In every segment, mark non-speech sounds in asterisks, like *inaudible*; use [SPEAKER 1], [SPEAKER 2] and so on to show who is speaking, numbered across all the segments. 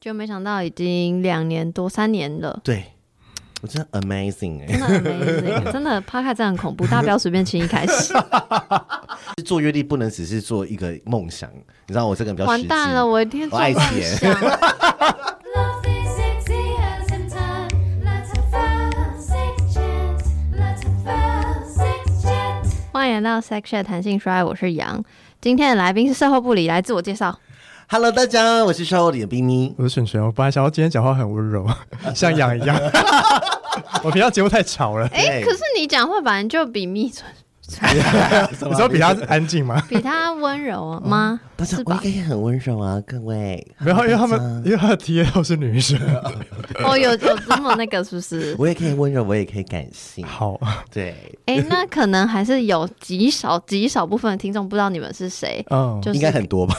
[SPEAKER 1] 就没想到已经两年多、三年了。
[SPEAKER 2] 对，我真的 amazing 哎、
[SPEAKER 1] 真的
[SPEAKER 2] *laughs*
[SPEAKER 1] amazing，真的 p o d 真的很恐怖，大家不要随便轻易开始。
[SPEAKER 2] 做阅历不能只是做一个梦想，你知道我这个人比较实
[SPEAKER 1] 完
[SPEAKER 2] 际。
[SPEAKER 1] 蛋了，我一天做梦
[SPEAKER 2] 我爱死
[SPEAKER 1] 想。
[SPEAKER 3] Love is easy as in time. Let's have fun, six chance. Let's have fun, six chance.
[SPEAKER 1] 欢迎来到 Sex Chat 弹性说爱，我是杨。今天的来宾是售后部里来自我介绍，
[SPEAKER 2] Hello，大家，我是小欧里的
[SPEAKER 1] *laughs*
[SPEAKER 2] 冰咪。
[SPEAKER 4] 我是璇璇，我本来想要今天讲话很温柔，像羊一样。我平常节目太吵了，
[SPEAKER 2] 哎
[SPEAKER 1] 可是你讲话反正就比蜜唇
[SPEAKER 4] 你说比他安静吗？
[SPEAKER 1] *laughs* 比他温柔啊吗？
[SPEAKER 2] 大家
[SPEAKER 1] 是
[SPEAKER 2] 哦我应
[SPEAKER 1] 吧
[SPEAKER 2] 该？也很温柔啊，各位。
[SPEAKER 4] 没有，因为他们因为他的 T L 是女生。
[SPEAKER 1] 哦，有有这么那个是不是？
[SPEAKER 2] *laughs* *laughs* 我也可以温柔，我也可以感性。
[SPEAKER 4] 好，
[SPEAKER 2] 对，
[SPEAKER 1] 哎，那可能还是有极少极少部分的听众不知道你们是谁，
[SPEAKER 4] 嗯，
[SPEAKER 1] 就
[SPEAKER 2] 哦应该
[SPEAKER 1] 是
[SPEAKER 2] 很多吧？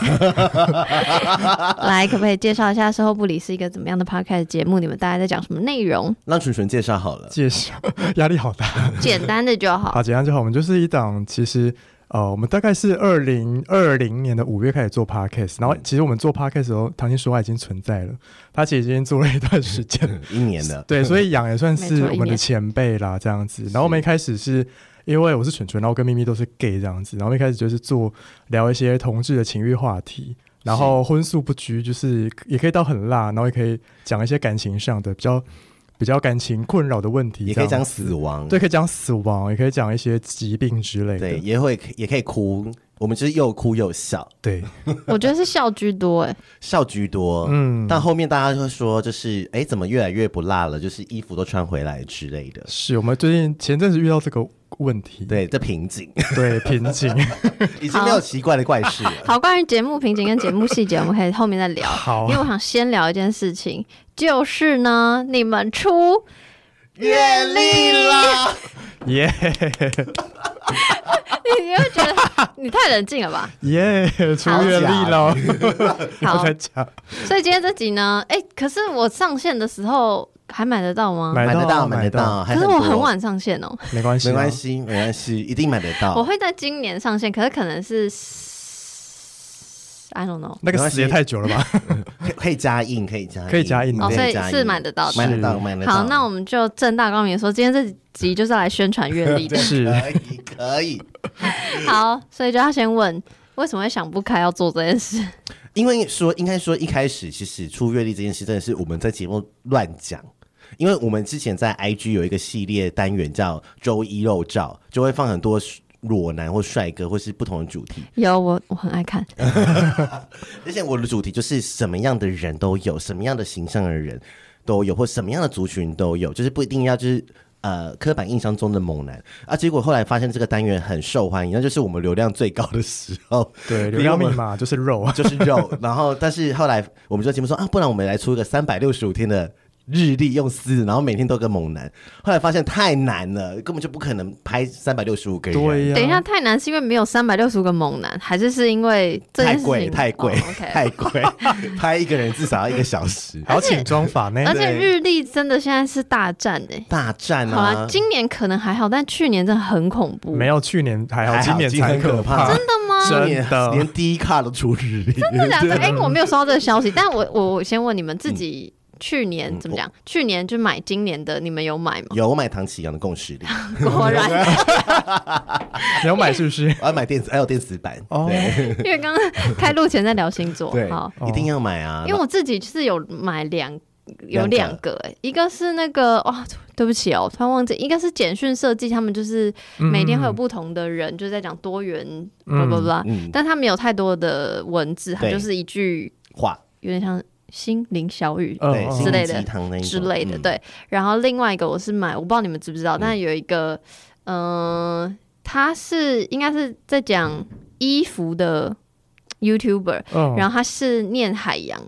[SPEAKER 1] 来可不可以介绍一下售后部里是一个怎么样的 podcast 节目？你们大概在讲什么内容？
[SPEAKER 2] 让纯纯介绍好了。
[SPEAKER 4] 介绍压力好大。
[SPEAKER 1] 简单的就好。
[SPEAKER 4] 好，简单就好。我们就是一档，其实呃，我们大概是二零二零年的五月开始做 podcast，然后其实我们做 podcast 的时候，唐心说话已经存在了，他其实已经做了一段时间了。
[SPEAKER 2] 一年的，
[SPEAKER 4] 对，所以养也算
[SPEAKER 1] 没
[SPEAKER 4] 是
[SPEAKER 1] 错
[SPEAKER 4] 我
[SPEAKER 1] 一
[SPEAKER 4] 们
[SPEAKER 1] 年
[SPEAKER 4] 的前辈啦，这样子。然后我们一开始是因为我是蠢蠢，然后我跟咪咪都是 gay 这样子，然后我们一开始就是做聊一些同志的情欲话题，然后荤素不拘，就是也可以到很辣，然后也可以讲一些感情上的比较比较感情困扰的问题，
[SPEAKER 2] 也可以
[SPEAKER 4] 这样
[SPEAKER 2] 讲死亡。
[SPEAKER 4] 对，可以讲死亡，也可以讲一些疾病之类
[SPEAKER 2] 对，
[SPEAKER 4] 的，
[SPEAKER 2] 也会也可以哭。我们就是又哭又笑，
[SPEAKER 4] 对，
[SPEAKER 1] 我觉得是笑居多哎、
[SPEAKER 2] 笑居多。嗯，
[SPEAKER 4] 嗯
[SPEAKER 2] 但后面大家就会说，就是哎，怎么越来越不辣了？就是衣服都穿回来之类的。
[SPEAKER 4] 是我们最近前阵子遇到这个问题，
[SPEAKER 2] 对，这瓶
[SPEAKER 4] *laughs*
[SPEAKER 2] 颈
[SPEAKER 4] 对瓶
[SPEAKER 2] *laughs*
[SPEAKER 4] 颈。
[SPEAKER 2] 已经没有奇怪的怪事
[SPEAKER 4] *laughs* 啊
[SPEAKER 2] 了。
[SPEAKER 1] 好，关于节目瓶颈跟节目细节，我们可以后面再聊。
[SPEAKER 4] 好啊
[SPEAKER 1] 因为我想先聊一件事情，就是呢，你们出
[SPEAKER 2] 阅历啦，
[SPEAKER 4] 耶
[SPEAKER 1] 你你会觉得你太冷静了吧？
[SPEAKER 4] 耶，出
[SPEAKER 1] 好
[SPEAKER 4] 月历了，不要
[SPEAKER 1] 好
[SPEAKER 4] 再，讲，
[SPEAKER 1] 所以今天这集呢，哎、可是我上线的时候还买得到吗？
[SPEAKER 2] 买得到，买
[SPEAKER 4] 买
[SPEAKER 2] 得到。还
[SPEAKER 1] 可是我很
[SPEAKER 2] 多，
[SPEAKER 1] 晚上线哦、
[SPEAKER 4] 没关系、啊
[SPEAKER 2] 没关。系，没关系，一定买得
[SPEAKER 1] 我
[SPEAKER 2] 到。
[SPEAKER 1] 会在今年上线，可是可能是 I don't know。
[SPEAKER 2] 没
[SPEAKER 4] 那个
[SPEAKER 2] 关系
[SPEAKER 4] 死也太久了吧？
[SPEAKER 2] 可以可以加印，可以加印，
[SPEAKER 4] 可以加印
[SPEAKER 2] 你
[SPEAKER 4] 哦
[SPEAKER 1] 哦，
[SPEAKER 2] 可
[SPEAKER 1] 所以
[SPEAKER 2] 加印
[SPEAKER 1] 是买得到
[SPEAKER 2] 买
[SPEAKER 1] 的。
[SPEAKER 2] 得到，买得到。
[SPEAKER 1] 好，那我们就正大光明地说，今天这集就是来宣传阅
[SPEAKER 4] *laughs*
[SPEAKER 1] 历的。
[SPEAKER 4] 是
[SPEAKER 2] 可以可以，
[SPEAKER 1] *laughs* 好，所以就要先问，为什么会想不开要做这件事？
[SPEAKER 2] 因为说应该说一开始其实出阅历这件事真的是我们在节目乱讲。因为我们之前在 IG 有一个系列单元叫“周一肉照”，就会放很多裸男或帅哥或是不同的主题，
[SPEAKER 1] *laughs* 有我，我很爱看。
[SPEAKER 2] 哎而且我的主题就是什么样的人都有，什么样的形象的人都有，或什么样的族群都有，就是不一定要就是。呃，刻板印象中的猛男啊，结果后来发现这个单元很受欢迎，那就是我们流量最高的时候，
[SPEAKER 4] 对，
[SPEAKER 2] 比
[SPEAKER 4] 流
[SPEAKER 2] 我
[SPEAKER 4] 量密
[SPEAKER 2] 们
[SPEAKER 4] 码就是肉，
[SPEAKER 2] *laughs*
[SPEAKER 4] 啊
[SPEAKER 2] 就是肉。然后，但是后来我们就节目说啊，不然我们来出一个三百六十五天的日历用撕，然后每天都跟猛男。后来发现太难了，根本就不可能拍三百六十五个人。
[SPEAKER 4] *laughs* 对呀、
[SPEAKER 1] 等一下，，太难是因为没有三百六十个猛男，还是是因为这件
[SPEAKER 2] 太
[SPEAKER 1] 事情
[SPEAKER 2] 贵，太贵，
[SPEAKER 1] 哦？OK。
[SPEAKER 2] *laughs* 太
[SPEAKER 1] *laughs*
[SPEAKER 2] 贵，拍一个人至少要一个小时，
[SPEAKER 4] 还要请妆法呢
[SPEAKER 1] 而。且
[SPEAKER 2] 对
[SPEAKER 1] 日历真的现在是大战哎、
[SPEAKER 2] 大战
[SPEAKER 1] 好
[SPEAKER 2] 啊
[SPEAKER 1] 啦，！今年可能还好，但去年真的很恐怖。
[SPEAKER 4] 没有去年还
[SPEAKER 2] 还
[SPEAKER 4] 好，
[SPEAKER 2] 好
[SPEAKER 4] 今年才
[SPEAKER 2] 今年可怕
[SPEAKER 4] 怕。
[SPEAKER 2] 真
[SPEAKER 1] 真的
[SPEAKER 2] *laughs*
[SPEAKER 1] 吗？
[SPEAKER 4] 真
[SPEAKER 2] 连
[SPEAKER 4] 的
[SPEAKER 2] 连第一卡都出日历，
[SPEAKER 1] 真的假的？哎、我没有收到这个消息，但我我我先问你们自己。
[SPEAKER 2] 嗯
[SPEAKER 1] 去年怎么讲？去年就买今年的，你们有买吗？
[SPEAKER 2] 有我买唐启阳的共识力，
[SPEAKER 1] *laughs* 果然，
[SPEAKER 4] 你要买是不是？
[SPEAKER 2] 我要买电子，还有电子版，
[SPEAKER 4] 哦
[SPEAKER 2] 对
[SPEAKER 1] 因为刚刚开录前在聊星座，
[SPEAKER 2] 对
[SPEAKER 1] 好，，
[SPEAKER 2] 一定要买啊！
[SPEAKER 1] 因为我自己是有买两有
[SPEAKER 2] 两个
[SPEAKER 1] 两个、哎，一个是那个哇、对不起哦，突然忘记，一个是简讯设计，他们就是 *laughs* 每天会有不同的人，就是在讲多元，blah blah blah，
[SPEAKER 2] 嗯嗯，
[SPEAKER 1] 但他们有太多的文字，它
[SPEAKER 2] 对
[SPEAKER 1] 就是一句
[SPEAKER 2] 画
[SPEAKER 1] 有点像心灵小语
[SPEAKER 4] 嗯
[SPEAKER 2] 对
[SPEAKER 4] 嗯
[SPEAKER 2] 心
[SPEAKER 1] 之类
[SPEAKER 2] 灵
[SPEAKER 1] 的
[SPEAKER 2] 鸡汤那一种
[SPEAKER 1] 之类的，
[SPEAKER 2] 哦嗯
[SPEAKER 1] 对。然后另外一个我是买，我不知道你们知不知道，但有一个，嗯，他是应该是在讲衣服的 YouTuber，
[SPEAKER 4] 嗯
[SPEAKER 1] 然后他是念海洋。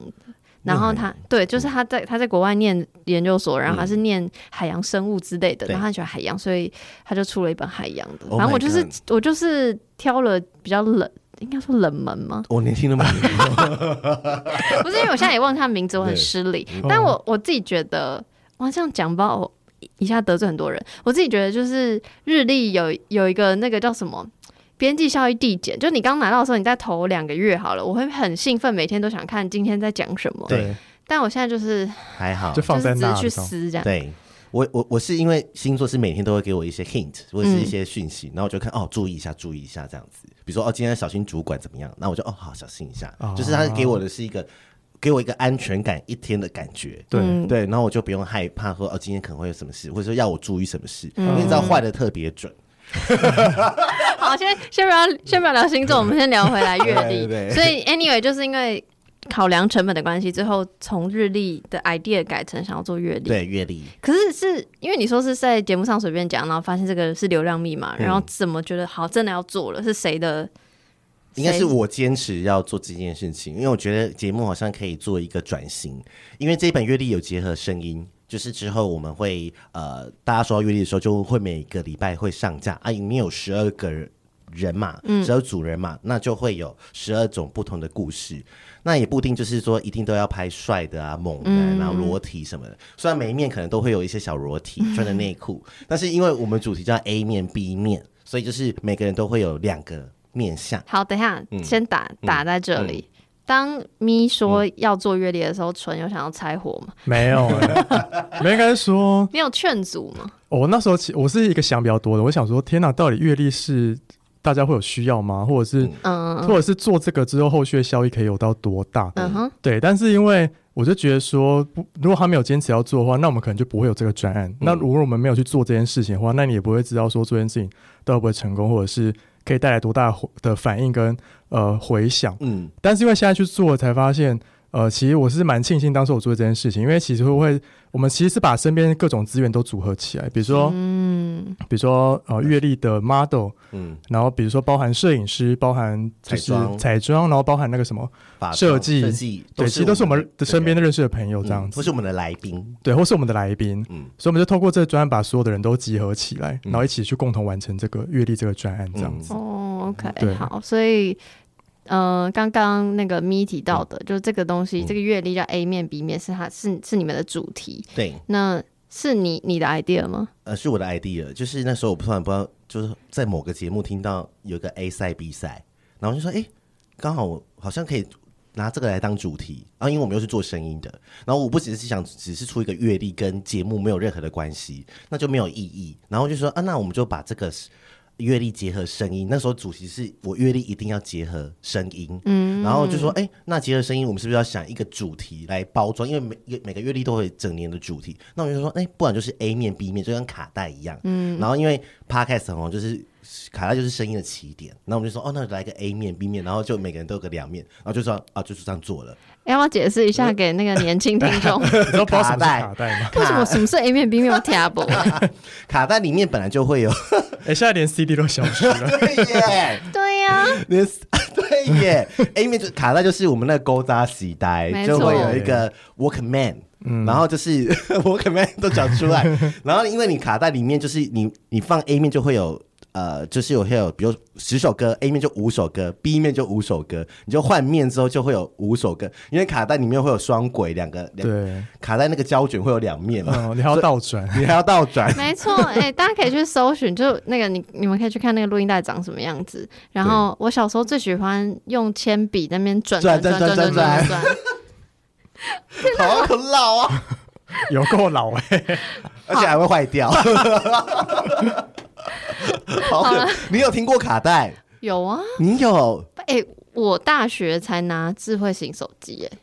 [SPEAKER 1] 然后
[SPEAKER 2] 哦念海嗯
[SPEAKER 1] 他对，就是他在他在国外念研究所，然后他是念海洋生物之类的，
[SPEAKER 2] 对
[SPEAKER 1] 然后他很喜欢海洋，所以他就出了一本海洋的。
[SPEAKER 2] Oh
[SPEAKER 1] 反正
[SPEAKER 2] my
[SPEAKER 1] 我就是
[SPEAKER 2] God
[SPEAKER 1] 我就是挑了比较冷，应该说冷门
[SPEAKER 2] *laughs*
[SPEAKER 1] 吗？
[SPEAKER 2] 我年轻的嘛，
[SPEAKER 1] 不是因为我现在也忘记他名字，我很
[SPEAKER 2] 对
[SPEAKER 1] 失礼。但
[SPEAKER 2] Oh
[SPEAKER 1] 我我自己觉得，哇，这样讲吧，我一下得罪很多人。我自己觉得就是日历有有一个那个叫什么？边际效益递减，就你刚拿到的时候，你再投两个月好了，我会很兴奋，每天都想看今天在讲什么。
[SPEAKER 2] 对，
[SPEAKER 1] 但我现在就是
[SPEAKER 2] 还
[SPEAKER 1] *laughs*
[SPEAKER 2] 好
[SPEAKER 4] 就。放
[SPEAKER 1] 就
[SPEAKER 4] 在
[SPEAKER 1] 是只是
[SPEAKER 4] 那里
[SPEAKER 1] 去
[SPEAKER 4] 头。
[SPEAKER 1] 撕这样。
[SPEAKER 2] 对我我我是因为星座是每天都会给我一些 hint 或者是一些讯息，然后我就看哦，注意一下，注意一下这样子。比如说哦，今天要小心主管怎么样，那我就哦好小心一下。
[SPEAKER 4] 哦
[SPEAKER 2] 就是他给我的是一个给我一个安全感一天的感觉。
[SPEAKER 4] 对
[SPEAKER 1] 嗯
[SPEAKER 2] 对，然后我就不用害怕说哦，今天可能会有什么事，或者说要我注意什么事，
[SPEAKER 1] 嗯
[SPEAKER 2] 因为你知道坏的特别准。
[SPEAKER 1] 好，先先不要先不要聊星座，我们先聊回来月
[SPEAKER 2] 对
[SPEAKER 1] 历。
[SPEAKER 2] *laughs* 对对
[SPEAKER 1] 所以 anyway，就是因为考量成本的关系，最后从日历的 idea 改成想要做月历。。
[SPEAKER 2] 对，阅历
[SPEAKER 1] 可是是因为你说是在节目上随便讲，然后发现这个是流量密码，
[SPEAKER 2] 嗯
[SPEAKER 1] 然后怎么觉得好真的要做了？是谁的？
[SPEAKER 2] 应该
[SPEAKER 1] 谁
[SPEAKER 2] 是我坚持要做这件事情，因为我觉得节目好像可以做一个转型，因为这一本阅历有结合声音。就是之后我们会呃，大家收到阅历的时候，就会每个礼拜会上架啊，里面有十二个人嘛，十二组人嘛，那就会有十二种不同的故事。那也不一定就是说一定都要拍帅的啊、猛男啊、裸体什么的。虽然每一面可能都会有一些小裸体穿的内裤，但是因为我们主题叫 A 面、B 面，所以就是每个人都会有两个面相。
[SPEAKER 1] 好，等一下、先打打在这里。当咪说要做月历的时候，纯有想要拆火吗？
[SPEAKER 4] *laughs* 没有、欸，没应该说，
[SPEAKER 1] 你有劝阻吗？
[SPEAKER 4] 我那时候其我是一个想比较多的，我想说，天哪，到底阅历是大家会有需要吗？或者是、
[SPEAKER 1] 嗯
[SPEAKER 4] 或者是做这个之后后续的效益可以有到多大？
[SPEAKER 1] 嗯哼，
[SPEAKER 4] 对，但是因为我就觉得说，不，如果他没有坚持要做的话，那我们可能就不会有这个专案。那如果我们没有去做这件事情的话，那你也不会知道说这件事情到底会不会成功，或者是可以带来多大的回的反应跟呃回响。
[SPEAKER 2] 嗯，
[SPEAKER 4] 但是因为现在去做，才发现，呃，其实我是蛮庆幸当时我做这件事情，因为其实会会，我们其实是把身边各种资源都组合起来，比如说，
[SPEAKER 1] 嗯，
[SPEAKER 4] 比如说呃，阅历的 model，
[SPEAKER 2] 嗯，
[SPEAKER 4] 然后比如说包含摄影师，包含就是
[SPEAKER 2] 彩妆
[SPEAKER 4] 彩妆，然后包含那个什么，
[SPEAKER 2] 法
[SPEAKER 4] 设
[SPEAKER 2] 设
[SPEAKER 4] 计
[SPEAKER 2] 计，
[SPEAKER 4] 对，嗯其实都是我们的身边的
[SPEAKER 2] 人
[SPEAKER 4] 认识的朋友这样
[SPEAKER 2] 嗯
[SPEAKER 4] 子
[SPEAKER 2] 不，是我们的来宾，
[SPEAKER 4] 对，或是我们的来宾，
[SPEAKER 2] 嗯
[SPEAKER 4] 所以我们就透过这个专案把所有的人都集合起来，
[SPEAKER 2] 嗯
[SPEAKER 4] 然后一起去共同完成这个阅历这个专案这样子。
[SPEAKER 1] 哦，OK，
[SPEAKER 4] 对
[SPEAKER 1] 好，所以。呃，刚刚那个咪提到的，就是这个东西，
[SPEAKER 2] 嗯
[SPEAKER 1] 这个阅历叫 A 面、B 面，是它是是你们的主题，
[SPEAKER 2] 对，
[SPEAKER 1] 那是你你的 idea 吗？
[SPEAKER 2] 呃，是我的 idea，就是那时候我突然不知道，就是在某个节目听到有一个 A 赛 B 赛，然后就说，哎、刚好我好像可以拿这个来当主题，然、后因为我们又是做声音的，然后我不只是想只是出一个阅历跟节目没有任何的关系，那就没有意义，然后就说，啊，那我们就把这个。阅历结合声音，那时候主题是我阅历一定要结合声音，嗯，然后就说，哎、那结合声音，我们是不是要想一个主题来包装？因为每每个阅历都会有整年的主题，那我就说，哎、不然就是 A 面 B 面，就跟卡带一样，嗯，然后因为 podcast 很红，就是卡带就是声音的起点，那我们就说，哦，那来个 A 面 B 面，然后就每个人都有个两面，然后就说，啊，就是这样做了，
[SPEAKER 1] 哎要不要解释一下给那个年轻听众？为
[SPEAKER 4] 你知道包什么是
[SPEAKER 2] 卡带
[SPEAKER 4] 卡带吗？
[SPEAKER 1] 什么什么是 A 面、B 面、T 不？
[SPEAKER 2] 卡带里面本来就会有， *laughs*
[SPEAKER 4] 哎，现在连 CD 都消失了。
[SPEAKER 2] 对耶。
[SPEAKER 1] *laughs* 对呀、
[SPEAKER 2] *laughs* 那是对耶，A 面就卡带就是我们那个勾扎洗带
[SPEAKER 1] 没，
[SPEAKER 2] 就
[SPEAKER 1] 错
[SPEAKER 2] 会有一个 Walkman。然后就是 *laughs* Walkman 都讲出来，然后因为你卡带里面就是你你放 A 面就会有呃，就是有会有比如十首歌，A 面就五首歌，B 面就五首歌，你就换面之后就会有五首歌，因为卡带里面会有双轨两个，两
[SPEAKER 4] 对，
[SPEAKER 2] 卡带那个胶卷会有两面嘛，
[SPEAKER 4] 嗯，你还要倒转。
[SPEAKER 2] *laughs* 你还要倒转，
[SPEAKER 1] 没错，哎、大家可以去搜寻，就那个你你们可以去看那个录音带长什么样子。然后我小时候最喜欢用铅笔在那边转
[SPEAKER 2] 转
[SPEAKER 1] 转转
[SPEAKER 2] 转
[SPEAKER 1] 转转转， *laughs*
[SPEAKER 2] 好可老啊，
[SPEAKER 4] 有够老哎、
[SPEAKER 2] 而且还会坏
[SPEAKER 1] *laughs*
[SPEAKER 2] 掉，好可，你有听过卡带？
[SPEAKER 1] 有啊，
[SPEAKER 2] 你有
[SPEAKER 1] 哎、我大学才拿智慧型手机、哎，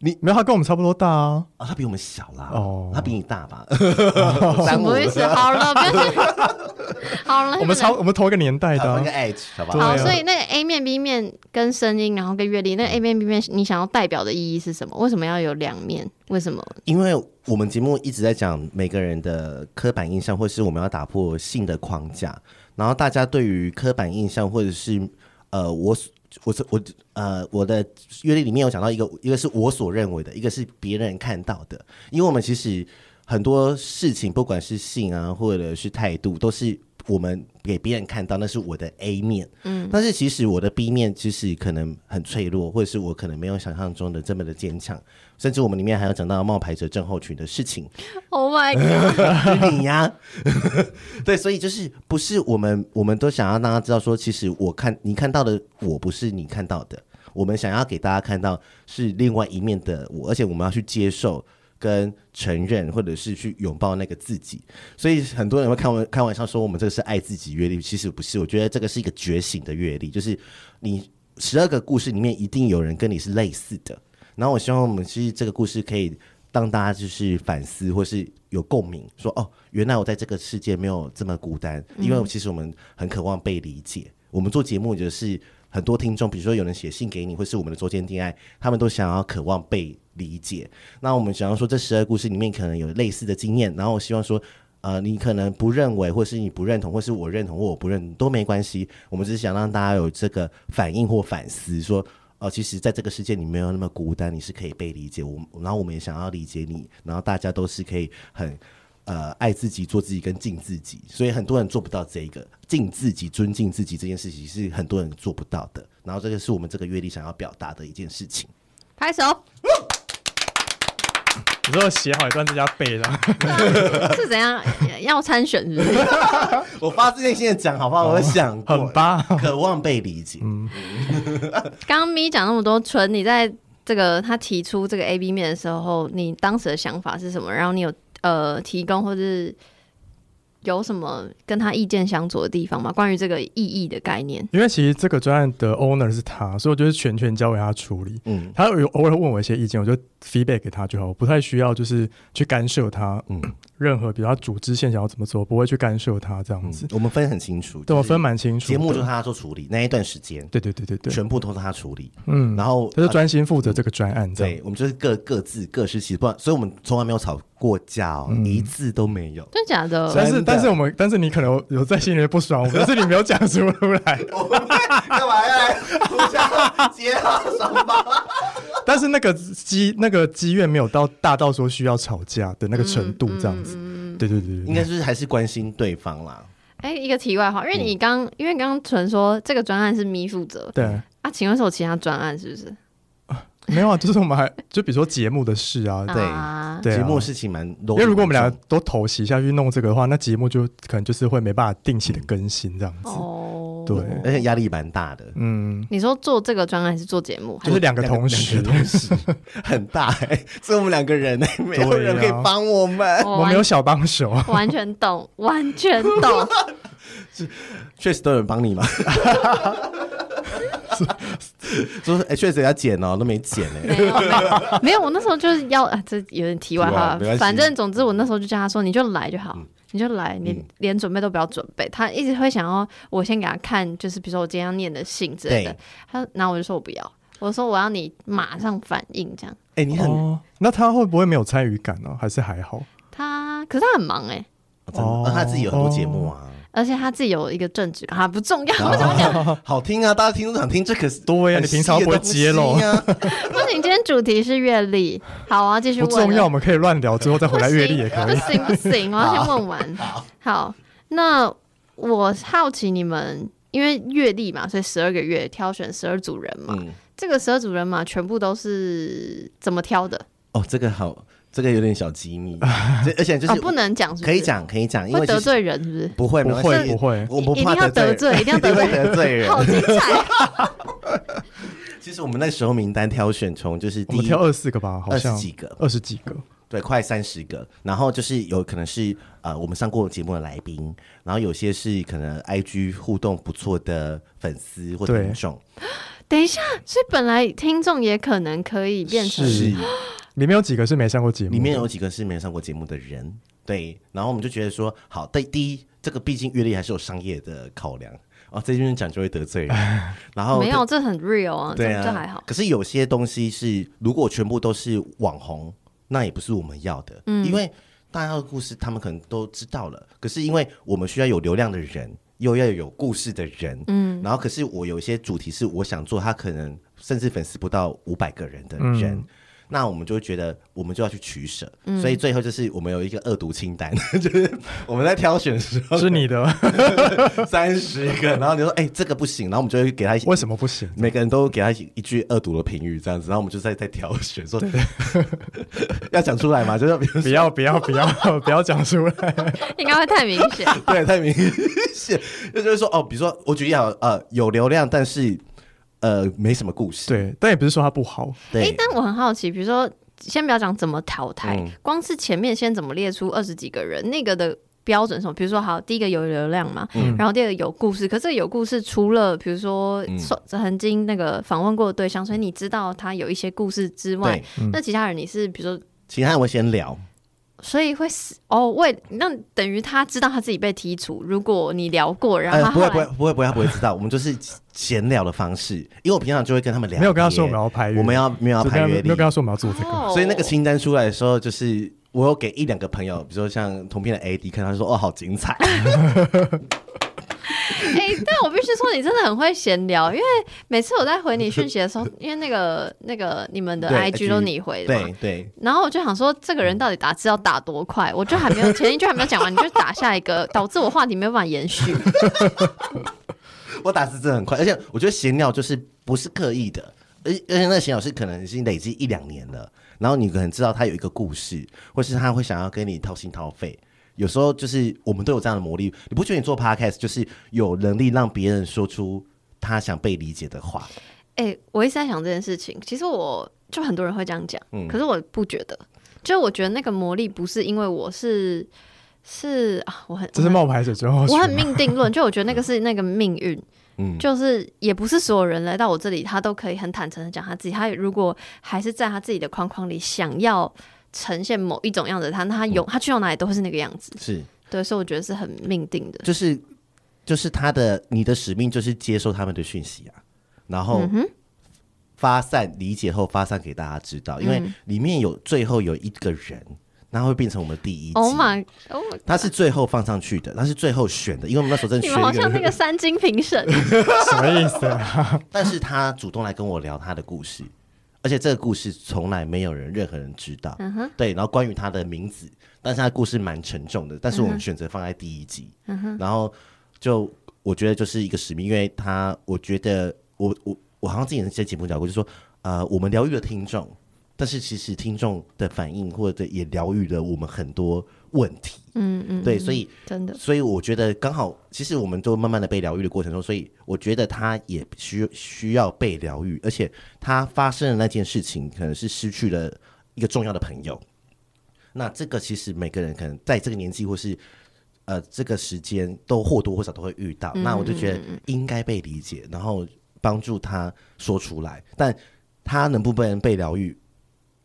[SPEAKER 4] 没有，他跟我们差不多大啊。
[SPEAKER 2] 啊、他比我们小啦，
[SPEAKER 4] 哦
[SPEAKER 2] 他比你大吧？
[SPEAKER 1] 什 *laughs*
[SPEAKER 2] *laughs* 三五
[SPEAKER 1] 么意思？好了，不要再 *laughs* 好
[SPEAKER 2] 啊
[SPEAKER 1] 了，
[SPEAKER 4] 我们
[SPEAKER 1] 超
[SPEAKER 4] 超我们同一个年代的
[SPEAKER 2] 他
[SPEAKER 4] 啊、
[SPEAKER 2] 一个 H，好不
[SPEAKER 4] 对啊
[SPEAKER 1] 好，
[SPEAKER 2] 好？
[SPEAKER 1] 所以那个 A 面、B 面跟声音，然后跟乐理，那个 A 面、B 面，你想要代表的意义是什么？为什么要有两面？为什么？
[SPEAKER 2] 因为我们节目一直在讲每个人的刻板印象，或是我们要打破性的框架，然后大家对于刻板印象，或者是呃，我所我所我呃，我的阅历里面有讲到一个，一个是我所认为的，一个是别人看到的，因为我们其实很多事情，不管是性啊，或者是态度，都是我们给别人看到，那是我的 A 面，嗯，但是其实我的 B 面其实可能很脆弱，或者是我可能没有想象中的这么的坚强，甚至我们里面还有讲到冒牌者症候群的事情， *laughs*
[SPEAKER 1] Oh my god！
[SPEAKER 2] 就是你呀、 *laughs* 对，所以就是不是我们，我们都想要让他知道说，其实我看你看到的我不是你看到的，我们想要给大家看到是另外一面的我，而且我们要去接受。跟承认，或者是去拥抱那个自己，所以很多人会开玩开玩笑说我们这个是爱自己阅历，其实不是。我觉得这个是一个觉醒的阅历，就是你十二个故事里面一定有人跟你是类似的。然后我希望我们其实这个故事可以让大家就是反思，或是有共鸣，说哦，原来我在这个世界没有这么孤单，因为其实我们很渴望被理解。我们做节目就是很多听众，比如说有人写信给你，或是我们的周间恋爱，他们都想要渴望被理解。那我们想要说，这十二故事里面可能有类似的经验，然后我希望说。呃，你可能不认为，或是你不认同，或是我认同或我不认同都没关系。我们只是想让大家有这个反应或反思，说哦，其实在这个世界你没有那么孤单，你是可以被理解。我们然后我们也想要理解你，然后大家都是可以很呃爱自己、做自己跟敬自己。所以很多人做不到这一个敬自己、尊敬自己这件事情是很多人做不到的。然后这个是我们这个阅历想要表达的一件事情。
[SPEAKER 1] 拍手 *laughs*
[SPEAKER 4] 你说写好一段在家背的，啊
[SPEAKER 1] 是怎样？要参选是不是？
[SPEAKER 2] 我发自内心的讲，好不好？我想过
[SPEAKER 4] 哦很棒。嗯
[SPEAKER 2] 渴望被理解。
[SPEAKER 1] 刚刚咪讲那么多，纯你在这个他提出这个 A B 面的时候，你当时的想法是什么？然后你有呃提供或是有什么跟他意见相左的地方吗？关于这个意义的概念，
[SPEAKER 4] 因为其实这个专案的 owner 是他，所以我就是全权交给他处理。
[SPEAKER 2] 嗯
[SPEAKER 4] 他有偶尔问我一些意见，我就 feedback 给他就好，我不太需要就是去干涉他
[SPEAKER 2] 嗯
[SPEAKER 4] 任何，比如他组织线想要怎么做，不会去干涉他这样
[SPEAKER 2] 嗯
[SPEAKER 4] 子。，
[SPEAKER 2] 我们分很清楚，
[SPEAKER 4] 对我
[SPEAKER 2] 就是
[SPEAKER 4] 分蛮清楚的。
[SPEAKER 2] 节目就是他做处理，那一段时间
[SPEAKER 4] 对对对对对，
[SPEAKER 2] 全部都是他处理。
[SPEAKER 4] 嗯，
[SPEAKER 2] 然后
[SPEAKER 4] 他就专心负责这个专案这样。
[SPEAKER 2] 对，我们就是各各自各司其职，所以我们从来没有吵过架哦，
[SPEAKER 4] 嗯
[SPEAKER 2] 一字都没
[SPEAKER 4] *laughs*
[SPEAKER 2] 有。
[SPEAKER 1] 真假的？
[SPEAKER 4] 但是
[SPEAKER 2] 真的
[SPEAKER 4] 但是我们但是你可能有有在心里面不爽，我们 *laughs* 但是你没有讲出来。 *laughs*
[SPEAKER 2] 干嘛要来互相揭发什么？
[SPEAKER 4] 但是那个积那个积怨没有到大到说需要吵架的那个程
[SPEAKER 2] 嗯
[SPEAKER 4] 度这样
[SPEAKER 1] 嗯
[SPEAKER 4] 子。对对对对，
[SPEAKER 2] 应该就是还是关心对方啦。
[SPEAKER 1] 哎、一个题外话，因为你刚、因为刚刚纯说这个专案是咪负责
[SPEAKER 4] 嗯对。
[SPEAKER 1] 啊，请问是有其他专案是不是？
[SPEAKER 4] 没有啊，就是我们还就比如说节目的事啊，
[SPEAKER 2] 对
[SPEAKER 1] 啊、
[SPEAKER 4] 对啊
[SPEAKER 2] 节目事情蛮，因
[SPEAKER 4] 因为如果我们俩都投袭下去弄这个的话，那节目就可能就是会没办法定期的更新这样子。
[SPEAKER 1] 哦，
[SPEAKER 4] 对
[SPEAKER 2] 而且压力蛮大的，
[SPEAKER 4] 嗯，
[SPEAKER 1] 你说做这个专案还是做节目？还
[SPEAKER 4] 就是是两个同时，
[SPEAKER 2] 两个同
[SPEAKER 4] *laughs*
[SPEAKER 2] 时很大哎，只有我们两个人
[SPEAKER 4] 啊
[SPEAKER 2] 哎，没有人可以帮我们，
[SPEAKER 1] 我
[SPEAKER 4] 哎我
[SPEAKER 1] 哦完
[SPEAKER 4] 们有小帮手，啊
[SPEAKER 1] 完全懂，完全懂。
[SPEAKER 2] 确实都有人帮 *laughs* 你嘛。就是哎，确实要剪哦，都没剪哎。
[SPEAKER 1] 没有，没有没有，我那时候就是要啊，这有点题外
[SPEAKER 2] 题外
[SPEAKER 1] 话
[SPEAKER 2] 没关，系
[SPEAKER 1] 反正总之我那时候就叫他说，你就来就好。你就来，你
[SPEAKER 2] 嗯
[SPEAKER 1] 连准备都不要准备。他一直会想要我先给他看，就是比如说我今天要念的信之类的
[SPEAKER 2] 对。
[SPEAKER 1] 他，然后我就说我不要，我说我要你马上反应这样。
[SPEAKER 2] 哎，你很
[SPEAKER 4] 哦，那他会不会没有参与感呢、还是还好？
[SPEAKER 1] 他可是他很忙哎、
[SPEAKER 2] 哦
[SPEAKER 4] 哦，
[SPEAKER 2] 他自己有很多节目啊，
[SPEAKER 1] 而且他自己有一个正职啊，不重
[SPEAKER 2] 哦
[SPEAKER 1] 要。不
[SPEAKER 2] 好听啊，大家听都想听，这可是
[SPEAKER 4] 对呀、
[SPEAKER 2] 很
[SPEAKER 4] 哎你平常不会揭露
[SPEAKER 2] 细，的东西啊
[SPEAKER 1] 行，今天主题是阅历，好，我要继续
[SPEAKER 4] 不
[SPEAKER 1] 问。
[SPEAKER 4] 重要，我。们可以乱聊，之后 *laughs* 再回来阅历也可以。
[SPEAKER 1] 不行不
[SPEAKER 4] *laughs*
[SPEAKER 1] 行，我要先问完。好，那我好奇你们，因为月历嘛，所以十二个月挑选十二组人嘛，
[SPEAKER 2] 嗯，
[SPEAKER 4] *laughs*
[SPEAKER 1] 这个十二组人嘛，全部都是怎么挑的？
[SPEAKER 2] 哦，这个好，这个有点小机密， *laughs* 这而且就
[SPEAKER 1] 啊，
[SPEAKER 2] 是
[SPEAKER 1] 不能讲是不是
[SPEAKER 2] 可以，讲，可以讲，因
[SPEAKER 1] 会
[SPEAKER 2] 为
[SPEAKER 1] 得
[SPEAKER 2] 其实
[SPEAKER 1] 罪人是不是？
[SPEAKER 2] 不会，
[SPEAKER 4] 不
[SPEAKER 2] 没关
[SPEAKER 4] 会
[SPEAKER 2] 系
[SPEAKER 4] 不，会，
[SPEAKER 2] 我不
[SPEAKER 1] 一
[SPEAKER 2] 怕
[SPEAKER 1] 定要得
[SPEAKER 2] 罪人，
[SPEAKER 1] 罪，一定要得
[SPEAKER 2] 会
[SPEAKER 1] 罪，
[SPEAKER 2] 得罪人。
[SPEAKER 1] 好精彩！ *laughs*
[SPEAKER 2] 其实我们那时候名单挑选从就是
[SPEAKER 4] 我
[SPEAKER 2] 第
[SPEAKER 4] 们
[SPEAKER 2] 一
[SPEAKER 4] 挑二十四个吧，好
[SPEAKER 2] 二十
[SPEAKER 4] 像
[SPEAKER 2] 几个，
[SPEAKER 4] 二十几个，
[SPEAKER 2] 对，快三十个，然后就是有可能是呃我们上过节目的来宾，然后有些是可能 IG 互动不错的粉丝或
[SPEAKER 4] 对
[SPEAKER 2] 听众，
[SPEAKER 1] 等一下，所以本来听众也可能可以变成
[SPEAKER 4] 是里面有几个是没上过节目的，
[SPEAKER 2] 里面有几个是没有上过节目的人，对，然后我们就觉得说，好，对，第一，这个毕竟阅历还是有商业的考量，哦，这边讲就会得罪人，
[SPEAKER 4] *laughs*
[SPEAKER 2] 然后
[SPEAKER 1] 没有，这很 real 啊，
[SPEAKER 2] 对
[SPEAKER 1] 这
[SPEAKER 2] 啊，
[SPEAKER 1] 这还好。
[SPEAKER 2] 可是有些东西是，如果全部都是网红，那也不是我们要的，
[SPEAKER 1] 嗯
[SPEAKER 2] 因为大家的故事他们可能都知道了，可是因为我们需要有流量的人，又要有故事的人，嗯，然后可是我有一些主题是我想做，他可能甚至粉丝不到五百个人的人。
[SPEAKER 1] 嗯
[SPEAKER 2] 那我们就会觉得，我们就要去取舍，所以最后就是我们有一个恶毒清单， *laughs* 就是我们在挑选的时候
[SPEAKER 4] 是你的，
[SPEAKER 2] 三十个，然后你说哎、这个不行，然后我们就会给他一些
[SPEAKER 4] 为什么不 *laughs* 行？
[SPEAKER 2] 每个人都给他一一句恶毒的评语，这样子，然后我们就在在挑选，说要讲出来嘛，就是比如
[SPEAKER 4] 不
[SPEAKER 2] 说
[SPEAKER 4] 要不要不要 *laughs* 不要讲出来，
[SPEAKER 1] 应该会太明显。
[SPEAKER 2] 对太明显，就是说哦，比如说我举例好了，呃，有流量，但是呃没什么故事。
[SPEAKER 4] *laughs* 对，但也不是说它不好，
[SPEAKER 1] 哎、
[SPEAKER 2] 对，
[SPEAKER 1] 但我很好奇，比如说，先不要讲怎么淘汰，
[SPEAKER 2] 嗯
[SPEAKER 1] 光是前面先怎么列出二十几个人，那个的标准是什么？比如说，好，第一个有流量嘛，
[SPEAKER 4] 嗯
[SPEAKER 1] 然后第二个有故事。可是有故事，除了比如说
[SPEAKER 2] 嗯
[SPEAKER 1] 曾曾经那个访问过的对象，所以你知道他有一些故事之外
[SPEAKER 2] 对，
[SPEAKER 1] 那其他人你是比如说，
[SPEAKER 2] 其他人我先聊，
[SPEAKER 1] 所以会死哦，为那等于他知道他自己被剔除。如果你聊过，然后
[SPEAKER 2] 呃，
[SPEAKER 1] 他
[SPEAKER 2] 不
[SPEAKER 1] 后
[SPEAKER 2] 会
[SPEAKER 1] 来、
[SPEAKER 2] 不会不会不会，他不会知道，我们就是闲聊的方式，因为我平常就会跟他们聊天，
[SPEAKER 4] 没有跟他说我们要拍约，
[SPEAKER 2] 我们要没有要
[SPEAKER 4] 就跟
[SPEAKER 2] 拍
[SPEAKER 4] 他
[SPEAKER 2] 约
[SPEAKER 4] 没有
[SPEAKER 2] 定
[SPEAKER 4] 跟，他说我们要做这个，
[SPEAKER 1] 哦
[SPEAKER 2] 所以那个清单出来的时候，就是我有给一两个朋友，比如说像同片的 AD 看，他就说哦好精彩，
[SPEAKER 1] *laughs* 哎、但我必须说，你真的很会闲聊，因为每次我在回你讯息的时候，因为那个那个你们的
[SPEAKER 2] 对
[SPEAKER 1] IG 都你回的
[SPEAKER 2] 对嗯
[SPEAKER 1] 嘛，
[SPEAKER 2] 对，
[SPEAKER 1] 然后我就想说，这个人到底打字要打多快？我就还没有前一句还没有讲完，你就打下一个，导致我话题没有办法延续。
[SPEAKER 2] 我打字真的很快，而且我觉得闲聊就是不是刻意的，而而且那个闲聊是可能已经累积一两年了，然后你可能知道他有一个故事，或是他会想要跟你掏心掏肺。有时候就是我们都有这样的魔力，你不觉得你做 podcast 就是有能力让别人说出他想被理解的话？
[SPEAKER 1] 哎、我一直在想这件事情，其实我就很多人会这样讲，
[SPEAKER 2] 嗯
[SPEAKER 1] 可是我不觉得，就我觉得那个魔力不是因为我是是啊，我很
[SPEAKER 4] 这是
[SPEAKER 1] 我很
[SPEAKER 4] 冒牌者最后
[SPEAKER 1] 我很命定论，就我觉得那个是那个命运，
[SPEAKER 2] 哦 *laughs* 嗯，
[SPEAKER 1] 就是也不是所有人来到我这里，他都可以很坦诚的讲他自己。他如果还是在他自己的框框里，想要呈现某一种样子的他，那他有
[SPEAKER 2] 嗯
[SPEAKER 1] 他去到哪里都会是那个样子。
[SPEAKER 2] 是，
[SPEAKER 1] 对，所以我觉得是很命定的。
[SPEAKER 2] 就是就是他的你的使命就是接受他们的讯息啊，然
[SPEAKER 1] 嗯
[SPEAKER 2] 后发散、理解后发散给大家知道，因为
[SPEAKER 1] 嗯
[SPEAKER 2] 里面有最后有一个人，那会变成我们第一集。
[SPEAKER 1] Oh my, oh my，
[SPEAKER 2] 他是最后放上去的，他是最后选的，因为我们那时候正
[SPEAKER 1] 你
[SPEAKER 2] 选
[SPEAKER 1] 们好
[SPEAKER 2] 一个
[SPEAKER 1] 像那个
[SPEAKER 2] 人，
[SPEAKER 1] 三金评
[SPEAKER 2] *laughs*
[SPEAKER 1] 审，
[SPEAKER 4] 什么意思啊？
[SPEAKER 2] 但是他主动来跟我聊他的故事， *laughs* 而且这个故事从来没有人任何人知道，
[SPEAKER 1] 嗯哼，
[SPEAKER 2] 对，然后关于他的名字，但是他的故事蛮沉重的，但是我们选择放在第一集，
[SPEAKER 1] 嗯
[SPEAKER 2] 然后就我觉得就是一个使命，因为他我觉得我我我好像之前在节目讲过，就是说呃，我们疗愈了听众，但是其实听众的反应或者也疗愈了我们很多问题，
[SPEAKER 1] 嗯嗯，
[SPEAKER 2] 对，所以
[SPEAKER 1] 真的，
[SPEAKER 2] 所以我觉得刚好，其实我们都慢慢的被疗愈的过程中，所以我觉得他也需需要被疗愈，而且他发生的那件事情，可能是失去了一个重要的朋友。那这个其实每个人可能在这个年纪或是呃这个时间，都或多或少都会遇
[SPEAKER 1] 嗯
[SPEAKER 2] 到。那我就觉得应该被理解，然后帮助他说出来。但他能不能被疗愈，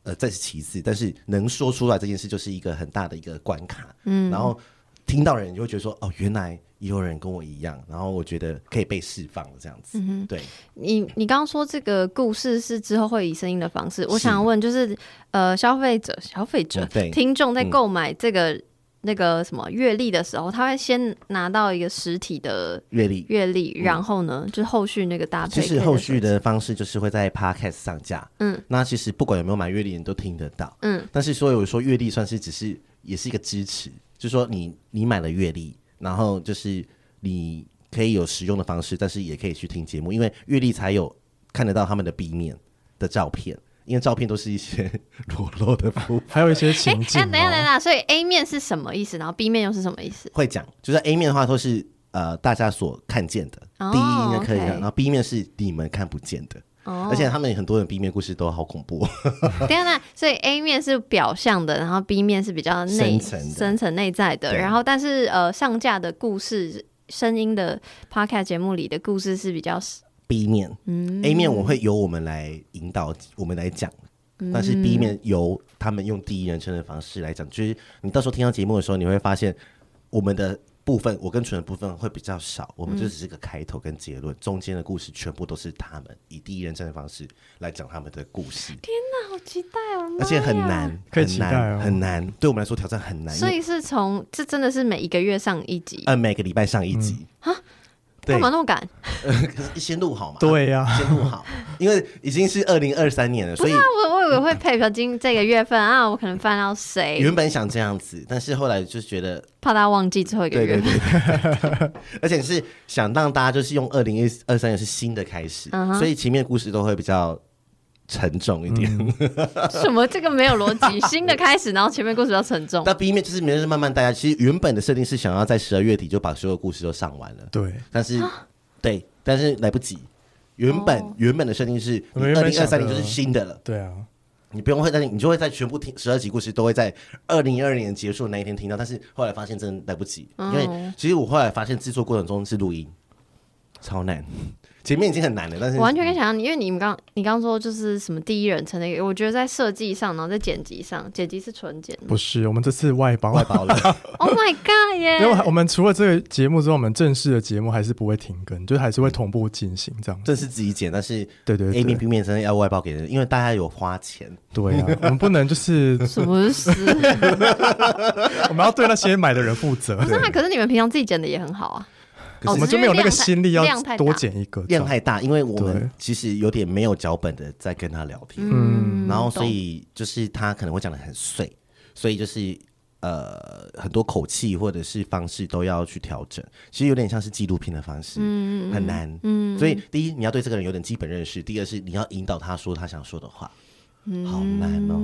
[SPEAKER 2] 呃，这是其次，但是能说出来这件事，就是一个很大的一个关卡。嗯，然后听到人，你就会觉得说，哦，原来也有人跟我一样，然后我觉得可以被释放了，这样子。嗯、对，
[SPEAKER 1] 你你刚刚说这个故事是之后会以声音的方式，我
[SPEAKER 2] 是
[SPEAKER 1] 想问就是，呃，消费者、消费者、
[SPEAKER 2] 嗯对
[SPEAKER 1] 听众在
[SPEAKER 2] 嗯
[SPEAKER 1] 购买这个、那个什么阅历的时候，他会先拿到一个实体的
[SPEAKER 2] 阅历。
[SPEAKER 1] 阅历，然后呢，就是后续那个搭配，
[SPEAKER 2] 其实嗯后续，的方式就是会在 podcast 上架，
[SPEAKER 1] 嗯，
[SPEAKER 2] 那其实不管有没有买阅历，你都听得到，
[SPEAKER 1] 嗯，
[SPEAKER 2] 但是所以我说阅历算是只是也是一个支持，就是说你你买了阅历，然后就是你可以有使用的方式，但是也可以去听节目，因为阅历才有看得到他们的 B 面的照片，因为照片都是一些裸露的部分。
[SPEAKER 4] *laughs* 还有一些
[SPEAKER 1] 哎、
[SPEAKER 4] 情境
[SPEAKER 1] 那
[SPEAKER 4] 哦，
[SPEAKER 1] 等一下等一下，所以 A 面是什么意思？然后 B 面又是什么意思？
[SPEAKER 2] 会讲，就是 A 面的话都是呃大家所看见的，
[SPEAKER 1] 哦
[SPEAKER 2] 第一应该可以看，
[SPEAKER 1] OK
[SPEAKER 2] 然后 B 面是你们看不见的，
[SPEAKER 1] 哦，
[SPEAKER 2] 而且他们很多人 B 面故事都好恐怖哦。 *laughs*
[SPEAKER 1] 等一下，那所以 A 面是表象的，然后 B 面是比较内
[SPEAKER 2] 深层的
[SPEAKER 1] 深层内在的，
[SPEAKER 2] 对
[SPEAKER 1] 然后但是呃，上架的故事声音的 podcast 节目里的故事是比较
[SPEAKER 2] B 面，a
[SPEAKER 1] 嗯
[SPEAKER 2] 面我会由我们来引导，我们来讲。
[SPEAKER 1] 嗯
[SPEAKER 2] 但是 B 面由他们用第一人称的方式来讲，就是你到时候听到节目的时候，你会发现我们的部分，我跟纯的部分会比较少，我们就只是个开头跟结论，中间的故事全部都是他们以第一人称的方式来讲他们的故事，
[SPEAKER 1] 好期待哦，
[SPEAKER 2] 而且很难，
[SPEAKER 4] 可以
[SPEAKER 2] 很
[SPEAKER 4] 期
[SPEAKER 2] 难
[SPEAKER 4] 待哦
[SPEAKER 2] 很难，对我们来说挑战很难。
[SPEAKER 1] 所
[SPEAKER 2] 因为
[SPEAKER 1] 以是从这真的是每一个月上一集，
[SPEAKER 4] 啊
[SPEAKER 2] 呃，每个礼拜上一集，对
[SPEAKER 1] 干
[SPEAKER 2] *laughs*
[SPEAKER 1] 嘛那么赶？
[SPEAKER 2] 可是先录好嘛，，
[SPEAKER 4] 对呀、
[SPEAKER 2] 先录好，因为已经是二零二三年了，所以
[SPEAKER 1] 我我以为会配合今这个月份啊，我可能翻到谁
[SPEAKER 2] 原，本想这样子，但是后来就觉得，
[SPEAKER 1] 怕大家忘记最后一个
[SPEAKER 2] 对
[SPEAKER 1] 月
[SPEAKER 2] 对
[SPEAKER 1] 份。
[SPEAKER 2] 对， *laughs* 而且是想让大家就是用二零一二三年是新的开始
[SPEAKER 1] 嗯哼
[SPEAKER 2] 所以前面故事都会比较沉重一点。 *laughs*
[SPEAKER 1] *laughs* 什么这个没有逻
[SPEAKER 4] *laughs*
[SPEAKER 1] 辑，新的开始，然后前面故事比较沉重。
[SPEAKER 2] 但 B 面就是没人慢慢大家，其实原本的设定是想要在十二月底就把所有故事都上完了，
[SPEAKER 4] 对，
[SPEAKER 2] 但是对，但是来不及。原本、
[SPEAKER 1] 啊哦
[SPEAKER 2] 原本的设定是，
[SPEAKER 4] 我
[SPEAKER 2] 你
[SPEAKER 4] 们原
[SPEAKER 2] 二
[SPEAKER 4] 本
[SPEAKER 2] 零二
[SPEAKER 4] 想
[SPEAKER 2] 三
[SPEAKER 4] 的
[SPEAKER 2] 年就是新的了，
[SPEAKER 4] 对啊，
[SPEAKER 2] 你不用会担心，你就会在全部听十二集故事都会在二零二二年结束的那一天听到。但是后来发现真的来不及，因为
[SPEAKER 1] 嗯
[SPEAKER 2] 其实我后来发现制作过程中是录音超难，前面已经很难了，但是
[SPEAKER 1] 我完全可以想象你，因为你们刚你刚说就是什么第一人称那个，我觉得在设计上，然后在剪辑上，剪辑是纯剪吗
[SPEAKER 4] 不是我们这次外包，
[SPEAKER 2] 外包了， *laughs*
[SPEAKER 1] ，Oh my god 耶
[SPEAKER 4] 因为我们除了这个节目之后，我们正式的节目还是不会停更，就是还是会同步进行这样子。
[SPEAKER 2] 这是自己剪，但是
[SPEAKER 4] 对对
[SPEAKER 2] A 面
[SPEAKER 4] 对，
[SPEAKER 2] B 面真的要外包给人，因为大家有花钱， *laughs*
[SPEAKER 4] 对啊，我们不能就是
[SPEAKER 1] 什么事？
[SPEAKER 4] 我们要对那些买的人负责，
[SPEAKER 2] *laughs*
[SPEAKER 1] 不是啊，可是你们平常自己剪的也很好啊。
[SPEAKER 2] 可
[SPEAKER 1] 哦
[SPEAKER 4] 我们
[SPEAKER 1] 只是
[SPEAKER 4] 就
[SPEAKER 1] 因
[SPEAKER 4] 没
[SPEAKER 1] 为
[SPEAKER 4] 有那个
[SPEAKER 1] 量太
[SPEAKER 4] 心力要
[SPEAKER 1] 量太大
[SPEAKER 4] 多剪一个这样
[SPEAKER 2] 量太大，因为我们
[SPEAKER 4] 对
[SPEAKER 2] 其实有点没有脚本的在跟他聊天，
[SPEAKER 4] 嗯
[SPEAKER 2] 然后所以就是他可能会讲的很碎，所以就是呃很多口气或者是方式都要去调整，其实有点像是纪录片的方式，嗯，很难，嗯，所以第一你要对这个人有点基本认识，第二是你要引导他说他想说的话，好难哦，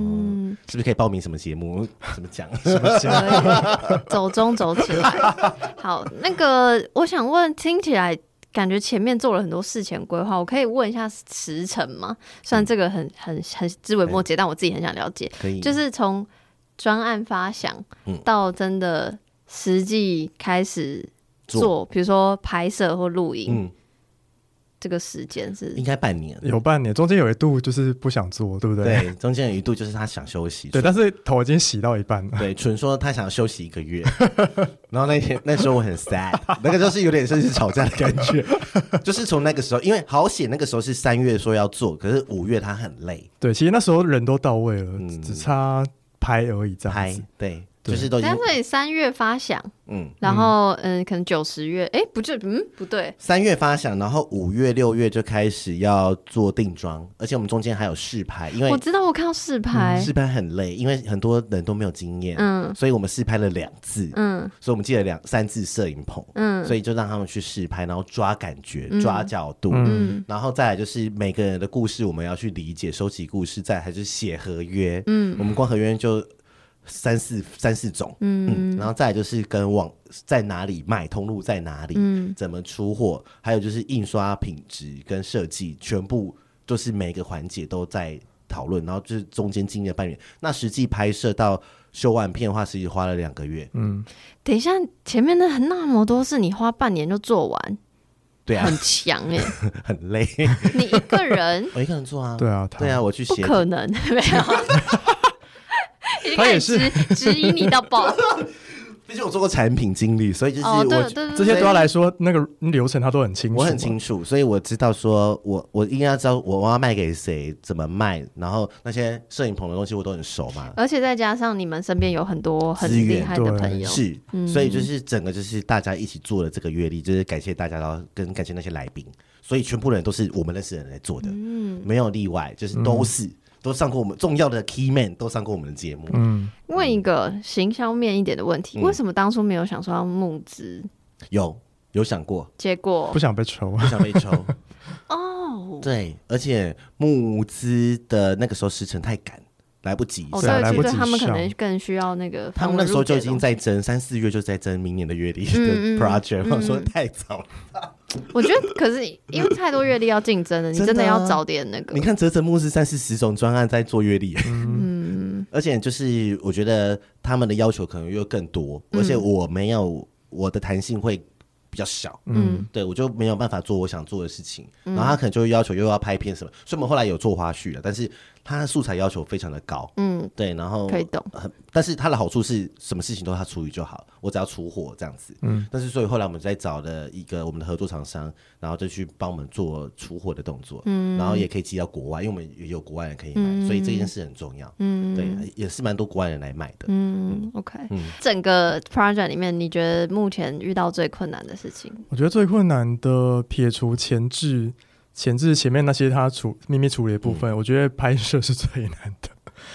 [SPEAKER 2] 是不是可以报名什么节目？ *laughs* 怎么讲？
[SPEAKER 1] 懂可以走中走起
[SPEAKER 2] *laughs*
[SPEAKER 1] 来。好，那个我想问，听起来感觉前面做了很多事前规划，我可以问一下时程吗？虽然这个很很很枝微末节，但我自己很想了解，
[SPEAKER 2] 可以，
[SPEAKER 1] 就是从专案发想
[SPEAKER 2] 嗯
[SPEAKER 1] 到真的实际开始
[SPEAKER 2] 做
[SPEAKER 1] 做，比如说拍摄或录影，
[SPEAKER 2] 嗯，
[SPEAKER 1] 这个时间是
[SPEAKER 2] 应该半年，
[SPEAKER 4] *laughs* 有半年，中间有一度就是不想做，对不对？
[SPEAKER 2] 对，中间有一度就是他想休息，
[SPEAKER 4] 对，但是头已经洗到一半
[SPEAKER 2] *laughs*
[SPEAKER 4] 了。
[SPEAKER 2] 对，纯说他想休息一个月， *laughs* 然后那天那时候我很 sad，那 *laughs* 个就是有点像是吵架的感觉， *laughs* 就是从那个时候，因为好险那个时候是三月说要做，可是五月他很累，
[SPEAKER 4] 对，其实那时候人都到位了，
[SPEAKER 2] 嗯
[SPEAKER 4] 只差拍而已，这样
[SPEAKER 2] 拍
[SPEAKER 4] 子。
[SPEAKER 2] 对，
[SPEAKER 4] 对
[SPEAKER 2] 就是都已经
[SPEAKER 1] 但是你三月发想，
[SPEAKER 2] 嗯
[SPEAKER 1] 然后嗯，可能九十月，哎，不就嗯不对，
[SPEAKER 2] 三月发想，然后五月六月就开始要做定妆，而且我们中间还有试拍，因
[SPEAKER 1] 我
[SPEAKER 2] 为
[SPEAKER 1] 知道我看到试拍，
[SPEAKER 2] 试拍很累，因为很多人都没有经验，
[SPEAKER 1] 嗯
[SPEAKER 2] 所以我们试拍了两次，
[SPEAKER 1] 嗯
[SPEAKER 2] 所以我们借了两三次摄影棚，
[SPEAKER 1] 嗯
[SPEAKER 2] 所以就让他们去试拍，然后抓感觉、
[SPEAKER 1] 嗯
[SPEAKER 2] 抓角度，
[SPEAKER 1] 嗯
[SPEAKER 2] 然后再来就是每个人的故事，我们要去理解、收集故事，再来还是写合约。
[SPEAKER 1] 嗯
[SPEAKER 2] 我们光合约就三四三四种，嗯然后再来就是跟网在哪里卖，通路在哪里，
[SPEAKER 1] 嗯
[SPEAKER 2] 怎么出货，还有就是印刷品质跟设计，全部就是每个环节都在讨论，然后就是中间经历了半年。那实际拍摄到修完片的话，其实花了两个月。
[SPEAKER 4] 嗯，
[SPEAKER 1] 等一下，前面那那么多事，你花半年就做完，
[SPEAKER 2] 对啊
[SPEAKER 1] 很，强哎、
[SPEAKER 2] 很累，
[SPEAKER 1] *laughs* 你一个
[SPEAKER 2] *laughs*
[SPEAKER 1] 人
[SPEAKER 2] 我一个人做啊。
[SPEAKER 4] 对啊，他
[SPEAKER 2] 对啊，我去
[SPEAKER 1] 不
[SPEAKER 2] 写
[SPEAKER 1] 可能 *laughs* 没有。已经
[SPEAKER 4] 他也
[SPEAKER 1] 开始质质疑你到
[SPEAKER 2] *laughs*
[SPEAKER 1] 爆
[SPEAKER 2] 毕竟我做过产品经理，所以就是我、
[SPEAKER 1] 哦，对对对，
[SPEAKER 4] 这些
[SPEAKER 1] 对
[SPEAKER 4] 对他来说，那个流程他都很清楚，
[SPEAKER 2] 我很清。楚，所以我知道说我我应该知道我要卖给谁，怎么卖，然后那些摄影棚的东西我都很熟嘛。
[SPEAKER 1] 而且再加上你们身边有很多很
[SPEAKER 2] 资源嗯
[SPEAKER 1] 厉害的
[SPEAKER 4] 对
[SPEAKER 1] 朋友，
[SPEAKER 2] 是，所以就是整个就是大家一起做的这个阅历，就是感谢大家，然后跟感谢那些来宾，所以全部人都是我们认识的人来做的，没有例外，就是都是、都上过我们重要的 key man 都上过我们的节目，
[SPEAKER 4] 嗯，
[SPEAKER 1] 问一个行销面一点的问题，
[SPEAKER 2] 嗯
[SPEAKER 1] 为什么当初没有想说要募资？
[SPEAKER 2] 有有想
[SPEAKER 4] *laughs*
[SPEAKER 2] 过
[SPEAKER 1] 结果
[SPEAKER 4] 不想被抽。 *laughs*
[SPEAKER 2] 不想被抽，
[SPEAKER 1] 哦，
[SPEAKER 2] 对，而且募资的那个时候时程太赶，来不及，
[SPEAKER 1] 哦，
[SPEAKER 4] 是啊
[SPEAKER 1] 对，
[SPEAKER 4] 来
[SPEAKER 1] 其
[SPEAKER 4] 不
[SPEAKER 1] 实
[SPEAKER 4] 及
[SPEAKER 1] 他们可
[SPEAKER 4] 上
[SPEAKER 1] 能更需要那个
[SPEAKER 2] 他
[SPEAKER 1] 访问
[SPEAKER 2] 们那时候
[SPEAKER 1] 入
[SPEAKER 2] 就
[SPEAKER 1] 节
[SPEAKER 2] 已经
[SPEAKER 1] 的
[SPEAKER 2] 在争，三四月就在争明年的月底
[SPEAKER 1] 嗯
[SPEAKER 2] 的
[SPEAKER 1] 嗯
[SPEAKER 2] project，、
[SPEAKER 1] 嗯
[SPEAKER 2] 我说太早了。
[SPEAKER 1] 我觉得，可是因为太多阅历要竞争了，你
[SPEAKER 2] 真的
[SPEAKER 1] 真的要
[SPEAKER 2] 啊
[SPEAKER 1] 早点那个。
[SPEAKER 2] 你看泽泽木是三四十种专案在做月历，
[SPEAKER 1] 嗯，
[SPEAKER 2] 而且就是我觉得他们的要求可能又更多，而
[SPEAKER 1] 嗯
[SPEAKER 2] 且我没有我的弹性会比较小，
[SPEAKER 1] 嗯
[SPEAKER 2] 对我就没有办法做我想做的事情，然后他可能就会要求又要拍片什么，所以我们后来有做花絮了，但是他的素材要求非常的高，
[SPEAKER 1] 嗯，
[SPEAKER 2] 对，然
[SPEAKER 4] 哦
[SPEAKER 2] 后
[SPEAKER 1] 可以懂。
[SPEAKER 4] 呃
[SPEAKER 2] 很，但是它的好处是什么事情都他处理就好，我只要出货这样子。嗯，但是所以后来我们再找了一个我们的合作厂商，然后就去帮我们做出货的动作，嗯，然后也可以寄到国外，因为我们也有国外人可以买，
[SPEAKER 4] 嗯
[SPEAKER 2] 所以这件事很重要。嗯，对，也是蛮多国外人来买的。
[SPEAKER 1] 嗯，OK，整个 project 里面，你觉得目前遇到最困难的事情？
[SPEAKER 4] 我觉得最困难的，撇除前置、前置前面那些他处秘密处理的部分，我觉得拍摄是最难的。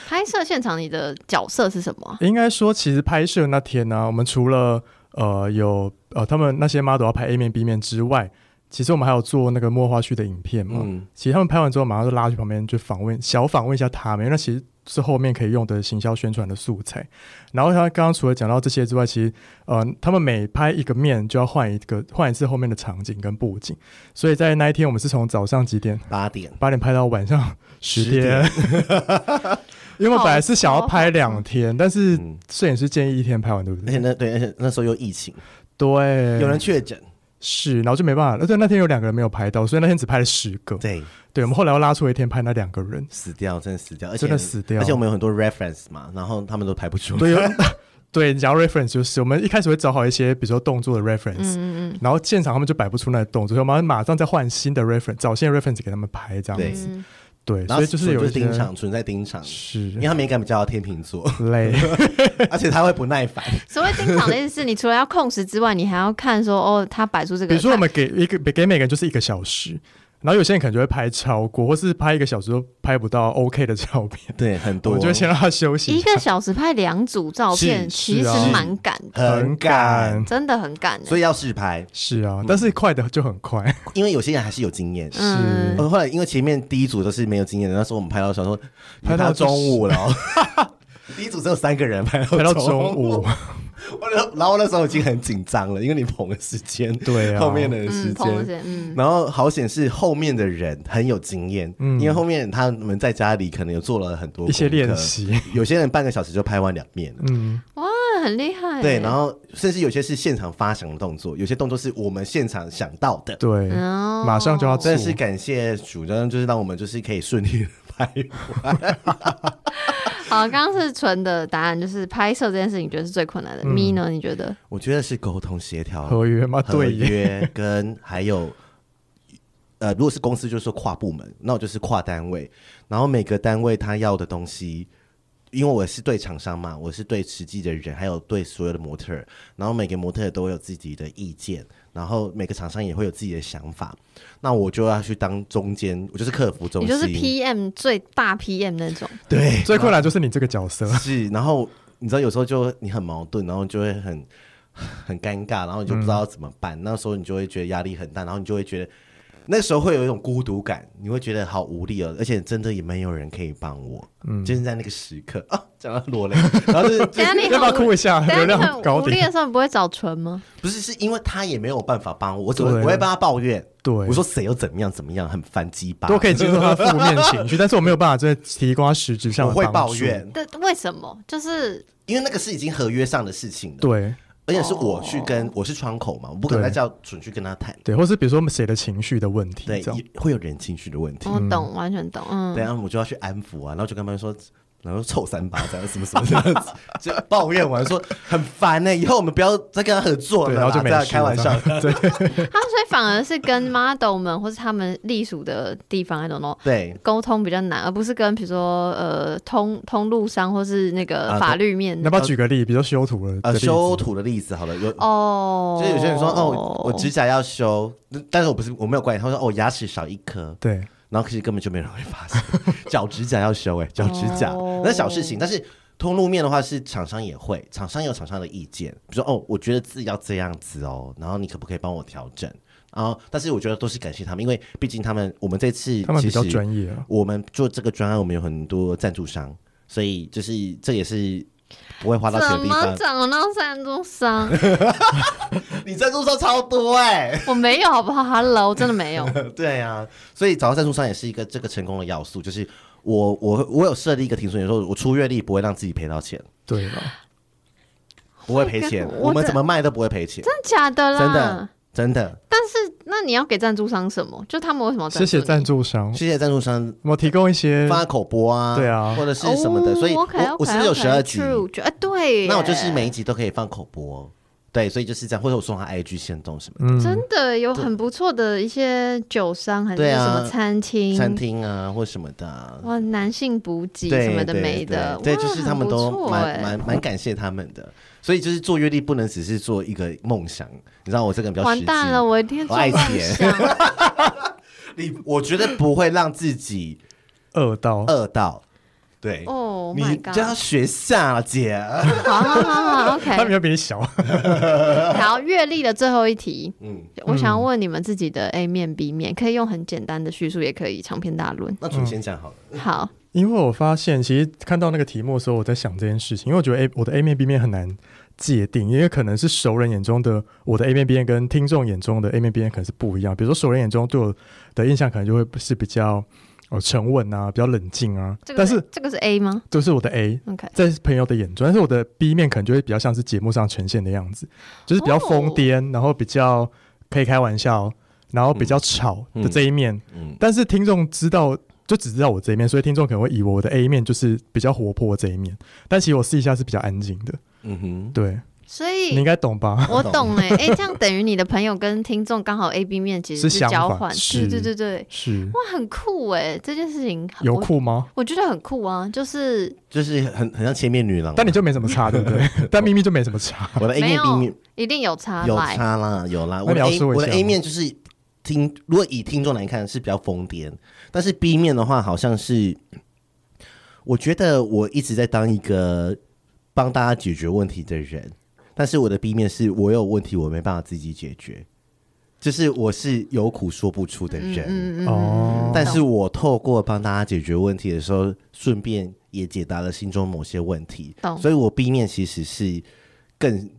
[SPEAKER 1] 拍摄现场你的角色是什么啊？
[SPEAKER 4] 应该说，其实拍摄那天呢、我们除了呃有呃他们那些 model 要拍 A 面 B 面之外，其实我们还有做那个墨花絮的影片嘛。
[SPEAKER 2] 嗯
[SPEAKER 4] 其实他们拍完之后，马上就拉去旁边去访问，小访问一下他们，因为那其实是后面可以用的行销宣传的素材。然后他刚刚除了讲到这些之外，其实呃，他们每拍一个面就要换一个换一次后面的场景跟布景，所以在那一天我们是从早上几点
[SPEAKER 2] 八点，
[SPEAKER 4] 八点拍到晚上十
[SPEAKER 2] 10点
[SPEAKER 4] 点，
[SPEAKER 2] *laughs*
[SPEAKER 4] 因为我本来是想要拍两天，但是
[SPEAKER 2] 嗯
[SPEAKER 4] 摄影师建议一天拍完，对不
[SPEAKER 2] 而且
[SPEAKER 4] 对？
[SPEAKER 2] 那对，而且那时候又疫情，
[SPEAKER 4] 对，
[SPEAKER 2] 有人确诊，
[SPEAKER 4] 是，然后就没办法了。而且那天有两个人没有拍到，所以那天只拍了十个。
[SPEAKER 2] 对，，
[SPEAKER 4] 对，我们后来又拉出一天拍那两个人
[SPEAKER 2] 死掉，真的死掉，而且
[SPEAKER 4] 真的死掉
[SPEAKER 2] 而且我们有很多 reference 嘛，然后他们都排不出，
[SPEAKER 4] 对，有哦对，讲到 reference 就是我们一开始会找好一些，比如说动作的 reference，、
[SPEAKER 1] 嗯嗯
[SPEAKER 4] 然后现场他们就摆不出那个动作，所以我们马上再换新的 reference，找新的 reference 给他们拍这样
[SPEAKER 2] 对
[SPEAKER 4] 子。
[SPEAKER 1] 嗯，
[SPEAKER 4] 对，
[SPEAKER 2] 然
[SPEAKER 4] 所
[SPEAKER 2] 后
[SPEAKER 4] 以就是有一
[SPEAKER 2] 就是
[SPEAKER 4] 些
[SPEAKER 2] 盯场，存在盯场，
[SPEAKER 4] 是
[SPEAKER 2] 因为他美感比较天秤
[SPEAKER 4] *laughs*
[SPEAKER 2] 座， *laughs*
[SPEAKER 4] 累，
[SPEAKER 2] 而且他会不耐烦，
[SPEAKER 1] 所谓盯场的意思是，你除了要控时之外，你还要看说哦，他摆出这个，
[SPEAKER 4] 比如说我们给一个给每个人就是一个小时。然后有些人可能就会拍超过，或是拍一个小时都拍不到 OK 的照片，
[SPEAKER 2] 对，很
[SPEAKER 4] 我
[SPEAKER 2] 多，
[SPEAKER 4] 就会先让他休息
[SPEAKER 1] 一
[SPEAKER 4] 下
[SPEAKER 1] 个小时拍两组照片，
[SPEAKER 4] 是
[SPEAKER 1] 其
[SPEAKER 4] 是
[SPEAKER 1] 实
[SPEAKER 4] 啊
[SPEAKER 1] 蛮赶的，
[SPEAKER 2] 很赶，嗯
[SPEAKER 1] 真的很赶的。
[SPEAKER 2] 所
[SPEAKER 1] 以
[SPEAKER 2] 以要试拍，
[SPEAKER 4] 是啊，但是快的就很快，
[SPEAKER 2] 因为有些人还是有经验。
[SPEAKER 1] 嗯
[SPEAKER 2] 呃后来因为前面第一组都是没有经验的，那时候我们拍到想说，
[SPEAKER 4] 拍到就是
[SPEAKER 2] 中午了 *laughs* 哦，第一组只有三个人拍到
[SPEAKER 4] 拍到
[SPEAKER 2] 中
[SPEAKER 4] 中午，
[SPEAKER 2] 我那 *laughs* 然后那时候已经很紧张了，因为你捧的时间，
[SPEAKER 4] 对啊
[SPEAKER 2] 后面的时
[SPEAKER 1] 嗯，
[SPEAKER 2] 间。
[SPEAKER 1] 碰见嗯，
[SPEAKER 2] 然后好显是后面的人很有经验，因为后面他们在家里可能有做了很多
[SPEAKER 4] 嗯一些
[SPEAKER 2] 功课
[SPEAKER 4] 练，习，
[SPEAKER 2] 有些人半个小时就拍完两面了，
[SPEAKER 4] 嗯，
[SPEAKER 1] 哇，很厉害欸。
[SPEAKER 2] 对，然后甚至有些是现场发想的动作，有些动作是我们现场想到的，
[SPEAKER 4] 对，
[SPEAKER 1] 哦
[SPEAKER 4] 马上就要做
[SPEAKER 2] 真的，是感谢主任，就是让我们就是可以顺利地拍完。
[SPEAKER 1] 好，刚刚是纯的答案，就是拍摄这件事情，你觉得是最困难
[SPEAKER 4] 嗯
[SPEAKER 1] 的。咪呢？你觉得？
[SPEAKER 2] 我觉得是沟通协调、
[SPEAKER 4] 合约吗？
[SPEAKER 2] 合
[SPEAKER 4] 对耶，
[SPEAKER 2] 约 *laughs* 跟还有。呃，如果是公司，就是说跨部门，那我就是跨单位，然后每个单位他要的东西，因为我是对厂商嘛，我是对实际的人，还有对所有的模特儿，然后每个模特儿都有自己的意见，然后每个厂商也会有自己的想法，那我就要去当中间，我就是客服中
[SPEAKER 1] 你
[SPEAKER 2] 心，
[SPEAKER 1] 就是 PM 最大 PM 那种，
[SPEAKER 2] 对， *laughs*
[SPEAKER 4] 最困难就是你这个角色，
[SPEAKER 2] 是， *laughs* 然后你知道有时候就你很矛盾，然后就会很 *laughs* 很尴尬，然后你就不知道怎么
[SPEAKER 4] 嗯
[SPEAKER 2] 办。那时候你就会觉得压力很大，然后你就会觉得那时候会有一种孤独感，你会觉得好无力哦，而且真的也没有人可以帮我。嗯，就是在那个时刻啊，讲到
[SPEAKER 4] *laughs*
[SPEAKER 2] 落泪，然后就是就
[SPEAKER 1] 等一下你
[SPEAKER 4] 要不要
[SPEAKER 1] 很
[SPEAKER 4] 哭
[SPEAKER 1] 无
[SPEAKER 4] 一
[SPEAKER 2] *laughs*
[SPEAKER 4] 下？
[SPEAKER 1] 等
[SPEAKER 4] 流
[SPEAKER 1] 一下你
[SPEAKER 4] 量
[SPEAKER 1] 很
[SPEAKER 4] 高
[SPEAKER 1] 无力
[SPEAKER 4] 点，
[SPEAKER 1] 的时候，你不会找纯吗？
[SPEAKER 2] 不是是因为他也没有办法帮我，我只会
[SPEAKER 4] 对
[SPEAKER 2] 我会帮他抱怨。
[SPEAKER 4] 对，
[SPEAKER 2] 我说谁又怎么样怎么样，很烦鸡巴，
[SPEAKER 4] 都可以接受他的负面情
[SPEAKER 2] *laughs*
[SPEAKER 4] 绪，但是我没有办法真的提供他实质上
[SPEAKER 2] 我
[SPEAKER 4] 的
[SPEAKER 2] 会
[SPEAKER 4] 帮
[SPEAKER 2] 抱
[SPEAKER 4] 助
[SPEAKER 2] 怨，
[SPEAKER 1] 对，为什么？就是
[SPEAKER 2] 因为那个是已经合约上的事情了，
[SPEAKER 4] 对
[SPEAKER 2] 而且是我去跟我是窗口嘛，我不可能再
[SPEAKER 4] 对
[SPEAKER 2] 叫准去跟他谈。
[SPEAKER 4] 对，或是比如说我们谁的情绪的问题，
[SPEAKER 2] 对，
[SPEAKER 4] 这样嗯
[SPEAKER 2] 也会有人情绪的问题。
[SPEAKER 1] 我懂，完全懂。嗯，
[SPEAKER 2] 对啊，我就要去安抚啊，然后就跟他们说，然后臭三八这样什么什么这样子，就抱怨完说很烦呢、欸以后我们不要再跟他合作
[SPEAKER 4] 对，
[SPEAKER 2] 了啦，
[SPEAKER 4] 然后就没
[SPEAKER 2] 这样
[SPEAKER 4] 事
[SPEAKER 2] 开玩
[SPEAKER 4] 这
[SPEAKER 2] 笑
[SPEAKER 4] 样。 *laughs* 对，
[SPEAKER 1] 他所以反而是跟 model 们或是他们隶属的地方，I don't know，
[SPEAKER 2] 对，
[SPEAKER 1] 沟通比较难，而不是跟比如说呃通通路商或是那
[SPEAKER 2] 啊
[SPEAKER 1] 个法律面
[SPEAKER 4] 要不要举个例？比如说修图了的
[SPEAKER 2] 呃，
[SPEAKER 4] 例子
[SPEAKER 2] 修图的例子好了，有。
[SPEAKER 1] 哦，
[SPEAKER 2] 就是有些人说哦，我指甲要修，但是我不是我没有怪你。他说哦，我牙齿少一颗，
[SPEAKER 4] 对，
[SPEAKER 2] 然后其实根本就没有人会发现 *laughs* 脚指甲要修哎、脚指甲、
[SPEAKER 1] 哦
[SPEAKER 2] 那小事情，但是通路面的话是厂商也会，厂商有厂商的意见，比如说哦，我觉得字要这样子哦，然后你可不可以帮我调整？然后，但是我觉得都是感谢他们，因为毕竟他们我们这次
[SPEAKER 4] 他们
[SPEAKER 2] 其
[SPEAKER 4] 比较
[SPEAKER 2] 实
[SPEAKER 4] 专业啊，
[SPEAKER 2] 我们做这个专案，我们有很多赞助商，所以就是这也是不会花到钱的
[SPEAKER 1] 怎
[SPEAKER 2] 地
[SPEAKER 1] 么
[SPEAKER 2] 方。
[SPEAKER 1] 找到赞助商？
[SPEAKER 2] 你赞助商超多哎、
[SPEAKER 1] 我没有，好不好？Hello，真的没
[SPEAKER 2] *laughs*
[SPEAKER 1] 有。
[SPEAKER 2] 对啊，所以找到赞助商也是一个这个成功的要素，就是我我我有设立一个停损点，说我出月历不会让自己赔到钱，
[SPEAKER 4] 对啊了，
[SPEAKER 2] 不会赔钱，
[SPEAKER 1] 我的
[SPEAKER 2] 我们怎么卖都不会赔钱，
[SPEAKER 1] 真的假的啦？
[SPEAKER 2] 真的真的，
[SPEAKER 1] 但是那你要给赞助商什么？就他们为什么要
[SPEAKER 4] 谢谢赞
[SPEAKER 1] 助
[SPEAKER 4] 助商，
[SPEAKER 2] 谢谢赞助商
[SPEAKER 4] 我提供一些
[SPEAKER 2] 发口播啊，
[SPEAKER 4] 嗯对啊
[SPEAKER 2] 或者是
[SPEAKER 1] 你
[SPEAKER 2] 什么的，
[SPEAKER 1] 哦
[SPEAKER 2] 所以我
[SPEAKER 1] OK，OK，
[SPEAKER 2] 我是不是有
[SPEAKER 1] OK，
[SPEAKER 2] 十二集？
[SPEAKER 1] true，就哎对耶，
[SPEAKER 2] 那我就是每一集都可以放口播，对，所以就是这样，或者我送他 IG 线动什么的。
[SPEAKER 4] 嗯，
[SPEAKER 1] 真的有很不错的一些酒商还是
[SPEAKER 2] 对啊
[SPEAKER 1] 什么餐厅、
[SPEAKER 2] 餐厅啊，或什么的啊、
[SPEAKER 1] 哇，男性补给
[SPEAKER 2] 对
[SPEAKER 1] 什么的
[SPEAKER 2] 对
[SPEAKER 1] 没的，
[SPEAKER 2] 对，
[SPEAKER 1] 哇
[SPEAKER 2] 对就是他们都
[SPEAKER 1] 很不错
[SPEAKER 2] 蛮
[SPEAKER 1] 哎
[SPEAKER 2] 蛮蛮感谢他们的，所以就是做阅历不能只是做一个梦想，你知道我这个人比较实
[SPEAKER 1] 完
[SPEAKER 2] 际
[SPEAKER 1] 蛋了，我一天做
[SPEAKER 2] 我爱
[SPEAKER 1] 梦
[SPEAKER 2] 钱 *laughs*
[SPEAKER 1] 想，
[SPEAKER 2] 你我觉得不会让自己
[SPEAKER 4] 恶到，
[SPEAKER 2] 饿到，对，
[SPEAKER 1] 哦
[SPEAKER 2] 你
[SPEAKER 1] ，My
[SPEAKER 2] 就要
[SPEAKER 1] God，
[SPEAKER 2] 学下了
[SPEAKER 4] *laughs*
[SPEAKER 2] 姐， *laughs*
[SPEAKER 1] 好好好好
[SPEAKER 4] 他们
[SPEAKER 1] ，OK，
[SPEAKER 4] 要比你小，
[SPEAKER 1] 好，阅历的最后一题，
[SPEAKER 2] 嗯，
[SPEAKER 1] 我想要问你们自己的 A 面 B 面，可以用很简单的叙述，也可以长篇大论。
[SPEAKER 2] 那主先讲好了，
[SPEAKER 1] 好，
[SPEAKER 4] 因为我发现，其实看到那个题目的时候，我在想这件事情，因为我觉得 A 我的 A 面 B 面很难界定，因为可能是熟人眼中的我的 A 面 B 面跟听众眼中的 A 面 B 面可能是不一样。比如说熟人眼中对我的印象可能就会是比较呃沉稳啊，比较冷静啊，
[SPEAKER 1] 这个
[SPEAKER 4] 但是
[SPEAKER 1] 这个是 A 吗
[SPEAKER 4] 这是我的 A，
[SPEAKER 1] ？OK，
[SPEAKER 4] 在朋友的眼中，但是我的 B 面可能就会比较像是节目上呈现的样子，就是比
[SPEAKER 1] 哦
[SPEAKER 4] 较疯癫，然后比较可以开玩笑，然后比较吵的这一面。
[SPEAKER 2] 嗯，
[SPEAKER 4] 但是听众知道，就只知道我这一面，所以听众可能会以为我的 A 面就是比较活泼这一面，但其实我私底下是比较安静的。
[SPEAKER 2] 嗯哼，
[SPEAKER 4] 对，
[SPEAKER 1] 所
[SPEAKER 4] 你应
[SPEAKER 1] 以
[SPEAKER 4] 该懂吧？
[SPEAKER 1] 我懂哎、哎、这样等于你的朋友跟听众刚好 A、B 面其实
[SPEAKER 4] 是相
[SPEAKER 1] 交
[SPEAKER 4] 反
[SPEAKER 1] 换，
[SPEAKER 4] 是
[SPEAKER 1] 对对对对，
[SPEAKER 4] 是
[SPEAKER 1] 哇，很酷哎、这件事情
[SPEAKER 4] 有
[SPEAKER 1] 我
[SPEAKER 4] 酷吗？
[SPEAKER 1] 我觉得很酷啊，就是
[SPEAKER 2] 就是很很像千面女郎嘛。
[SPEAKER 4] 但你就没什么差，对不
[SPEAKER 2] *laughs*
[SPEAKER 4] *laughs* 对？但咪咪就没什么差。
[SPEAKER 2] 我的 A 面
[SPEAKER 1] 没
[SPEAKER 2] B
[SPEAKER 1] 有
[SPEAKER 2] 面
[SPEAKER 1] 一定有差
[SPEAKER 2] 有
[SPEAKER 1] 来，
[SPEAKER 2] 差啦，有啦。
[SPEAKER 4] 那
[SPEAKER 2] 我的
[SPEAKER 4] 描
[SPEAKER 2] A
[SPEAKER 4] 述一
[SPEAKER 2] 我的
[SPEAKER 4] 下
[SPEAKER 2] A
[SPEAKER 4] 吗
[SPEAKER 2] 面就是听，如果以听众来看是比较疯癫，但是 B 面的话好像是，我觉得我一直在当一个帮大家解决问题的人，但是我的 B 面是我有问题我没办法自己解决，就是我是有苦说不出的人。
[SPEAKER 1] 嗯嗯嗯
[SPEAKER 4] 哦
[SPEAKER 2] 但是我透过帮大家解决问题的时候，顺便也解答了心中某些问题，
[SPEAKER 1] 懂
[SPEAKER 2] 所以我 B 面其实是更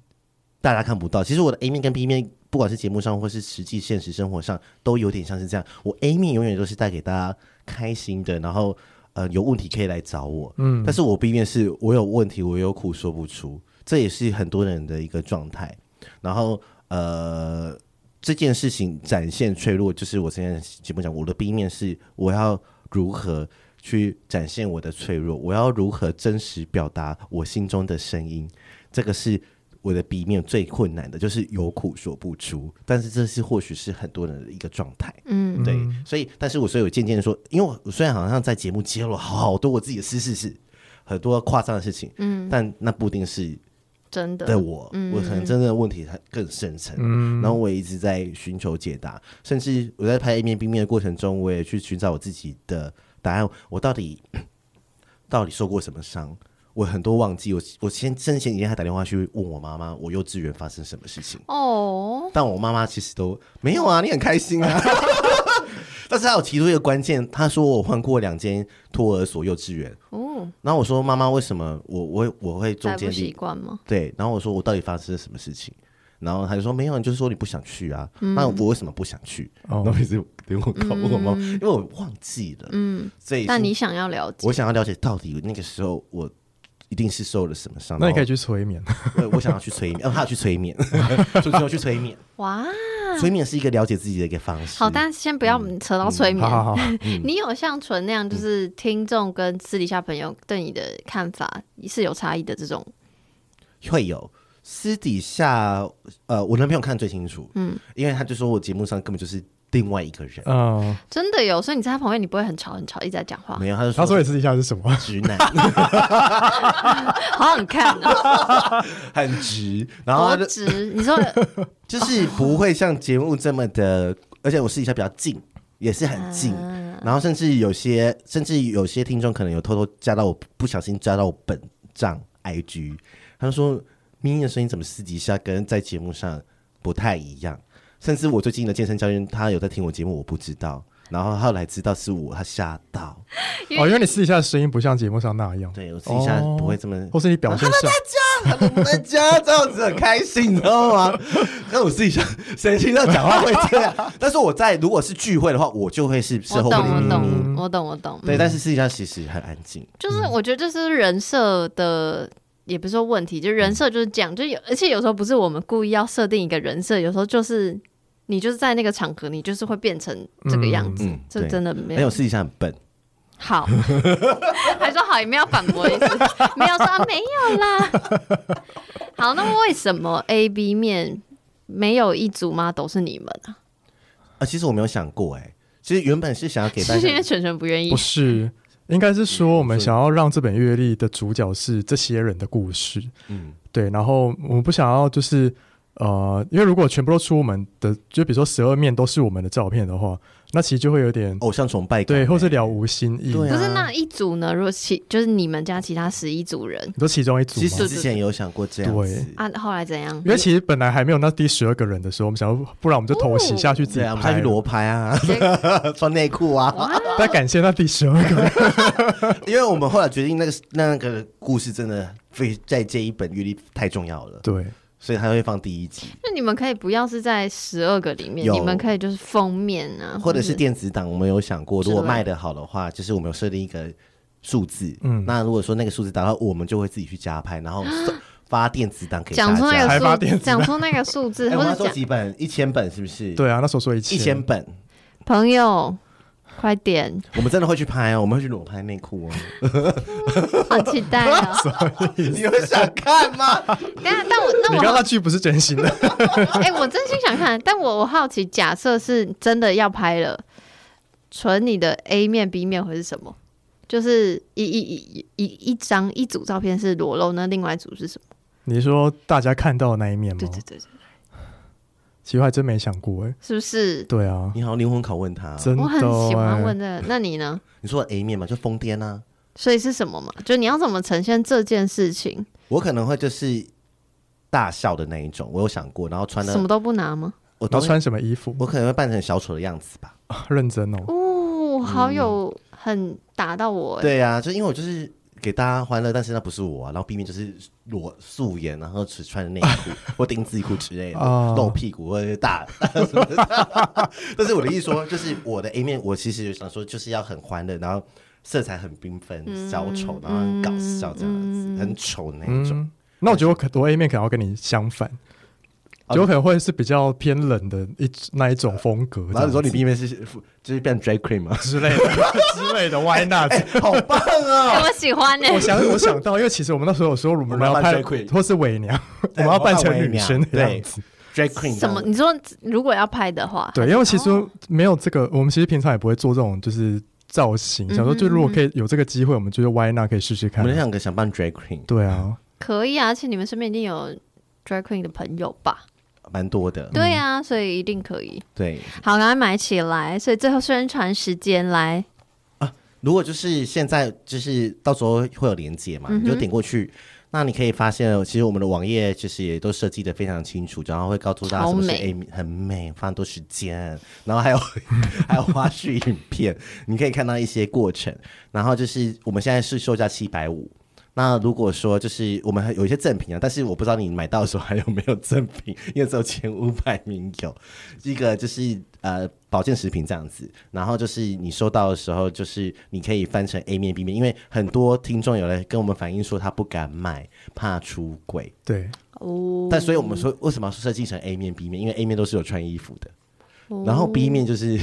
[SPEAKER 2] 大家看不到。其实我的 A 面跟 B 面，不管是节目上或是实际现实生活上，都有点像是这样。我 A 面永远都是带给大家开心的，然后呃有问题可以来找我，
[SPEAKER 4] 嗯
[SPEAKER 2] 但是我 B 面是我有问题，我有苦说不出，这也是很多人的一个状态。然后呃，这件事情展现脆弱，就是我之前节目讲，我的 B 面是我要如何去展现我的脆弱，我要如何真实表达我心中的声音，这个是。我的 B 面最困难的就是有苦说不出，但是这是或许是很多人的一个状态。
[SPEAKER 1] 嗯，
[SPEAKER 4] 嗯
[SPEAKER 2] 对，所以，但是我所以我渐渐地说，因为我虽然好像在节目揭露好多我自己的私事是很多夸张的事情，嗯，但那不一定是
[SPEAKER 1] 真的
[SPEAKER 2] 对我，我可能真的问题它更深层，然后我也一直在寻求解答，甚至我在拍 A 面 B 面的过程中，我也去寻找我自己的答案，我到底到底受过什么伤？我很多忘记，我我先之前几天还打电话去问我妈妈，我幼稚园发生什么事情。
[SPEAKER 1] 哦，
[SPEAKER 2] 但我妈妈其实都没有啊，你很开心啊。 *laughs* 但是她有提出一个关键，她说我换过两间托儿所、幼稚园。
[SPEAKER 1] 哦，
[SPEAKER 2] 然后我说妈妈，为什么我我我会中
[SPEAKER 1] 来
[SPEAKER 2] 间
[SPEAKER 1] 不习
[SPEAKER 2] 离
[SPEAKER 1] 惯吗？
[SPEAKER 2] 对？然后我说我到底发生了什么事情？然后她就说没有，你就是说你不想去啊。那我为什么不想去？
[SPEAKER 4] 哦
[SPEAKER 2] 然后一直给我搞问我妈妈，因为我忘记了。嗯，所以是
[SPEAKER 1] 但你想要了解
[SPEAKER 2] 我想要了解到底那个时候我一定是受了什么伤。
[SPEAKER 4] 那你可以
[SPEAKER 2] 去，
[SPEAKER 4] 去催眠。
[SPEAKER 2] 我我想要去催 *laughs* 眠，让她去催
[SPEAKER 4] *laughs*
[SPEAKER 2] 眠，所以就去催眠。
[SPEAKER 1] 哇，
[SPEAKER 2] 催眠是一个了解自嗯己的一个方式。
[SPEAKER 1] 好，但先不要扯到催
[SPEAKER 2] 嗯
[SPEAKER 1] 眠。
[SPEAKER 4] 嗯好好好，
[SPEAKER 1] 你有像纯那样，就是听众跟私底下朋友对你的看法是有差异的这种，
[SPEAKER 2] 会有私底下，呃，我男朋友看最清楚，嗯，哦因为他就说我节目上根本就是另外一个人， *laughs*
[SPEAKER 4] 嗯，
[SPEAKER 1] 真的有。所以你在他旁边，你不会很吵很吵，一直在讲话，
[SPEAKER 2] 没有，他就说
[SPEAKER 4] 他说
[SPEAKER 2] 我
[SPEAKER 4] 你私底下是
[SPEAKER 2] *laughs*
[SPEAKER 4] 什么？
[SPEAKER 2] 直男，
[SPEAKER 1] 好想看啊，
[SPEAKER 2] 很直，然后
[SPEAKER 1] 多
[SPEAKER 2] 他就
[SPEAKER 1] 直。你说
[SPEAKER 2] 就是不会像节目这么的，而且我私底下比较近，也是很近。然后甚至有些，甚至有些听众可能有偷偷加到我，不小心加到我本账 IG，他就说咪咪的声音怎么私底下跟在节目上不太一样？甚至我最近的健身教练，他有在听我节目，我不知道，然后后来知道是我，他吓到。
[SPEAKER 4] 哦，因为你私底下的声音不像节目上那样，
[SPEAKER 2] 对我私底下不会这么，
[SPEAKER 4] 或是你表现上
[SPEAKER 2] 他们在家这样子很开心，你知道
[SPEAKER 4] *laughs*
[SPEAKER 2] 吗？那我自己想，谁听到讲话会这样？但是我在如果是聚会的话，我就会是事
[SPEAKER 1] 我
[SPEAKER 2] 后
[SPEAKER 1] 懂，
[SPEAKER 2] 会
[SPEAKER 1] 我
[SPEAKER 2] 咪咪。
[SPEAKER 1] 懂，我懂，我懂。
[SPEAKER 2] 对，但
[SPEAKER 4] 嗯
[SPEAKER 2] 是私底下其实很安静。
[SPEAKER 1] 就是我觉得这是人设
[SPEAKER 2] 嗯
[SPEAKER 1] 的，也不是说问题，就人设就是这样，就有而且有时候不是我们故意要设定一个人设，有时候就是你就是在那个场合，你就是会变成这个样子，
[SPEAKER 2] 嗯，
[SPEAKER 1] 这真
[SPEAKER 2] 的
[SPEAKER 1] 的没
[SPEAKER 2] 没有
[SPEAKER 1] 有
[SPEAKER 2] 私底下很笨。 *laughs*
[SPEAKER 1] 好，还说好也没有反驳的意思，没有说、啊、没有啦。好，那为什么 A B 面没有一组吗？都是你们啊？
[SPEAKER 2] 啊，其实我没有想过，哎，其实原本是想要给大
[SPEAKER 1] 是因
[SPEAKER 2] 家
[SPEAKER 1] 为，全全不愿意
[SPEAKER 4] 不？是，应该是说我们想要让这本阅历的主角是这些人的故事，
[SPEAKER 2] 嗯，
[SPEAKER 4] 对，然后我们不想要就是。呃，因为如果全部都出我们的，就比如说十二面都是我们的照片的话，那其实就会有点、
[SPEAKER 2] 偶像崇拜感欸，
[SPEAKER 4] 对，或是了无新意。
[SPEAKER 2] 对啊
[SPEAKER 1] 不是那一组呢？如果其就是你们家其他十一组人
[SPEAKER 4] 你都其中一组
[SPEAKER 2] 其
[SPEAKER 4] 吗
[SPEAKER 2] 实？之前有想过这样子，
[SPEAKER 1] 啊，后来怎样
[SPEAKER 4] 因？为其实本来还没有那第十二个人的时候，我们想要，不然我们就偷袭下去自己
[SPEAKER 2] 对啊，我们
[SPEAKER 4] 拍
[SPEAKER 2] 下去
[SPEAKER 4] 了。
[SPEAKER 2] 裸拍啊，
[SPEAKER 1] 结
[SPEAKER 2] *laughs* 穿内裤啊，
[SPEAKER 4] 但感谢那第十二
[SPEAKER 2] *laughs*
[SPEAKER 4] 个人，
[SPEAKER 2] 因为我们后来决定那个那个故事真的非在这一本阅历太重要了，
[SPEAKER 4] 对，
[SPEAKER 2] 所以他会放第一集，
[SPEAKER 1] 那你们可以不要是在十二个里面，
[SPEAKER 2] 有
[SPEAKER 1] 你们可以就是封面啊，
[SPEAKER 2] 或者是电子档，我们有想过，
[SPEAKER 1] 之
[SPEAKER 2] 如
[SPEAKER 1] 类的
[SPEAKER 2] 果卖的好的话，就是我们有设定一个数字，
[SPEAKER 4] 嗯
[SPEAKER 2] 嗯，那如果说那个数字达到，我们就会自己去加拍，
[SPEAKER 1] *gasps*
[SPEAKER 2] 然后送发电子档给大
[SPEAKER 1] 讲出那
[SPEAKER 2] 家。
[SPEAKER 4] 还发
[SPEAKER 1] 个
[SPEAKER 4] 电
[SPEAKER 1] 数，
[SPEAKER 4] 子
[SPEAKER 1] 讲出那个数字，
[SPEAKER 2] 哎我
[SPEAKER 1] 或
[SPEAKER 2] 们要
[SPEAKER 1] 者
[SPEAKER 2] 做
[SPEAKER 1] 讲
[SPEAKER 2] 几本？一千本是不是？，
[SPEAKER 4] 对啊，那时候说一
[SPEAKER 2] 一
[SPEAKER 4] 千，
[SPEAKER 2] 千本，
[SPEAKER 1] 朋友，快点，
[SPEAKER 2] 我们真的会去拍哦，我们会去裸拍内裤哦。
[SPEAKER 1] 好期待啊！
[SPEAKER 4] *laughs*
[SPEAKER 2] 你会想看吗？
[SPEAKER 1] 等一下，但我
[SPEAKER 4] 你
[SPEAKER 1] 那
[SPEAKER 4] 刚刚
[SPEAKER 1] 我
[SPEAKER 4] 那句不是真心的， *laughs*
[SPEAKER 1] 哎、我真心想看，但我我好奇，假设是真的要拍了，纯你的 A 面 B 面会是什么？就是一一一一一张一组照片是裸露，那另外一组是什么？
[SPEAKER 4] 你说大家看到的那一面吗？
[SPEAKER 1] 对对对对，
[SPEAKER 4] 其实我还真没想过哎。
[SPEAKER 1] 是不是？
[SPEAKER 4] 对啊，
[SPEAKER 2] 你好，灵魂拷问他。
[SPEAKER 4] 真的
[SPEAKER 1] 我很喜欢
[SPEAKER 4] 哎
[SPEAKER 1] 问这个，那你呢？
[SPEAKER 2] 你说我 A 面嘛，就疯癫啊。
[SPEAKER 1] 所以是什么嘛？就你要怎么呈现这件事情？
[SPEAKER 2] 我可能会就是大笑的那一种，我有想过，然后穿
[SPEAKER 1] 什么
[SPEAKER 2] 的
[SPEAKER 1] 都不拿吗？
[SPEAKER 2] 我
[SPEAKER 4] 然
[SPEAKER 2] 都
[SPEAKER 4] 后穿什么衣服？
[SPEAKER 2] 我可能会扮成小丑的样子吧。
[SPEAKER 4] 认真哦，
[SPEAKER 1] 哦，
[SPEAKER 2] 嗯
[SPEAKER 1] 好有很打到我哎、
[SPEAKER 2] 对啊，就因为我就是给大家欢乐，但是那不是我啊。然后 B 面就是裸素颜，然后只穿内裤
[SPEAKER 1] *laughs*
[SPEAKER 2] 或丁字裤之类的
[SPEAKER 4] 哦，
[SPEAKER 2] 露屁股或者是大。 *laughs* 但是我的意思说，就是我的 A 面，我其实想说就是要很欢乐，然后色彩很缤纷、小丑，然后很搞笑这样子，很丑那一种。
[SPEAKER 4] 嗯，那我觉得我可我 A 面可能要跟你相反，
[SPEAKER 2] 哦
[SPEAKER 4] 就我可能会是比较偏冷的一那一种风格，
[SPEAKER 2] 然后你说你
[SPEAKER 4] 这样
[SPEAKER 2] B 面是就是变 drag queen 吗？
[SPEAKER 4] 子之类的 *laughs* 之类的，Why not？
[SPEAKER 2] 好棒啊！
[SPEAKER 1] 哎我喜欢呢、
[SPEAKER 4] 我想我想到，因为其实我们那时候有说我
[SPEAKER 2] 我
[SPEAKER 4] 们
[SPEAKER 2] 们要
[SPEAKER 4] 要
[SPEAKER 2] 扮
[SPEAKER 4] 拍
[SPEAKER 2] drag queen
[SPEAKER 4] 或是伪娘， *laughs* 我
[SPEAKER 2] 对
[SPEAKER 4] 们要扮成
[SPEAKER 2] 哎我们要扮伪
[SPEAKER 4] 女
[SPEAKER 2] 娘
[SPEAKER 4] 生的
[SPEAKER 2] 对
[SPEAKER 4] 样子。
[SPEAKER 2] drag queen
[SPEAKER 1] 什么？你说如果要拍的话，
[SPEAKER 4] 对，因为其实没有这个，我们其实平常也不会做这种就是造型，想说
[SPEAKER 1] 嗯
[SPEAKER 4] 就如果可以有这个机会，我们就是 Why not 可以试试
[SPEAKER 2] 我
[SPEAKER 4] 看
[SPEAKER 2] 们。两个想办 drag queen，
[SPEAKER 4] 对啊，
[SPEAKER 1] 可以啊，而且你们身边一定有 drag queen 的朋友吧？
[SPEAKER 2] 蛮多的。
[SPEAKER 1] 对啊，所以一定可以。
[SPEAKER 2] 对，
[SPEAKER 1] 好，赶快买起来。所以最后宣传时间来，
[SPEAKER 2] 如果就是现在就是到时候会有连接嘛，你就点过去。那你可以发现，其实我们的网页其实也都设计的非常清楚，然后会告诉大家
[SPEAKER 1] 超
[SPEAKER 2] 什么是
[SPEAKER 1] 美
[SPEAKER 2] A，很美，花很多时间，然后还有 *laughs* 还有花絮影片，你可以看到一些过程。然后就是我们现在是售价七百五，那如果说就是我们还有一些赠品啊，但是我不知道你买到的时候还有没有赠品，因为只有前五百名有。一个就是呃保健食品这样子，然后就是你收到的时候，就是你可以翻成 A 面 B 面，因为很多听众有来跟我们反映说他不敢买，怕出轨。
[SPEAKER 4] *laughs* 对，
[SPEAKER 1] 哦，
[SPEAKER 2] 但所以我们说为什么要设计成 A 面 B 面？因为 A 面都是有穿衣服的，然后 B 面就是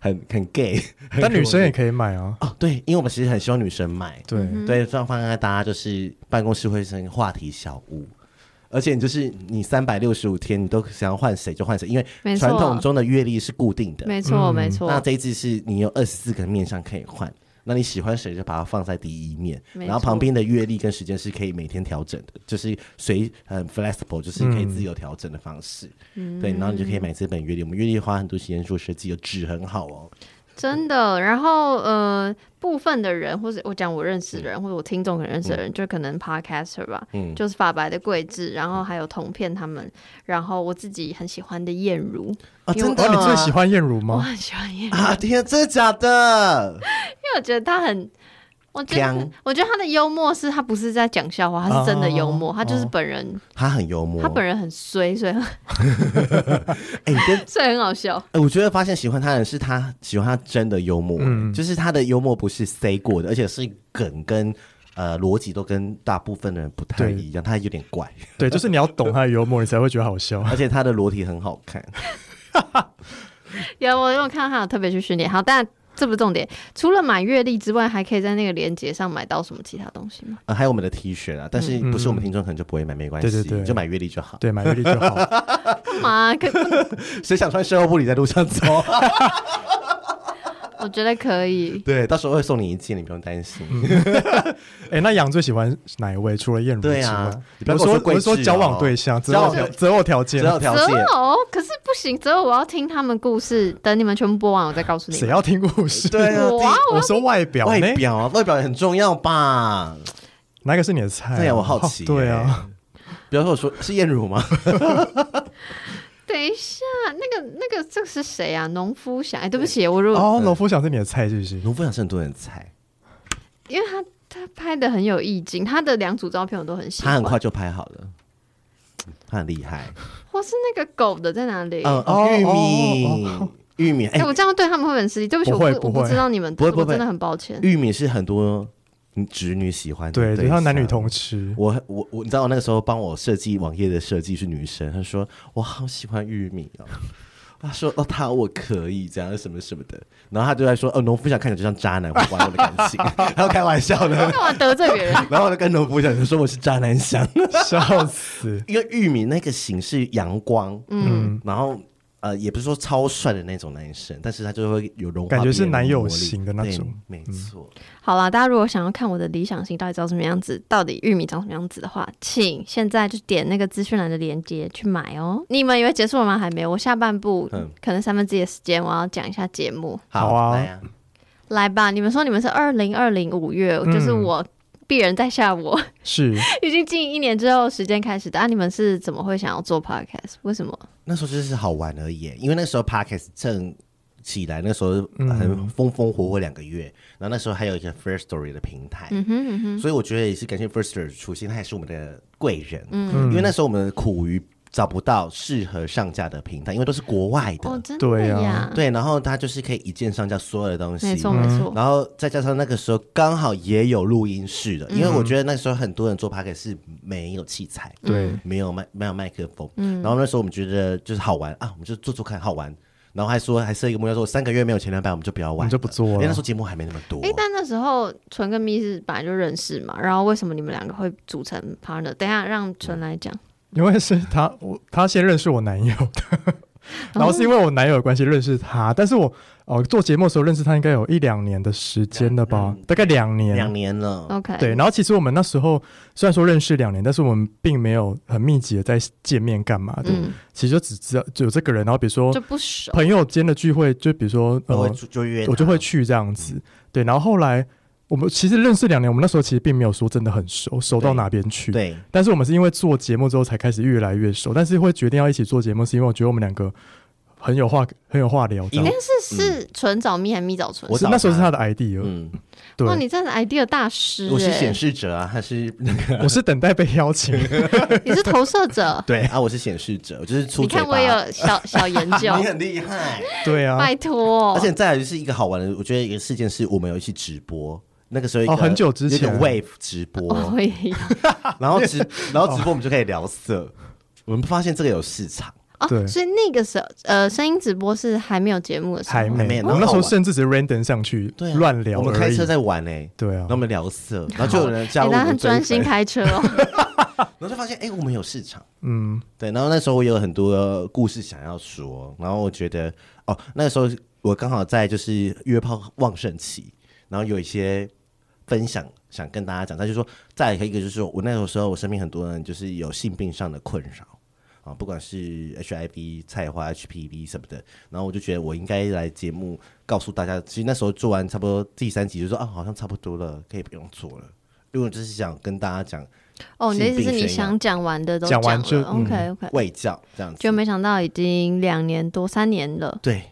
[SPEAKER 2] 很很 gay，
[SPEAKER 4] 但女生也可以买啊。
[SPEAKER 2] 哦对，因为我们其实很希望女生买，
[SPEAKER 4] 对，
[SPEAKER 1] 嗯
[SPEAKER 2] 对，这样放在大家就是办公室会成话题小屋。而且你就是你三百六十五天，你都想要换谁就换谁，因
[SPEAKER 1] 没
[SPEAKER 2] 为
[SPEAKER 1] 错
[SPEAKER 2] 传统中的阅历是固定的，
[SPEAKER 1] 没错，没
[SPEAKER 2] 嗯那
[SPEAKER 1] 错，
[SPEAKER 2] 这一次是你有二十四个面相可以换，那你喜欢谁就把它放在第一面，
[SPEAKER 1] 没
[SPEAKER 2] 然后
[SPEAKER 1] 错
[SPEAKER 2] 旁边的阅历跟时间是可以每天调整的，就是随呃很 flexible，就是可以自由调整的方式。
[SPEAKER 1] 嗯
[SPEAKER 2] 对，然后你就可以买这本阅历。我们阅历花很多时间做设计，有纸很好哦。
[SPEAKER 1] 真的。然后呃，部分的人，或者我讲我认识的人，或者我听众可能认识的人，就可能 podcaster 吧，
[SPEAKER 2] 嗯
[SPEAKER 1] 就是法白的桂智，然后还有铜片他们，然后我自己很喜欢的燕如，
[SPEAKER 2] 啊，
[SPEAKER 1] 因为
[SPEAKER 2] 真的、
[SPEAKER 4] 哦，
[SPEAKER 2] 啊？
[SPEAKER 4] 你最喜欢燕如
[SPEAKER 1] 我
[SPEAKER 4] 吗？
[SPEAKER 1] 很喜欢燕如，
[SPEAKER 2] 啊？天，真的假的？
[SPEAKER 1] 因为我觉得他很。我觉得
[SPEAKER 2] 强，
[SPEAKER 1] 我觉得他的幽默是他不是在讲笑话，他是真的幽默，
[SPEAKER 4] 哦
[SPEAKER 1] 他就是本人
[SPEAKER 2] 他很幽默。
[SPEAKER 1] 他本人很衰，所以
[SPEAKER 2] 哎、你跟
[SPEAKER 1] 所以很好笑。
[SPEAKER 2] 哎、我觉得发现喜欢他的人是他喜欢他真的幽默，
[SPEAKER 4] 嗯
[SPEAKER 2] 就是他的幽默不是 say 过的，而且是梗跟呃逻辑都跟大部分的人不太
[SPEAKER 4] 对
[SPEAKER 2] 一样，他有点怪， *laughs*
[SPEAKER 4] 对，就是你要懂她的幽默，你才会觉得好笑。 *laughs*
[SPEAKER 2] 而且他的裸体很好看。
[SPEAKER 1] 有我有看到他有特别去训练，好，但这不是重点。除了买阅历之外，还可以在那个链接上买到什么其他东西吗？
[SPEAKER 2] 呃，还有我们的 T 恤啊，但是不是我们听众可能就不会买，没关系，
[SPEAKER 4] 嗯对对对
[SPEAKER 2] 就买阅历就好。
[SPEAKER 4] 对，买阅历就好。
[SPEAKER 1] 干嘛？可
[SPEAKER 2] 谁想穿售后部里在路上走？
[SPEAKER 1] 我觉得可以。
[SPEAKER 2] *laughs* 对，哎到时候会送你一件，你不用担心。
[SPEAKER 4] 嗯哎，那杨最喜欢哪一位？除了燕如之
[SPEAKER 2] 对
[SPEAKER 4] 外
[SPEAKER 2] 啊，，你不要
[SPEAKER 4] 我
[SPEAKER 2] 跟
[SPEAKER 4] 说
[SPEAKER 2] 我
[SPEAKER 4] 我是说交往对象，择
[SPEAKER 2] 哦交
[SPEAKER 4] 偶
[SPEAKER 2] 往
[SPEAKER 4] 条择偶条件
[SPEAKER 2] 只，要条
[SPEAKER 1] 择
[SPEAKER 2] 件，
[SPEAKER 1] 偶可是不行，择偶我要听他们故事，等你们全部播完我再告诉你
[SPEAKER 4] 谁
[SPEAKER 1] 们。
[SPEAKER 4] 要听故事？
[SPEAKER 2] 对啊，
[SPEAKER 1] 我啊，我
[SPEAKER 4] *laughs* 我说外表呢
[SPEAKER 2] 外，表啊，外表也很重要吧？
[SPEAKER 4] 哪个是你的菜？
[SPEAKER 2] 对啊，我好奇、
[SPEAKER 4] 哎 *laughs* 对啊，，
[SPEAKER 2] 比方说我说是燕如吗？ *laughs*
[SPEAKER 1] 等一下，那个那个这个是谁啊？农夫想，哎、对不起，我如果、
[SPEAKER 2] *laughs*
[SPEAKER 4] 哦，农夫想是你的菜，是不是？
[SPEAKER 2] 农夫想是很多人猜，
[SPEAKER 1] 因为他他拍的很有意境，他的两组照片我都很喜
[SPEAKER 2] 他很
[SPEAKER 1] 欢。
[SPEAKER 2] 快就拍好了，他很厉害。
[SPEAKER 1] 或是那个狗的在哪里？
[SPEAKER 2] 嗯，
[SPEAKER 4] 哦
[SPEAKER 2] 玉米，玉米，哎、
[SPEAKER 1] 哎、我这样对他们会不会很失礼，对不起，
[SPEAKER 4] 不会
[SPEAKER 1] 我不
[SPEAKER 4] 不会
[SPEAKER 1] 我不知道你们，
[SPEAKER 2] 不会不会
[SPEAKER 1] 我真的很抱歉。
[SPEAKER 2] 玉米是很多直女喜欢的
[SPEAKER 4] 对，
[SPEAKER 2] 对啊
[SPEAKER 4] 对，他
[SPEAKER 2] 象，
[SPEAKER 4] 男女通吃。 *laughs*
[SPEAKER 2] 我我我，你知道我那个时候帮我设计网页的设计是女生，她说我好喜欢玉米哦， *laughs* 她说哦她我可以这样什么什么的，然后她就在说哦农夫想看起来就像渣男，会玩我的感情， *laughs* 然后开玩笑的，
[SPEAKER 1] 干嘛得罪
[SPEAKER 2] *laughs*
[SPEAKER 1] 别人？
[SPEAKER 2] 然后我就跟农夫讲就说我是渣男想，
[SPEAKER 4] 笑死！
[SPEAKER 2] 因为玉米那个型是阳光，
[SPEAKER 1] 嗯，
[SPEAKER 2] 然后。呃，也不是说超帅的那种男生，但是他就会有融化
[SPEAKER 4] 感觉是
[SPEAKER 2] 别人
[SPEAKER 4] 男友
[SPEAKER 2] 魔力
[SPEAKER 4] 型的那
[SPEAKER 2] 对
[SPEAKER 4] 种嗯
[SPEAKER 2] 没错。
[SPEAKER 1] 好啦，大家如果想要看我的理想型到底长什么样子，到底玉米长什么样子的话，请现在就点那个资讯栏的链接去买哦。你们以为结束了吗？还没有，我下半部、
[SPEAKER 2] 嗯
[SPEAKER 1] 可能三分之一的时间我要讲一下节目。
[SPEAKER 4] 好啊
[SPEAKER 2] 来啊，
[SPEAKER 1] 来吧，你们说你们是二零二零五月，就是我。鄙人在下我， *laughs*
[SPEAKER 4] 是
[SPEAKER 1] 已经近一年之后时间开始的啊！你们是怎么会想要做 podcast？为什么？
[SPEAKER 2] 那时候就是好玩而已，因为那时候 podcast 正起来，那时候
[SPEAKER 4] 嗯
[SPEAKER 2] 很风风火火两个月，然后那时候还有一个 First Story 的平台，
[SPEAKER 1] 嗯哼嗯哼，
[SPEAKER 2] 所以我觉得也是感谢 First Story 的出现，它也是我们的贵人，
[SPEAKER 4] 嗯
[SPEAKER 2] 因为那时候我们苦于找不到适合上架的平台，因为都是国外的，
[SPEAKER 1] 哦，真的
[SPEAKER 4] 对啊
[SPEAKER 1] 呀，
[SPEAKER 2] 对，嗯然后它就是可以一键上架所有的东西，
[SPEAKER 1] 没错没错，
[SPEAKER 2] 然后再加上那个时候刚好也有录音室
[SPEAKER 1] 嗯
[SPEAKER 2] 的，因为我觉得那时候很多人做 p o d c a s t 是没有器材，
[SPEAKER 1] 嗯
[SPEAKER 4] 对
[SPEAKER 2] 没有麦没有麦克风，然后那时候我们觉得就是好玩啊，我们就做做看好玩，然后还说还设一个目标说三个月没有前两百我们就不要玩了，
[SPEAKER 4] 我们就不做了
[SPEAKER 2] 因为那时候节目还没那么多啊
[SPEAKER 1] 哎、，但那时候纯跟咪是本来就认识嘛，然后为什么你们两个会组成 partner？等一下让纯来讲。
[SPEAKER 4] 因为是他，我他先认识我男友的，
[SPEAKER 1] 哦
[SPEAKER 4] *laughs* 然后是因为我男友的关系认识他，但是我哦做节目的时候认识他应该有一两年的时间了吧，大概两年，
[SPEAKER 2] 两年了，
[SPEAKER 1] OK，
[SPEAKER 4] 对，，然后其实我们那时候虽然说认识两年，但是我们并没有很密集的在见面干嘛的，
[SPEAKER 1] 嗯，
[SPEAKER 4] 其实就只知道就有这个人，然后比如说
[SPEAKER 1] 就不熟。
[SPEAKER 4] 朋友间的聚会，就比如说
[SPEAKER 2] 我会
[SPEAKER 4] 呃，
[SPEAKER 2] 就就约他
[SPEAKER 4] 我就会去这样子，对，然后后来我们其实认识两年，我们那时候其实并没有说真的很熟，熟到
[SPEAKER 2] 对
[SPEAKER 4] 哪边去，
[SPEAKER 2] 对，
[SPEAKER 4] 但是我们是因为做节目之后才开始越来越熟，但是会决定要一起做节目，是因为我觉得我们两个很有话很有话聊。这
[SPEAKER 2] 因
[SPEAKER 4] 样
[SPEAKER 2] 为
[SPEAKER 1] 但是是纯找咪还是咪找纯
[SPEAKER 2] 我？
[SPEAKER 4] 是
[SPEAKER 2] 找
[SPEAKER 4] 那时候
[SPEAKER 2] 他
[SPEAKER 4] 是他的 idea，、
[SPEAKER 2] 嗯，
[SPEAKER 1] 哇，
[SPEAKER 4] 对，
[SPEAKER 1] 你真的 idea 大师
[SPEAKER 2] 我是
[SPEAKER 1] 哎、
[SPEAKER 2] 显示者啊，他是。
[SPEAKER 4] 我是等待被邀请。
[SPEAKER 1] 你是投射者
[SPEAKER 2] 对啊，我是显示者，我就是 *laughs* 出
[SPEAKER 1] 你
[SPEAKER 2] 嘴
[SPEAKER 1] 看我
[SPEAKER 2] 巴，
[SPEAKER 1] 有小小研究，
[SPEAKER 2] *laughs* 你很厉害。
[SPEAKER 4] 对啊，
[SPEAKER 1] 拜托。
[SPEAKER 2] 而且再来就是一个好玩的，我觉得一个事件是我们有一起直播，那个时候一个
[SPEAKER 4] 哦很久之
[SPEAKER 2] 有
[SPEAKER 4] 前
[SPEAKER 2] 一个 Wave 直播，
[SPEAKER 1] 哦，我也有 *laughs*
[SPEAKER 2] 然后直然后直播我们就可以聊色，我们发现这个有市场，
[SPEAKER 1] 哦，
[SPEAKER 4] 对
[SPEAKER 1] 所以那个时候，呃，声音直播是还没有节目的时候，
[SPEAKER 4] 还
[SPEAKER 2] 哦还没
[SPEAKER 4] 没，我
[SPEAKER 2] 然后
[SPEAKER 4] 们那时
[SPEAKER 2] 好
[SPEAKER 4] 候
[SPEAKER 2] 玩
[SPEAKER 4] 甚至只是 random 上去
[SPEAKER 2] 对啊，
[SPEAKER 4] 乱聊
[SPEAKER 2] 我们
[SPEAKER 4] 而
[SPEAKER 2] 开
[SPEAKER 4] 已
[SPEAKER 2] 车。在玩哎，
[SPEAKER 4] 对啊
[SPEAKER 2] 然后，我们聊色，然后就有人加
[SPEAKER 1] 哎
[SPEAKER 2] 入我
[SPEAKER 1] 大家
[SPEAKER 2] 们
[SPEAKER 1] 很专心
[SPEAKER 2] 追粉，
[SPEAKER 1] 开车
[SPEAKER 4] *laughs*
[SPEAKER 1] 哦。
[SPEAKER 2] 然后就发现哎我们有市场，
[SPEAKER 4] 嗯，
[SPEAKER 2] 对，然后那时候我有很多呃故事想要说，然后我觉得哦那个时候我刚好在就是约炮旺盛期，然后有一些分享想跟大家讲，他就说再一个就是我那个时候我身边很多人就是有性病上的困扰。啊，不管是 HIV、菜花、HPV 什么的，然后我就觉得我应该来节目告诉大家，其实那时候做完差不多第三集就说啊，好像差不多了，可以不用做了，因为我就是想跟大家讲
[SPEAKER 1] 哦，你的意思
[SPEAKER 2] 性
[SPEAKER 1] 是
[SPEAKER 2] 病
[SPEAKER 1] 你
[SPEAKER 2] 宣扬
[SPEAKER 1] 想讲完的都
[SPEAKER 4] 讲完
[SPEAKER 1] 了
[SPEAKER 4] 就嗯
[SPEAKER 1] OK OK，
[SPEAKER 2] 卫教这样子。
[SPEAKER 1] 呃就没想到已经两年多三年了。
[SPEAKER 2] 对，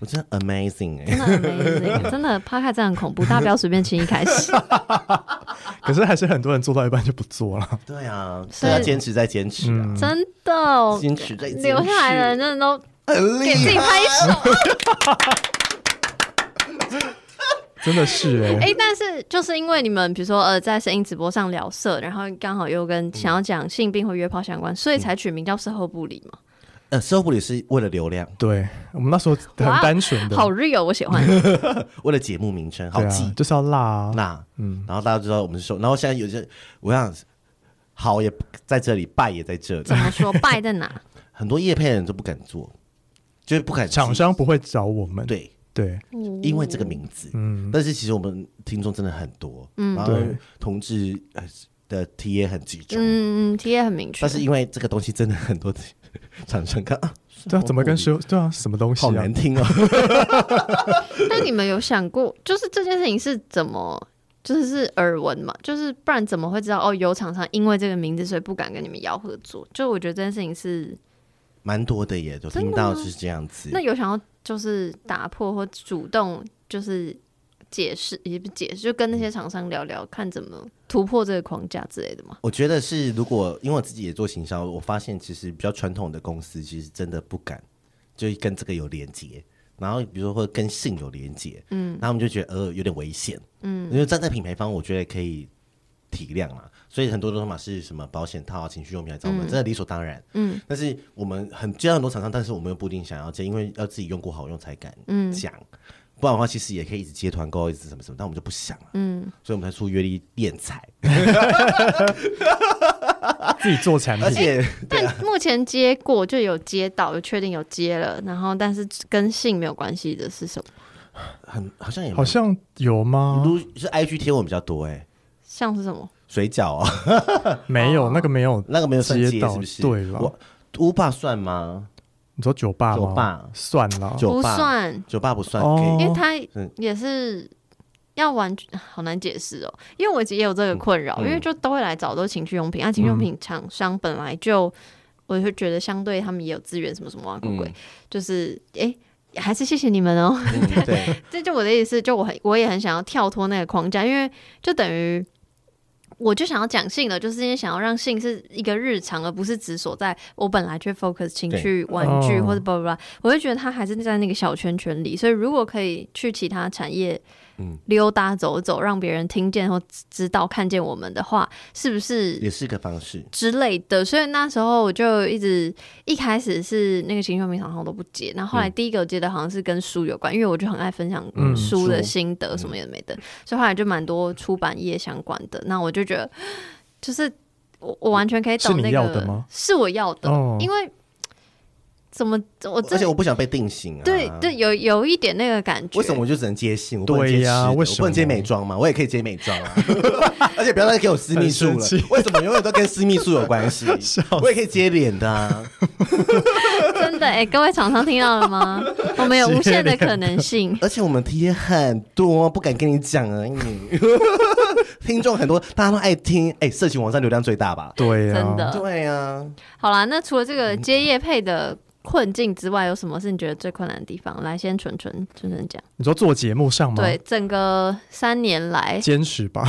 [SPEAKER 2] 我真的 amazing 哎、
[SPEAKER 1] 真的很
[SPEAKER 4] *laughs*
[SPEAKER 1] amazing，真的 p o d 真的很恐怖，大家不要随便轻易开始。
[SPEAKER 2] 啊
[SPEAKER 4] 可是还是很多人做到一半就不做了。 *laughs*
[SPEAKER 2] 对啊，
[SPEAKER 1] 是
[SPEAKER 2] 大家坚持再坚持啊，
[SPEAKER 4] 嗯
[SPEAKER 1] 真的，哦
[SPEAKER 2] 坚持再坚持，
[SPEAKER 1] 留下来的人真的都
[SPEAKER 2] 很
[SPEAKER 1] 给
[SPEAKER 2] 厉
[SPEAKER 1] 自己
[SPEAKER 2] 害。
[SPEAKER 1] 拍手。
[SPEAKER 4] 真的是哎、
[SPEAKER 1] 哎、但是就是因为你们比如说呃，在声音直播上聊色，然后刚好又
[SPEAKER 4] 嗯
[SPEAKER 1] 跟想要讲性病或约炮相关，所以才取名叫事后不理嘛。
[SPEAKER 2] 呃，收不里是为了流量，
[SPEAKER 4] 对我们那时候很
[SPEAKER 1] 哇
[SPEAKER 4] 单纯的，
[SPEAKER 1] 好 real，我喜欢。
[SPEAKER 2] 为了节目名称好
[SPEAKER 4] 对
[SPEAKER 2] 记
[SPEAKER 4] 啊，就是要辣啊。
[SPEAKER 2] 那，
[SPEAKER 4] 嗯，
[SPEAKER 2] 然后大家知道我们是收，然后现在有些我想好也在这里，败也在这
[SPEAKER 4] *laughs*
[SPEAKER 2] 里
[SPEAKER 1] 怎，么
[SPEAKER 2] *laughs*
[SPEAKER 1] 说？败在哪？
[SPEAKER 2] 很多叶配的人都不敢做，就是不敢记
[SPEAKER 4] 厂商不会找我们，
[SPEAKER 2] 对。
[SPEAKER 4] 对，
[SPEAKER 2] 因为这个名字。
[SPEAKER 4] 嗯，
[SPEAKER 2] 但是其实我们听众真的很多，
[SPEAKER 1] 嗯
[SPEAKER 2] 然后
[SPEAKER 4] 对
[SPEAKER 2] 同志呃的 T 也很集中，
[SPEAKER 1] 嗯嗯，题也很明确
[SPEAKER 2] 但。是因为这个东西真的 *laughs* 很多厂商看啊，
[SPEAKER 4] 对啊，怎么跟
[SPEAKER 2] 说
[SPEAKER 4] 说？对啊，什么东西
[SPEAKER 2] 好
[SPEAKER 4] 啊
[SPEAKER 2] 难？听哦，
[SPEAKER 1] 但你们有想过，就是这件事情是怎么，就是是耳闻嘛？就是不然怎么会知道哦？有厂商因为这个名字，所以不敢跟你们要合作。就我觉得这件事情是，
[SPEAKER 2] 蛮多的耶，都听到是这样子
[SPEAKER 1] 那。有想要就是打破或主动就是解释，也不是解释，就跟那些厂商聊聊，看怎么突破这个框架之类的嘛。
[SPEAKER 2] 我觉得是，如果因为我自己也做行销，我发现其实比较传统的公司其实真的不敢，就跟这个有连接。然后比如说会跟性有连接，嗯，然后我们就觉得呃有点危险，嗯，因为站在品牌方，我觉得可以体谅嘛，所以很多的说法是什么保险套啊、情趣用品来找我们，真的理所当然，嗯，但是我们很接到很多厂商，但是我们又不一定想要接，因为要自己用过好用才敢讲，不然的话其实也可以一直接团购，一直什么什么，但我们就不想了，嗯，所以我们才出约力敛财，
[SPEAKER 4] 自己做产
[SPEAKER 2] 而
[SPEAKER 4] 品，
[SPEAKER 2] 且。嗯
[SPEAKER 1] 但 *laughs* 目前接过就有接到，有确定有接了，然后但是跟性没有关系的是什么？
[SPEAKER 2] 很好像也
[SPEAKER 4] 好像啊有吗？
[SPEAKER 2] 都是 IG 贴文比较多哎、
[SPEAKER 1] 像是什么？
[SPEAKER 2] 水饺啊， *laughs*
[SPEAKER 4] 没有，那个没有，
[SPEAKER 2] 哦那个没有算接
[SPEAKER 4] 接到
[SPEAKER 2] 是不是？
[SPEAKER 4] 对了
[SPEAKER 2] 我乌霸算吗？
[SPEAKER 4] 你说酒吧吗？
[SPEAKER 2] 酒吧
[SPEAKER 4] 算了，
[SPEAKER 2] 酒
[SPEAKER 1] 不
[SPEAKER 2] 吧
[SPEAKER 1] 算，
[SPEAKER 2] 酒吧不算
[SPEAKER 4] 哦
[SPEAKER 2] gay，、
[SPEAKER 1] 因为他
[SPEAKER 2] 嗯
[SPEAKER 1] 也是要完全好难解释哦，因为我也有这个困扰，
[SPEAKER 2] 嗯
[SPEAKER 1] 因为就都会来找都是情趣用品，啊，情趣用品厂商本来就，我就觉得相对他们也有资源什么什么啊，鬼鬼，
[SPEAKER 2] 嗯
[SPEAKER 1] 就是诶，还是谢谢你们哦，
[SPEAKER 2] 嗯
[SPEAKER 4] *laughs*
[SPEAKER 2] 对，
[SPEAKER 1] 这就我的意思，就我很我也很想要跳脱那个框架，因为就等于我就想要讲性了，就是因为想要让性是一个日常，而不是只所在我本来去 focus 情趣玩具
[SPEAKER 4] 哦
[SPEAKER 1] 或者 blah blah，blah 我就觉得它还是在那个小圈圈里，所以如果可以去其他产业
[SPEAKER 2] 嗯，
[SPEAKER 1] 溜达走走，让别人听见或知道看见我们的话，是不是
[SPEAKER 2] 也是个方式。
[SPEAKER 1] 之类的，所以那时候我就一直一开始是那个情绪用品厂商都不接，然后后来第一个我接的好像是跟书有关，因为我就很爱分享
[SPEAKER 4] 嗯
[SPEAKER 1] 书的
[SPEAKER 2] 书
[SPEAKER 1] 心得什么也没的，所以后来就蛮多出版业相关的。那我就觉得，就是我我完全可以
[SPEAKER 4] 是
[SPEAKER 1] 懂
[SPEAKER 4] 你
[SPEAKER 1] 那个
[SPEAKER 4] 要的吗
[SPEAKER 1] 是我要的，
[SPEAKER 4] 哦
[SPEAKER 1] 因为怎么我
[SPEAKER 2] 而
[SPEAKER 1] 真
[SPEAKER 2] 且我不想被定型啊。
[SPEAKER 1] 对对。有有一点那个感觉，
[SPEAKER 2] 为什么我就只能接性？我不能接
[SPEAKER 4] 对呀
[SPEAKER 2] 吃的
[SPEAKER 4] 为
[SPEAKER 2] 我
[SPEAKER 4] 什
[SPEAKER 2] 不能接
[SPEAKER 4] 么
[SPEAKER 2] 美妆嘛？我也可以接美妆
[SPEAKER 4] *laughs*
[SPEAKER 2] 啊，而且不要再给我私密处了
[SPEAKER 4] 很生气。
[SPEAKER 2] 为什么永远都跟私密处有关
[SPEAKER 4] *laughs*
[SPEAKER 2] 系？我也可以接脸的啊。
[SPEAKER 1] 真的哎、各位厂商听到了
[SPEAKER 2] *laughs*
[SPEAKER 1] 吗？我们有无限的可能性。
[SPEAKER 2] 而且我们题也很多，不敢跟你讲而已。 *laughs* 听众很多，大家都爱听。哎、社群网站流量最大吧？
[SPEAKER 4] 对啊，
[SPEAKER 1] 真的
[SPEAKER 2] 对啊，
[SPEAKER 1] 好啦，那除了这个
[SPEAKER 4] 嗯
[SPEAKER 1] 接业配的困境之外，有什么是你觉得最困难的地方？来，先纯纯纯纯讲。
[SPEAKER 4] 你说做节目上吗？
[SPEAKER 1] 对，，整个三年来，
[SPEAKER 4] 坚持吧，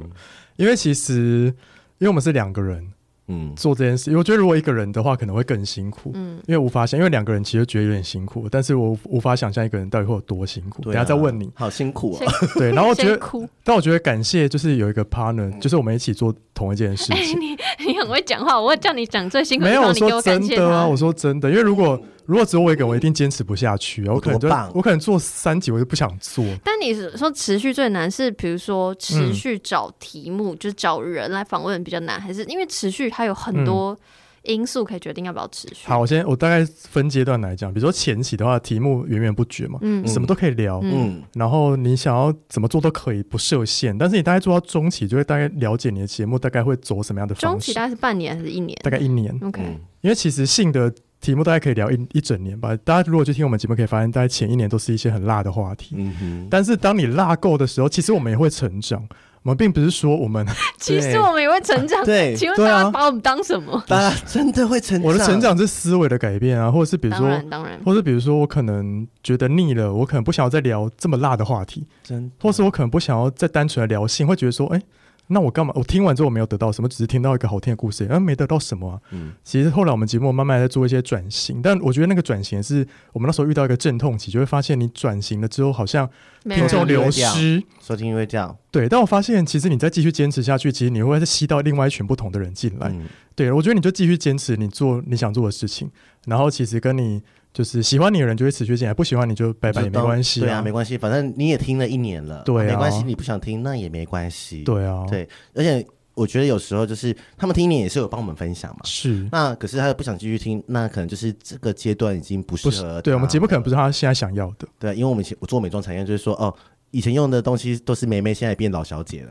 [SPEAKER 4] *laughs* 因为其实因为我们是两个人
[SPEAKER 2] 嗯，
[SPEAKER 4] 做这件事，因为我觉得如果一个人的话可能会更辛苦，
[SPEAKER 1] 嗯，
[SPEAKER 4] 因为无法想，因为两个人其实觉得有点辛苦，但是我无法想象一个人到底会有多辛苦。
[SPEAKER 2] 对啊
[SPEAKER 4] 等一下再问你。
[SPEAKER 2] 好辛苦
[SPEAKER 1] 先
[SPEAKER 2] 哦。
[SPEAKER 4] 对，然后我觉
[SPEAKER 1] 先
[SPEAKER 4] 得，
[SPEAKER 1] 哭。
[SPEAKER 4] 但我觉得感谢就是有一个
[SPEAKER 2] 嗯
[SPEAKER 4] partner，就是我们一起做同一件事
[SPEAKER 1] 哎、*laughs*
[SPEAKER 4] 情。
[SPEAKER 1] 你你很会讲话，我会叫你讲最辛苦的
[SPEAKER 4] 没
[SPEAKER 1] 地
[SPEAKER 4] 有，
[SPEAKER 1] 方，
[SPEAKER 4] 我
[SPEAKER 1] 你给
[SPEAKER 4] 说
[SPEAKER 1] 我感
[SPEAKER 4] 真
[SPEAKER 1] 谢
[SPEAKER 4] 的啊，
[SPEAKER 1] 他。
[SPEAKER 4] 我说真的，因为如果如果只有我一个人，我一定坚持不下去啊。我可能就
[SPEAKER 2] 多棒
[SPEAKER 4] 我可能做三集我就不想做，
[SPEAKER 1] 但你说持续最难是，比如说持续找题目，就是找人来访问比较难，还是因为持续它有很多因素可以决定要不要持续？
[SPEAKER 4] 嗯好，我先我大概分阶段来讲，比如说前期的话，题目源源不绝嘛，
[SPEAKER 1] 嗯
[SPEAKER 4] 什么都可以聊，
[SPEAKER 2] 嗯，
[SPEAKER 4] 然后你想要怎么做都可以，不设限。但是你大概做到中期，就会大概了解你的节目大概会走什么样的
[SPEAKER 1] 中
[SPEAKER 4] 方
[SPEAKER 1] 期
[SPEAKER 4] 式，
[SPEAKER 1] 大概是半年还是一年
[SPEAKER 4] 大概一年，
[SPEAKER 1] ？OK，、
[SPEAKER 2] 嗯
[SPEAKER 4] 因为其实性的。题目大概可以聊一一整年吧。大家如果去听我们节目，可以发现，大概前一年都是一些很辣的话题。
[SPEAKER 2] 嗯哼，
[SPEAKER 4] 但是当你辣够的时候，其实我们也会成长。我们并不是说我们
[SPEAKER 1] *laughs* 其实我们也会成长。
[SPEAKER 2] 对
[SPEAKER 1] 请问
[SPEAKER 4] 对
[SPEAKER 1] 大家
[SPEAKER 4] 啊
[SPEAKER 1] 把我们当什么？
[SPEAKER 2] 大家真的会成长。
[SPEAKER 4] *laughs* 我的成，长是思维的改变啊，或者是比如
[SPEAKER 1] 当
[SPEAKER 4] 说
[SPEAKER 1] 然，当然。
[SPEAKER 4] 或是比如说，我可能觉得腻了，我可能不想要再聊这么辣的话题，
[SPEAKER 2] 真
[SPEAKER 4] 或是我可能不想要再单纯的聊性，会觉得说，哎、那我干嘛？我听完之后我没有得到什么，只是听到一个好听的故事，而、没得到什么啊。
[SPEAKER 2] 嗯
[SPEAKER 4] 其实后来我们节目慢慢地在做一些转型，但我觉得那个转型是我们那时候遇到一个阵痛期，就会发现你转型了之后，好像
[SPEAKER 1] 没有
[SPEAKER 4] 听众
[SPEAKER 1] 人
[SPEAKER 2] 留
[SPEAKER 4] 流
[SPEAKER 2] 掉
[SPEAKER 4] 失。
[SPEAKER 2] 收听会这样。
[SPEAKER 4] 对，但我发现其实你再继续坚持下去，其实你会再吸到另外一群不同的人进来。
[SPEAKER 2] 嗯，
[SPEAKER 4] 对，我觉得你就继续坚持你做你想做的事情，然后其实跟你就是喜欢你的人就会持续进来，不喜欢你就拜拜也没关系、
[SPEAKER 2] 对啊，没关系，反正你也听了一年了，
[SPEAKER 4] 对啊
[SPEAKER 2] 没关系，你不想听那也没关系。
[SPEAKER 4] 对啊，
[SPEAKER 2] 对，而且我觉得有时候就是他们听你也是有帮我们分享嘛。
[SPEAKER 4] 是
[SPEAKER 2] 那可是他又不想继续听，那可能就是这个阶段已经不适
[SPEAKER 4] 不
[SPEAKER 2] 合
[SPEAKER 4] 是？对我们
[SPEAKER 2] 他
[SPEAKER 4] 节目可能不是他现在想要的，
[SPEAKER 2] 对，因为我们以前我做美妆产业，就是说哦，以前用的东西都是梅梅，现在也变老小姐了。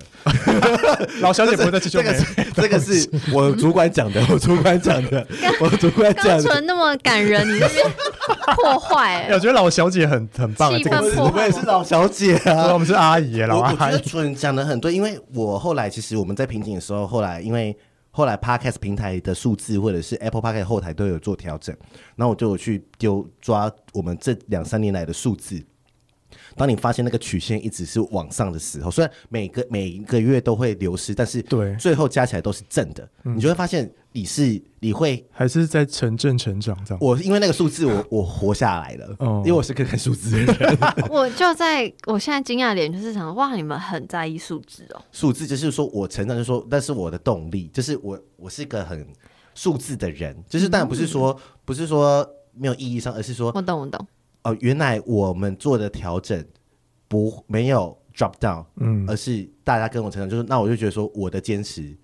[SPEAKER 4] 老小姐不会再去救
[SPEAKER 2] 这
[SPEAKER 4] 美
[SPEAKER 2] 个。是这个是我主管讲的，我主管讲的，我主管
[SPEAKER 1] 刚
[SPEAKER 2] 讲的。
[SPEAKER 1] 纯那么感人，你这边破坏、
[SPEAKER 4] 哎我觉得老小姐很很棒，啊
[SPEAKER 1] 气
[SPEAKER 4] 这个
[SPEAKER 1] 氛
[SPEAKER 4] 词
[SPEAKER 1] 破
[SPEAKER 2] 我也是老小姐啊，
[SPEAKER 4] 对我们是阿姨耶，
[SPEAKER 2] 我
[SPEAKER 4] 老
[SPEAKER 2] 我觉
[SPEAKER 4] 阿
[SPEAKER 2] 得
[SPEAKER 4] 姨。
[SPEAKER 2] 纯讲的很对，因为我后来其实我们在瓶颈的时候，后来因为后来 Podcast 平台的数字或者是 Apple Podcast 后台都有做调整，然后我就有去丢抓我们这两三年来的数字。当你发现那个曲线一直是往上的时候，虽然每个每一个月都会流失，但是
[SPEAKER 4] 对嗯
[SPEAKER 2] 最后加起来都是正的，你就会发现你是你会
[SPEAKER 4] 还是在城镇成长这样。
[SPEAKER 2] 我因为那个数字我我活下来了，
[SPEAKER 4] 哦
[SPEAKER 2] 因为我是个看数字的人，
[SPEAKER 1] 我就在我现在惊讶的脸就是想，哇，你们很在意数字哦。
[SPEAKER 2] 数字就是说我成长，就是说，但是我的动力就是我我是个很数字的人，就是当然不是说、不是说没有意义上，而是说
[SPEAKER 1] 我懂，我懂，
[SPEAKER 2] 哦、原来我们做的调整不没有 drop down，
[SPEAKER 4] 嗯，
[SPEAKER 2] 而是大家跟我成长，就是那我就觉得说我的坚持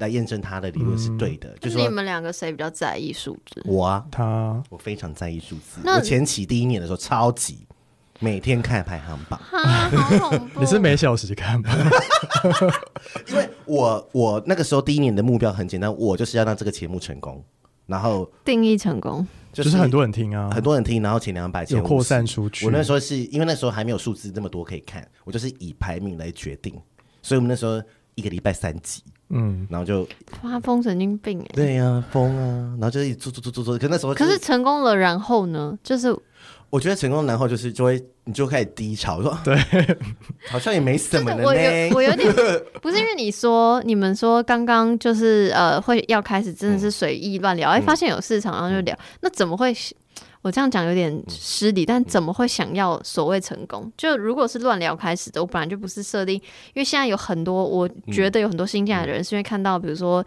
[SPEAKER 2] 来验证他的理论是对的，
[SPEAKER 1] 就
[SPEAKER 2] 就
[SPEAKER 1] 是嗯你
[SPEAKER 2] 说
[SPEAKER 1] 们两个谁比较在意数
[SPEAKER 2] *laughs*
[SPEAKER 1] 字？
[SPEAKER 2] 我啊，
[SPEAKER 4] 她
[SPEAKER 2] 我非常在意数字，
[SPEAKER 1] 那
[SPEAKER 2] 我前期第一年的时候超级每天看排行榜。
[SPEAKER 1] 哈，啊好恐怖！哦
[SPEAKER 4] 你是每小时看吧？
[SPEAKER 2] 因为我我那个时候第一年的目标很简单，我就是要让这个节目成功，然后
[SPEAKER 1] 定义成功，
[SPEAKER 2] *laughs* 就
[SPEAKER 4] 就是是很多人听啊，
[SPEAKER 2] 很多人听，然后前两百前
[SPEAKER 4] 有扩散
[SPEAKER 2] 50
[SPEAKER 4] 出去
[SPEAKER 2] 我那时候是因为那时候还没有数字那么多可以看，我就是以排名来决定，所以我们那时候一个礼拜三集，
[SPEAKER 4] 嗯，
[SPEAKER 2] 然后就
[SPEAKER 1] 发疯神经病哎、
[SPEAKER 2] 对呀、疯啊，然后就是一直做做做做做，可那时候、
[SPEAKER 1] 可
[SPEAKER 2] 是
[SPEAKER 1] 是成功了，然后呢？就是
[SPEAKER 2] 我觉得成功，然后就是就会你就开始低潮，说对，好像也没什
[SPEAKER 1] 真
[SPEAKER 2] 么
[SPEAKER 1] 的，
[SPEAKER 2] 了
[SPEAKER 1] 我有
[SPEAKER 2] 呢。
[SPEAKER 1] 我有点
[SPEAKER 2] *laughs*
[SPEAKER 1] 不是因为你说你们说刚刚就是呃会要开始真的
[SPEAKER 2] 嗯
[SPEAKER 1] 是随意乱聊，哎、发现有市场然后就聊，那怎么会？我这样讲有
[SPEAKER 2] 嗯
[SPEAKER 1] 点失礼，但怎么会想要所谓成功？就如果是乱聊开始的，我本来就不是设定，因为现在有很多我觉得有很多新进来的人是因为看到比如说。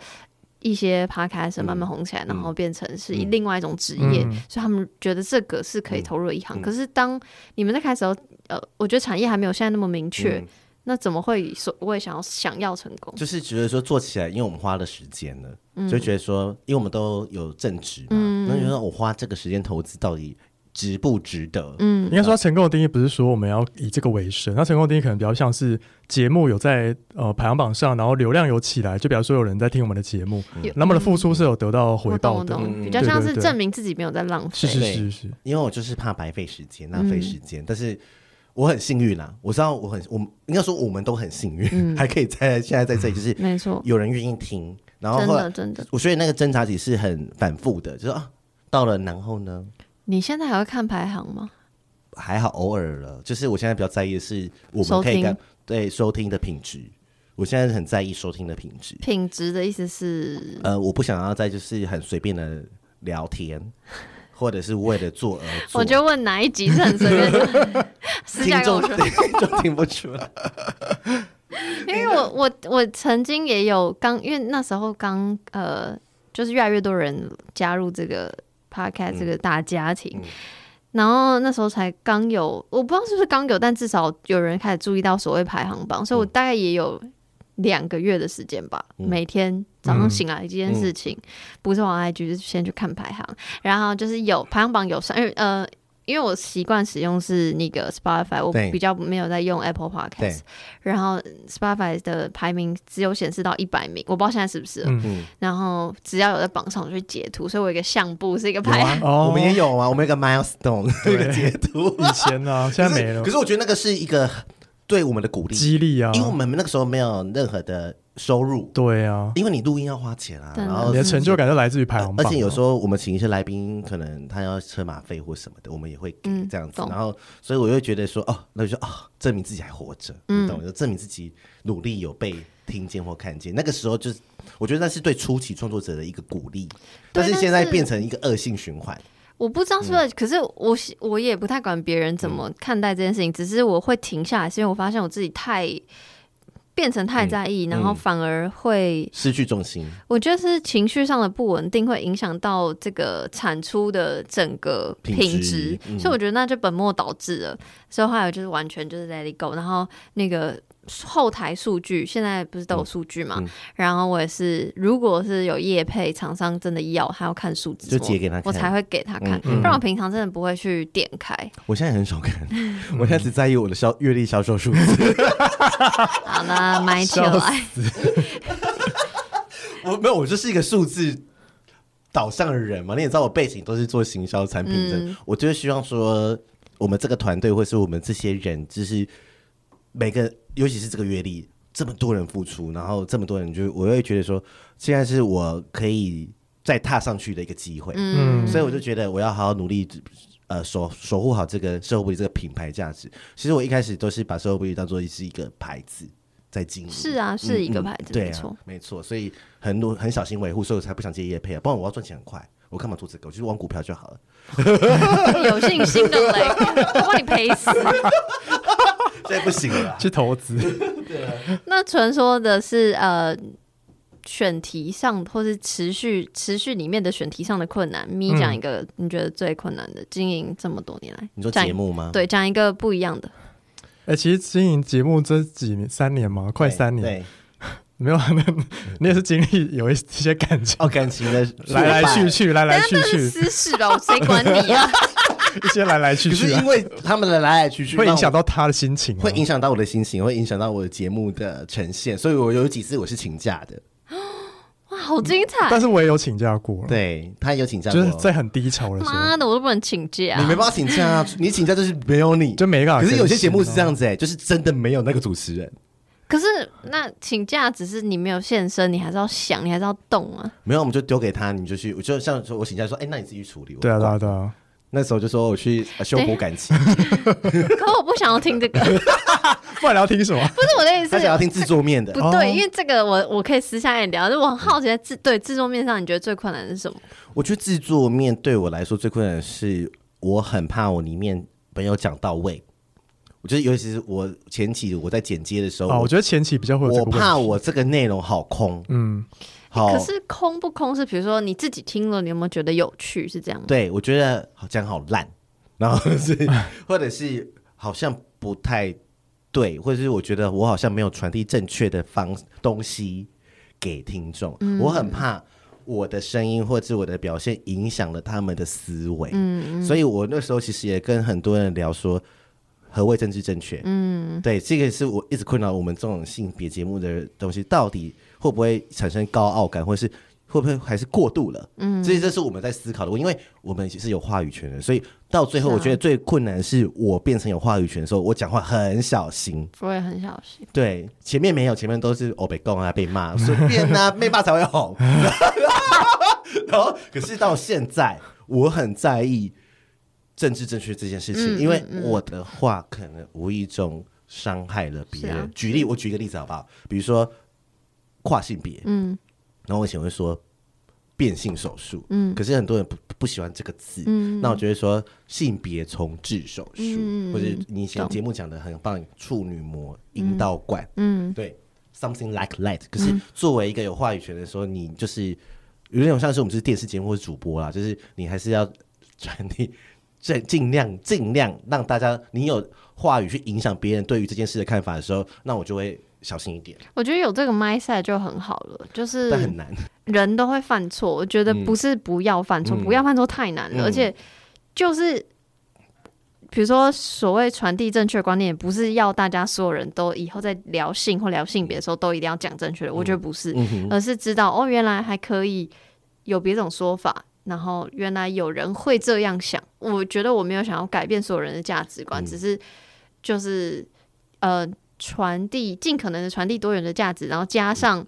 [SPEAKER 1] 一些 p 开
[SPEAKER 2] 嗯
[SPEAKER 1] 始慢慢红起来，然后变成是一另外一种职业，
[SPEAKER 4] 嗯
[SPEAKER 1] 所以他们觉得这个是可
[SPEAKER 2] 嗯
[SPEAKER 1] 以投入的一行。可是当你们在开始的时候，呃，我觉得产业还没有现在那么明确，
[SPEAKER 2] 嗯
[SPEAKER 1] 那怎么会所谓想要想要成功？
[SPEAKER 2] 就是觉得说做起来，因为我们花了时间了，
[SPEAKER 1] 嗯
[SPEAKER 2] 就觉得说，因为我们都有正职嘛，那就说我花这个时间投资到底值不值得？
[SPEAKER 4] 应
[SPEAKER 2] 呃
[SPEAKER 4] 该说她成功的定义不是说我们要以这个为生，那成功的定义可能比较像是节目有在呃排行榜上，然后流量有起来，就比方说有人在听我们的节目，
[SPEAKER 1] 有
[SPEAKER 4] 那么的付出是有得到回
[SPEAKER 1] 我懂
[SPEAKER 4] 报
[SPEAKER 1] 我
[SPEAKER 4] 的，
[SPEAKER 1] 懂，
[SPEAKER 2] 嗯
[SPEAKER 1] 比较像
[SPEAKER 4] 对
[SPEAKER 1] 是
[SPEAKER 4] 对对
[SPEAKER 1] 证明自己没有在浪费。
[SPEAKER 4] 是是
[SPEAKER 2] 对
[SPEAKER 4] 是是，
[SPEAKER 2] 因为我就是怕白费时间、浪
[SPEAKER 1] 嗯
[SPEAKER 2] 费时间，但是我很幸运啦，我知道我很，我应该说我们都很幸运，
[SPEAKER 1] 嗯
[SPEAKER 2] *laughs* 还可以在现在在这里，就是
[SPEAKER 1] 没错，
[SPEAKER 2] 有人愿意听，然后
[SPEAKER 1] 嗯真
[SPEAKER 2] 后来
[SPEAKER 1] 的真的。
[SPEAKER 2] 我觉得那个挣扎期是很反复的，就是啊，到了然后呢，
[SPEAKER 1] 你现在还会看排行吗？
[SPEAKER 2] 还好偶尔了，就是我现在比较在意的是我们可
[SPEAKER 1] 收
[SPEAKER 2] 以
[SPEAKER 1] 听
[SPEAKER 2] 干对收听的品质，我现在很在意收听的品质，
[SPEAKER 1] 品质的意思是，
[SPEAKER 2] 呃，我不想要再就是很随便的聊天，或者是为了做而做，
[SPEAKER 1] 我就问哪一集是很随
[SPEAKER 2] *laughs*
[SPEAKER 1] 便的，私
[SPEAKER 2] 听
[SPEAKER 1] 下跟
[SPEAKER 2] 众
[SPEAKER 1] 我说。
[SPEAKER 2] 对就听不出来。
[SPEAKER 1] 因为我我我曾经也有刚，因为那时候刚呃，就是越来越多人加入这个 podcast 这个大家庭，
[SPEAKER 2] 嗯
[SPEAKER 1] 然后那时候才刚有，我不知道是不是刚有，但至少有人开始注意到所谓排行榜，所以我大概也有两个月的时间吧，
[SPEAKER 2] 嗯
[SPEAKER 1] 每天早上醒来这件事情，不是往 IG 就是先去看排行，然后就是有排行榜有上，因为呃。因为我习惯使用是那个 Spotify，我
[SPEAKER 2] 对
[SPEAKER 1] 比较没有在用 Apple Podcast，
[SPEAKER 2] 对，
[SPEAKER 1] 然后 Spotify 的排名只有显示到一百名，我不知道现在是不是。
[SPEAKER 4] 嗯
[SPEAKER 2] 嗯，
[SPEAKER 1] 然后只要有在榜上，我就会截图，所以我有一个相簿是一个
[SPEAKER 2] *laughs* 有
[SPEAKER 1] 排
[SPEAKER 2] 啊
[SPEAKER 1] 行，，
[SPEAKER 4] 哦
[SPEAKER 2] 我们也有啊，我们有个 milestone 有
[SPEAKER 4] 对啊
[SPEAKER 2] 一个截图，
[SPEAKER 4] 以前呢、 *laughs* 现在没
[SPEAKER 2] *laughs* 可
[SPEAKER 4] 了
[SPEAKER 2] 是可，是我觉得那个是一个对我们的鼓励，
[SPEAKER 4] 激励啊
[SPEAKER 2] 因，为我们那个时候没有任何的收入，
[SPEAKER 4] 对啊，
[SPEAKER 2] 因为你录音要花钱啊，
[SPEAKER 1] 真的
[SPEAKER 2] 然后
[SPEAKER 4] 你的成就感就来自于排行
[SPEAKER 2] 而
[SPEAKER 4] 榜，
[SPEAKER 2] 且有时候我们请一些来宾，可能他要车马费或什么的，我们也会给
[SPEAKER 1] 嗯
[SPEAKER 2] 这样子。
[SPEAKER 1] 懂
[SPEAKER 2] 然后，所以我就觉得说，哦，那就说哦，证明自己还活着，
[SPEAKER 1] 嗯
[SPEAKER 2] 你懂？就证明自己努力有被听见或看见。那个时候就是，我觉得那是对初期创作者的一个鼓励，但是
[SPEAKER 1] 但
[SPEAKER 2] 现在
[SPEAKER 1] 是
[SPEAKER 2] 变成一个恶性循环。
[SPEAKER 1] 我不知道是不是。
[SPEAKER 2] 嗯
[SPEAKER 1] 可是我喜我也不太管别人怎么看待这件事情，只是我会停下来，是因为我发现我自己太变成
[SPEAKER 2] 嗯
[SPEAKER 1] 太在意，然后反而会，
[SPEAKER 2] 失去重心，
[SPEAKER 1] 我觉得是情绪上的不稳定，会影响到这个产出的整个
[SPEAKER 2] 品
[SPEAKER 1] 品
[SPEAKER 2] 质
[SPEAKER 1] 质，
[SPEAKER 2] 嗯
[SPEAKER 1] 所以我觉得那就本末倒置了。所以后来我就是完全就是 let it go，然后那个后台数据，现在不是都有数据嘛？
[SPEAKER 2] 嗯嗯
[SPEAKER 1] 然后我也是，如果是有业配厂商真的要，他要看数字，
[SPEAKER 2] 就截给他看
[SPEAKER 1] 我才会给他看，
[SPEAKER 2] 嗯
[SPEAKER 1] 不然我平常真的不会去点开。
[SPEAKER 2] 我现在很少看，我现在只在意我的销月历销售数字。
[SPEAKER 1] 好，那买起
[SPEAKER 4] 笑
[SPEAKER 1] 来。
[SPEAKER 2] *laughs* 我没有，我就是一个数字导向的人嘛。你也知道，我背景都是做行销产品的，
[SPEAKER 1] 嗯
[SPEAKER 2] 我就是希望说，我们这个团队或是我们这些人，就是每个，尤其是这个阅历，这么多人付出，然后这么多人就，我会觉得说，现在是我可以再踏上去的一个机会。
[SPEAKER 1] 嗯，
[SPEAKER 2] 所以我就觉得我要好好努力，呃，守守护好这个社会部里这个品牌价值。其实我一开始都是把社会部里当做是一个牌子在经营，
[SPEAKER 1] 是啊，是一个牌子，
[SPEAKER 2] 对、啊，
[SPEAKER 1] 没错。
[SPEAKER 2] 没错。所以很多很小心维护，所以我才不想接业配啊，不然我要赚钱很快。我干嘛做这个？我就是玩股票就好了。
[SPEAKER 1] 有信心的嘞，我把你赔死。
[SPEAKER 2] 现在不
[SPEAKER 1] *laughs*
[SPEAKER 2] 行了啦
[SPEAKER 4] 去投资，
[SPEAKER 1] 那纯说的是呃，选题上或是持续持续里面的选题上的困难。咪讲一个你觉得最困难的，经营这么多年来，
[SPEAKER 2] 嗯你说
[SPEAKER 1] 讲
[SPEAKER 2] 节目吗？
[SPEAKER 1] 对，讲一个不一样的。
[SPEAKER 4] 哎、 *laughs* 其实经营节目这几年三年嘛，快
[SPEAKER 2] 对，
[SPEAKER 4] 三年，
[SPEAKER 2] 对
[SPEAKER 4] 没有，那 *laughs* 你也是经历有一些感情，
[SPEAKER 2] 哦，感情的
[SPEAKER 4] 来来去
[SPEAKER 2] 去。
[SPEAKER 4] 去，来来
[SPEAKER 1] 但
[SPEAKER 4] 去
[SPEAKER 1] 那是
[SPEAKER 4] 去，
[SPEAKER 1] 私事吧，我谁管你啊？
[SPEAKER 4] *laughs* 一些来来去
[SPEAKER 2] 可是
[SPEAKER 4] 去、啊
[SPEAKER 2] 因，为他们的来来去去，
[SPEAKER 4] 会
[SPEAKER 2] 让
[SPEAKER 4] 影
[SPEAKER 2] 我
[SPEAKER 4] 响到他的心情、啊，
[SPEAKER 2] 会影响到我的心情，会影响到我的节目的呈现，所以我有几次我是请假的。
[SPEAKER 1] *laughs* 哇，好精彩！啊
[SPEAKER 4] 但是我也有请假过了，
[SPEAKER 2] 对他有请假过，
[SPEAKER 4] 就是在很低潮的时候，
[SPEAKER 1] 妈的，我都不能请假、
[SPEAKER 2] 啊你没办法请
[SPEAKER 1] *laughs*
[SPEAKER 2] 假啊，你请假就是没有你。
[SPEAKER 4] 就没办法
[SPEAKER 2] 可
[SPEAKER 4] 更新啊。
[SPEAKER 2] 是有些节目是这样
[SPEAKER 4] 啊
[SPEAKER 2] 子哎、就是真的没有那个主持人，
[SPEAKER 1] 可是那请假只是你没有现身，你还是要想，你还是要动啊。
[SPEAKER 2] 没有我们就丢给他，你就去。我就像说我请假说，哎、那你自己去处理。我
[SPEAKER 4] 对啊，
[SPEAKER 2] 不
[SPEAKER 4] 对
[SPEAKER 2] 管
[SPEAKER 4] 啊，对啊，
[SPEAKER 2] 那时候就说我去、
[SPEAKER 1] 啊
[SPEAKER 2] 呃修补感
[SPEAKER 1] *laughs*
[SPEAKER 2] 情，
[SPEAKER 1] 可我不想要听这
[SPEAKER 2] *laughs*
[SPEAKER 1] 个，不
[SPEAKER 4] 不然你要听什么？
[SPEAKER 1] 是我的意思
[SPEAKER 2] 他想。要听制作面的
[SPEAKER 1] 不。
[SPEAKER 4] 哦
[SPEAKER 1] 对，因为这个我我可以私下跟你聊，就我很好奇在制对制作面上，你觉得最困难的是什么？
[SPEAKER 2] 我觉得制作面对我来说最困难的是，我很怕我里面没有讲到位。我觉得尤其是我前期我在剪接的时候，
[SPEAKER 4] 啊，我
[SPEAKER 2] 哦我
[SPEAKER 4] 觉得前期比较会有这个
[SPEAKER 2] 我
[SPEAKER 4] 问题
[SPEAKER 2] 怕我这个内容好空，
[SPEAKER 4] 嗯，
[SPEAKER 2] 好
[SPEAKER 1] 可是空不空是，比如说你自己听了，你有没有觉得有趣？是这样吗？
[SPEAKER 2] 对，我觉得好讲好烂，然后是或者是好像不太对，或者是我觉得我好像没有传递正确的方东西给听众，我很怕。我的声音或者我的表现影响了他们的思维，所以我那时候其实也跟很多人聊说，何谓政治正确？嗯，对，这个是我一直困扰我们这种性别节目的东西，到底会不会产生高傲感，或是会不会还是过度了？嗯，所以这是我们在思考的，因为我们是有话语权的，所以到最后
[SPEAKER 1] 是啊
[SPEAKER 2] 我觉得最困难的是我变成有话语权的时候，我讲话很小心。
[SPEAKER 1] 我也很小心。
[SPEAKER 2] 对，前面没有，前面都是我被供啊，被骂，随便啊，被骂才会红。 *laughs* 然后，可是到现在，我很在意政治正确这件事情，
[SPEAKER 1] 嗯
[SPEAKER 2] 因为
[SPEAKER 1] 嗯嗯
[SPEAKER 2] 我的话可能无意中伤害了别人。
[SPEAKER 1] 是啊
[SPEAKER 2] 举例，我举一个例子好不好？比如说跨性别，
[SPEAKER 1] 嗯
[SPEAKER 2] 然后我以前会说变性手术，
[SPEAKER 1] 嗯
[SPEAKER 2] 可是很多人不不喜欢这个字，
[SPEAKER 1] 嗯
[SPEAKER 2] 那我就会说性别重置手术，
[SPEAKER 1] 嗯嗯嗯
[SPEAKER 2] 或者你以前
[SPEAKER 1] 懂
[SPEAKER 2] 节目讲的很棒，处女膜、阴道管，
[SPEAKER 1] 嗯，
[SPEAKER 2] 对，something like that。可是作为一个有话语权的时候，你就是有点像是我们是电视节目或是主播啦，就是你还是要传递。 *laughs* 尽尽量尽量让大家，你有话语去影响别人对于这件事的看法的时候，那我就会小心一点，
[SPEAKER 1] 我觉得有这个 mindset 就很好了，就是
[SPEAKER 2] 但很难。
[SPEAKER 1] 人都会犯错，我觉得不是不要犯错，
[SPEAKER 2] 嗯
[SPEAKER 1] 不要犯错太难了，
[SPEAKER 2] 嗯
[SPEAKER 1] 而且就是。比如说，所谓传递正确观念，也不是要大家所有人都以后在聊性或聊性别的时候都一定要讲正确的，我觉得不是，
[SPEAKER 2] 嗯哼，
[SPEAKER 1] 而是知道哦，原来还可以有别种说法，然后原来有人会这样想。我觉得我没有想要改变所有人的价值观，
[SPEAKER 2] 嗯
[SPEAKER 1] 只是就是呃传递尽可能的传递多元的价值，然后加上。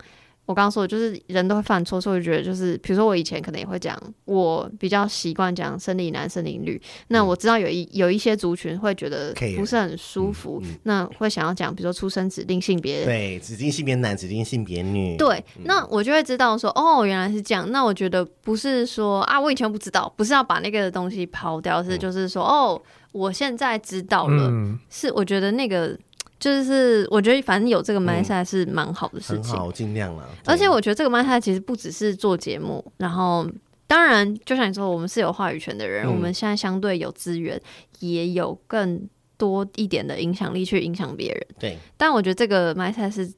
[SPEAKER 1] 我刚刚说的就是人都会犯错，所以我觉得就是，比如说我以前可能也会讲，我比较习惯讲生理男、生理女。那我知道有一有一些族群会觉得
[SPEAKER 2] Care
[SPEAKER 1] 不是很舒服，
[SPEAKER 2] 嗯嗯嗯
[SPEAKER 1] 那会想要讲，比如说出生指定性别
[SPEAKER 2] 对，指定性别男，指定性别女，
[SPEAKER 1] 对，
[SPEAKER 2] 嗯
[SPEAKER 1] 那我就会知道说，哦，原来是这样。那我觉得不是说啊，我以前不知道，不是要把那个东西抛掉，
[SPEAKER 2] 嗯
[SPEAKER 1] 是就是说，哦，我现在知道了。
[SPEAKER 4] 嗯，
[SPEAKER 1] 是我觉得那个就是，我觉得反正有这个 mindset 是蛮好的事
[SPEAKER 2] 嗯很
[SPEAKER 1] 情。
[SPEAKER 2] 好，尽量了。
[SPEAKER 1] 而且我觉得这个 mindset 其实不只是做节目，然后当然就像你说，我们是有话语权的人，
[SPEAKER 2] 嗯
[SPEAKER 1] 我们现在相对有资源，也有更多一点的影响力去影响别人。
[SPEAKER 2] 对，
[SPEAKER 1] 但我觉得这个 mindset 是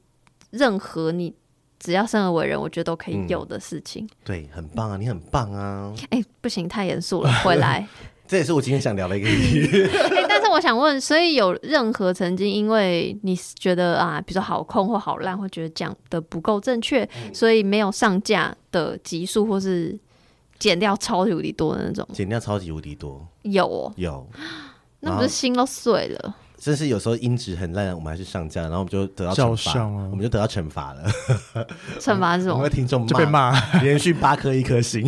[SPEAKER 1] 任何你只要生而为人，我觉得都可
[SPEAKER 2] 嗯
[SPEAKER 1] 以有的事情。
[SPEAKER 2] 对，很棒啊，你很棒啊，
[SPEAKER 1] 哎、不行，太严肃了，回
[SPEAKER 2] *laughs*
[SPEAKER 1] 来。
[SPEAKER 2] 这也是我今天想聊的一个议
[SPEAKER 1] *laughs*
[SPEAKER 2] 题。
[SPEAKER 1] 哎、但是我想问，所以有任何曾经因为你觉得啊，比如说好控或好烂，或觉得讲的不够正确，
[SPEAKER 2] 嗯
[SPEAKER 1] 所以没有上架的集数，或是减掉超级无敌多的那种，
[SPEAKER 2] 减掉超级无敌多，
[SPEAKER 1] 有哦，
[SPEAKER 2] 有，
[SPEAKER 1] 那不
[SPEAKER 2] 啊
[SPEAKER 1] 是心都碎了？
[SPEAKER 2] 真是有时候音质很烂，我们还是上架，然后我们就得到
[SPEAKER 4] 照
[SPEAKER 2] 惩罚，
[SPEAKER 4] 上啊
[SPEAKER 2] 我们就得到惩罚了，
[SPEAKER 1] 惩罚这
[SPEAKER 2] 因
[SPEAKER 1] 种
[SPEAKER 2] 为听众
[SPEAKER 4] 就被，骂。
[SPEAKER 2] 连续八颗一颗星，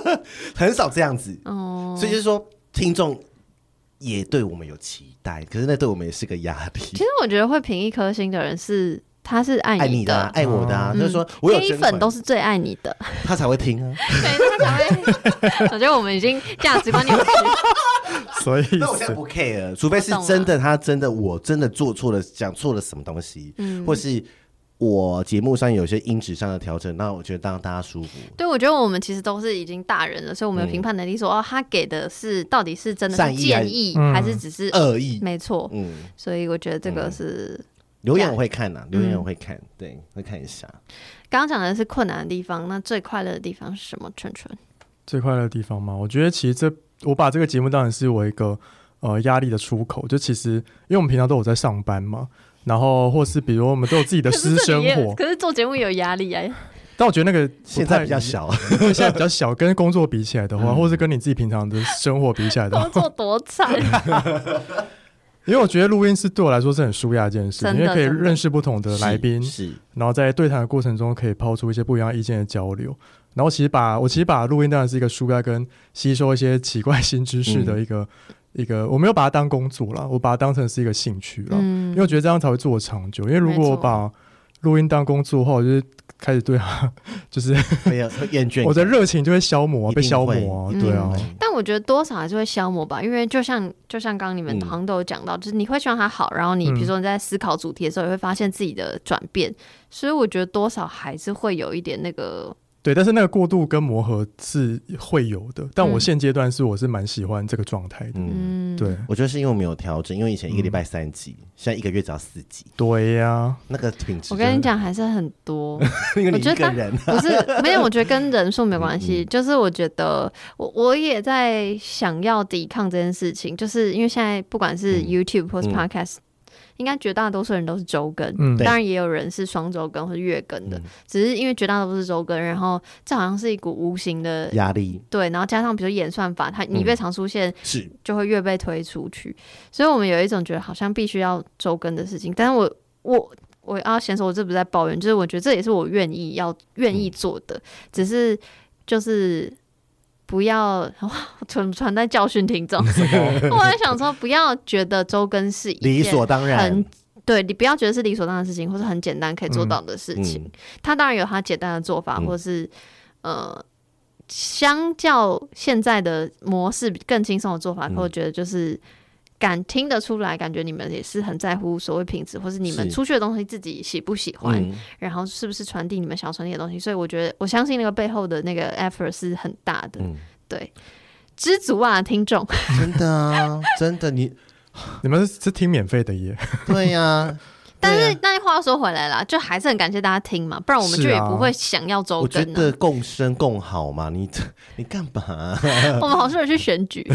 [SPEAKER 2] *laughs* 很少这样子，
[SPEAKER 1] 哦，
[SPEAKER 2] 所以就是说听众也对我们有期待，可是那对我们也是个压力。
[SPEAKER 1] 其实我觉得会评一颗星的人是他是爱
[SPEAKER 2] 爱你的
[SPEAKER 1] 的，
[SPEAKER 2] 啊、爱我的、啊，就是说我有
[SPEAKER 1] 嗯黑
[SPEAKER 2] 捐
[SPEAKER 1] 粉
[SPEAKER 2] 款
[SPEAKER 1] 都是最爱你的，
[SPEAKER 2] 他才会听啊。
[SPEAKER 1] 对，他才会。 *laughs* 我觉得我们已经价值观 *laughs* 扭曲，
[SPEAKER 4] *laughs* 所以
[SPEAKER 2] 那我现在不 care，除非是真的，他真的我真的做错了，讲错了什么东西，
[SPEAKER 1] 嗯
[SPEAKER 2] 或是我节目上有些音质上的调整，那我觉得让大家舒服。
[SPEAKER 1] 对，我觉得我们其实都是已经大人了，所以我们有评判能力说，哦，他给的是到底是真的
[SPEAKER 2] 善
[SPEAKER 1] 是
[SPEAKER 2] 意
[SPEAKER 1] 建议，
[SPEAKER 4] 还
[SPEAKER 1] 还
[SPEAKER 4] 是
[SPEAKER 1] 是只是、
[SPEAKER 2] 恶意，
[SPEAKER 1] 没错？
[SPEAKER 2] 嗯，
[SPEAKER 1] 所以我觉得这个是
[SPEAKER 2] 留言我会看呐、留言我会看，对，会看一下。
[SPEAKER 1] 刚刚讲的是困难的地方，那最快乐的地方是什么？春春，
[SPEAKER 4] 最快乐的地方吗？我觉得其实这我把这个节目当然是我一个呃压力的出口，就其实因为我们平常都有在上班嘛，然后或是比如我们都有
[SPEAKER 2] *laughs*
[SPEAKER 4] 自己的私生
[SPEAKER 1] 可是这里也
[SPEAKER 4] 活，
[SPEAKER 1] 可是做节目也有压力哎、
[SPEAKER 4] 但我觉得那个不
[SPEAKER 2] 现
[SPEAKER 4] 太
[SPEAKER 2] 在比较，小，
[SPEAKER 4] 对现在比较小，跟工作比起来的话，或是跟你自己平常的生活比起来的
[SPEAKER 1] 工
[SPEAKER 4] 话，
[SPEAKER 1] 作多惨，啊
[SPEAKER 4] 因为我觉得录音是对我来说是很舒压的一件事，
[SPEAKER 1] 真
[SPEAKER 4] 因
[SPEAKER 1] 的
[SPEAKER 4] 为可以
[SPEAKER 1] 真的
[SPEAKER 4] 认识不同的来宾，
[SPEAKER 2] 是
[SPEAKER 4] 然后在对谈的过程中可以抛出一些不一样意见的交流。然后其实把我其实把录音当然是一个舒压跟吸收一些奇怪新知识的一个、一个，我没有把它当工作啦，我把它当成是一个兴趣啦，
[SPEAKER 1] 嗯
[SPEAKER 4] 因为，我觉得这样才会做得长久。因为如果我把录音当工作的话，我就是开始对它 *laughs* 就是
[SPEAKER 2] 没有会厌倦。
[SPEAKER 4] 我的热情就会消磨、啊，
[SPEAKER 2] 一定
[SPEAKER 4] 被消磨、啊，
[SPEAKER 1] 会
[SPEAKER 4] 对啊。
[SPEAKER 2] 嗯
[SPEAKER 1] 但我觉得多少还是会消磨吧，因为就像就像刚刚你们
[SPEAKER 2] 嗯
[SPEAKER 1] 好像都有讲到，就是你会希望它好，然后你
[SPEAKER 4] 嗯
[SPEAKER 1] 比如说你在思考主题的时候，也会发现自己的转变，所以我觉得多少还是会有一点那个，
[SPEAKER 4] 对，但是那个过渡跟磨合是会有的，但我
[SPEAKER 1] 嗯
[SPEAKER 4] 现阶段是我是蛮喜欢这个状态的，
[SPEAKER 2] 嗯，
[SPEAKER 1] 嗯，
[SPEAKER 4] 对
[SPEAKER 2] 我觉得是因为我们有调整，因为以前一个礼拜三集，现在一个月只要四集，
[SPEAKER 4] 对呀、
[SPEAKER 2] 那个品质。
[SPEAKER 1] 我跟你，讲还是很多，
[SPEAKER 2] 因为你
[SPEAKER 1] 我觉得
[SPEAKER 2] 一个
[SPEAKER 1] 大
[SPEAKER 2] 人，
[SPEAKER 1] 不是没有，我觉得跟人数没有关系，就是我觉得我我也在想要抵抗这件事情，就是因为现在不管是
[SPEAKER 2] 嗯
[SPEAKER 1] YouTube 或是
[SPEAKER 2] 嗯
[SPEAKER 1] Podcast，、应该绝大多数人都是周更，
[SPEAKER 4] 嗯，
[SPEAKER 2] 对
[SPEAKER 1] 当然也有人是双周更或是月更的，
[SPEAKER 2] 嗯
[SPEAKER 1] 只是因为绝大多数是周更，然后这好像是一股无形的
[SPEAKER 2] 压力
[SPEAKER 1] 对，然后加上比如演算法，它你
[SPEAKER 2] 嗯
[SPEAKER 1] 越常出现，
[SPEAKER 2] 是
[SPEAKER 1] 就会越被推出去，所以我们有一种觉得好像必须要周更的事情，但是我我。我要先说，我这不是在抱怨，就是我觉得这也是我愿意要愿
[SPEAKER 2] 嗯
[SPEAKER 1] 意做的，只是就是不要哇，传传在教训听
[SPEAKER 2] *laughs*
[SPEAKER 1] 众。我在想说，不要觉得周更是一
[SPEAKER 2] 理
[SPEAKER 1] 件
[SPEAKER 2] 所当然
[SPEAKER 1] 很。对你不要觉得是理所当然的事情，或是很简单可以做到的事情。
[SPEAKER 2] 嗯
[SPEAKER 1] 它当然有它简单的做法，
[SPEAKER 2] 嗯
[SPEAKER 1] 或是呃，相较现在的模式更轻松的做法，
[SPEAKER 2] 嗯
[SPEAKER 1] 可我觉得就是敢听得出来，感觉你们也是很在乎所谓品质，或是你们
[SPEAKER 2] 是
[SPEAKER 1] 出去的东西自己喜不喜欢，
[SPEAKER 2] 嗯，
[SPEAKER 1] 然后是不是传递你们想传递的东西。所以我觉得，我相信那个背后的那个 effort 是很大的。
[SPEAKER 2] 嗯
[SPEAKER 1] 对，知足啊，听众，
[SPEAKER 2] *laughs* 真的啊，真的你
[SPEAKER 4] 你们是是听免费的耶， *laughs*
[SPEAKER 2] 对呀、
[SPEAKER 1] 但
[SPEAKER 2] 对
[SPEAKER 1] 是
[SPEAKER 2] 啊，
[SPEAKER 1] 那话又说回来啦，就还是很感谢大家听嘛，不然我们
[SPEAKER 4] 是
[SPEAKER 1] 就也
[SPEAKER 4] 啊
[SPEAKER 1] 不会想要周
[SPEAKER 2] 我觉
[SPEAKER 1] 更、
[SPEAKER 2] 得
[SPEAKER 1] 啊。
[SPEAKER 2] 共生共好嘛，你你干嘛啊、
[SPEAKER 1] 我们好适合去选举，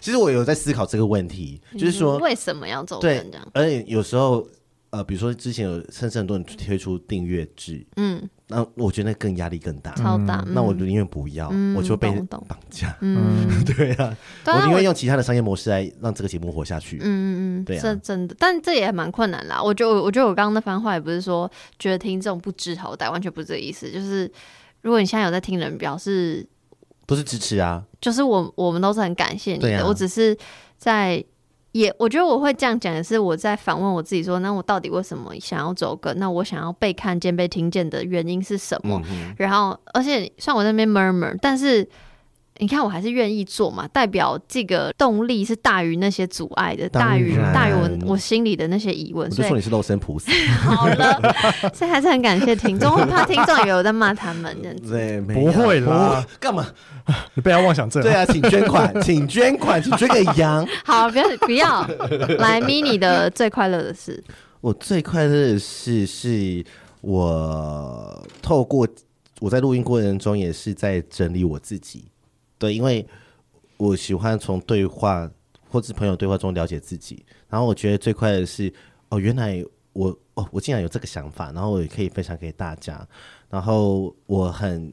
[SPEAKER 2] 其实我有在思考这个问题， *laughs* 就是说
[SPEAKER 1] 嗯，为什么要周更
[SPEAKER 2] 对
[SPEAKER 1] 这样？，
[SPEAKER 2] 而且有时候呃，比如说之前有甚至很多人推出订阅制，
[SPEAKER 1] 嗯，
[SPEAKER 2] 那我觉得那更压力更大。
[SPEAKER 1] 超大。嗯
[SPEAKER 2] 那我宁愿不要，
[SPEAKER 1] 嗯
[SPEAKER 2] 我就被
[SPEAKER 1] 懂懂
[SPEAKER 2] 绑架。
[SPEAKER 1] 嗯，
[SPEAKER 2] 对啊，
[SPEAKER 1] 对啊
[SPEAKER 2] 我宁
[SPEAKER 1] 我
[SPEAKER 2] 愿用其他的商业模式来让这个节目活下去。
[SPEAKER 1] 嗯嗯嗯，
[SPEAKER 2] 对啊
[SPEAKER 1] 这真的，但这也蛮困难啦。我觉得我，我觉得我刚刚那番话也不是说觉得听众不知好歹，完全不是这个意思。就是如果你现在有在听人，表示
[SPEAKER 2] 都是支持啊，
[SPEAKER 1] 就是我我们都是很感谢你
[SPEAKER 2] 对
[SPEAKER 1] 的。
[SPEAKER 2] 啊
[SPEAKER 1] 我只是在也，我觉得我会这样讲，也是我在反问我自己说，那我到底为什么想要走个？那我想要被看见、被听见的原因是什么？
[SPEAKER 2] 嗯哼，
[SPEAKER 1] 然后，而且虽然我在那边 murmur，但是你看我还是愿意做嘛，代表这个动力是大于那些阻碍的，
[SPEAKER 2] 当
[SPEAKER 1] 大于
[SPEAKER 2] 然
[SPEAKER 1] 大于我我心里的那些疑问，
[SPEAKER 2] 我就
[SPEAKER 1] 所以
[SPEAKER 2] 说你是肉身菩萨，
[SPEAKER 1] *laughs* 好
[SPEAKER 2] *laughs*
[SPEAKER 1] 了，所以还是很感谢听众，我很怕听众以为我在骂他们这样子。
[SPEAKER 2] 对，没
[SPEAKER 4] *laughs* 不
[SPEAKER 2] 有
[SPEAKER 4] 会啦，
[SPEAKER 2] 不 *laughs* 干嘛？
[SPEAKER 4] 你被他妄想症。
[SPEAKER 2] 对，啊，请捐
[SPEAKER 4] *laughs*
[SPEAKER 2] 款，请捐款，请捐给羊。
[SPEAKER 1] 好，不要不要，来 mini 的最快乐的事，
[SPEAKER 2] 我最快乐的事是我透过我在录音过程中也是在整理我自己，对，因为我喜欢从对话或是朋友对话中了解自己。然后我觉得最快乐的是，哦，原来我哦，我竟然有这个想法，然后我也可以分享给大家。然后我很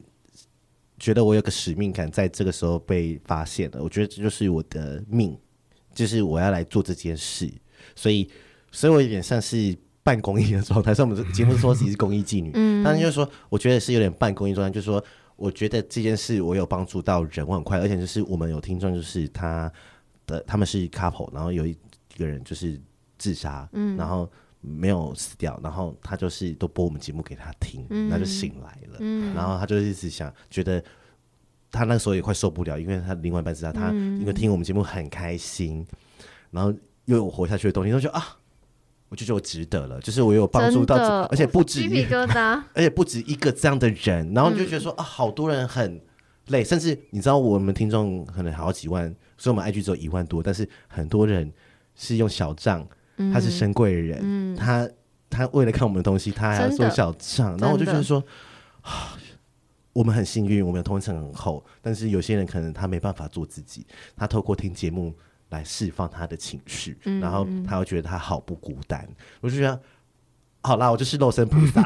[SPEAKER 2] 觉得我有个使命感，在这个时候被发现了。我觉得这就是我的命，就是我要来做这件事，所以。所以我有点像是半公益的状态。所以我们节目说自己是公益妓女，嗯，但是就是说，我觉得是有点半公益状态，就是说，我觉得这件事我有帮助到人，我很快乐，而且就是我们有听众，就是他的他们是 couple，然后有一个人就是自杀，嗯，然后。没有死掉，然后他就是都播我们节目给他听，
[SPEAKER 1] 嗯
[SPEAKER 2] 他就醒来了，然后他就一直想，觉得他那时候也快受不了，因为他另外一半自杀，他
[SPEAKER 1] 嗯
[SPEAKER 2] 因为听我们节目很开心，然后又有活下去的动力，他就觉得啊，我就觉得我值得了，就是我有帮助
[SPEAKER 1] 真
[SPEAKER 2] 到，
[SPEAKER 1] 的，
[SPEAKER 2] 而且不止
[SPEAKER 1] 鸡
[SPEAKER 2] 一
[SPEAKER 1] 皮疙瘩。
[SPEAKER 2] 而且不止一个这样的人，然后你就觉得
[SPEAKER 1] 嗯
[SPEAKER 2] 说、啊，好多人很累，甚至你知道我们听众可能好几万，所以我们 IG 只有一万多，但是很多人是用小账，他是深贵人，
[SPEAKER 1] 嗯
[SPEAKER 2] 他他为了看我们的东西，他还要
[SPEAKER 1] 真
[SPEAKER 2] 做
[SPEAKER 1] 的
[SPEAKER 2] 小账，然后我就觉得
[SPEAKER 1] 真的
[SPEAKER 2] 说。啊我们很幸运，我们的同温层很厚，但是有些人可能他没办法做自己，他透过听节目来释放他的情绪，
[SPEAKER 1] 嗯
[SPEAKER 2] 然后他又觉得他好不孤单。我就觉得，好啦，我就是肉身菩萨，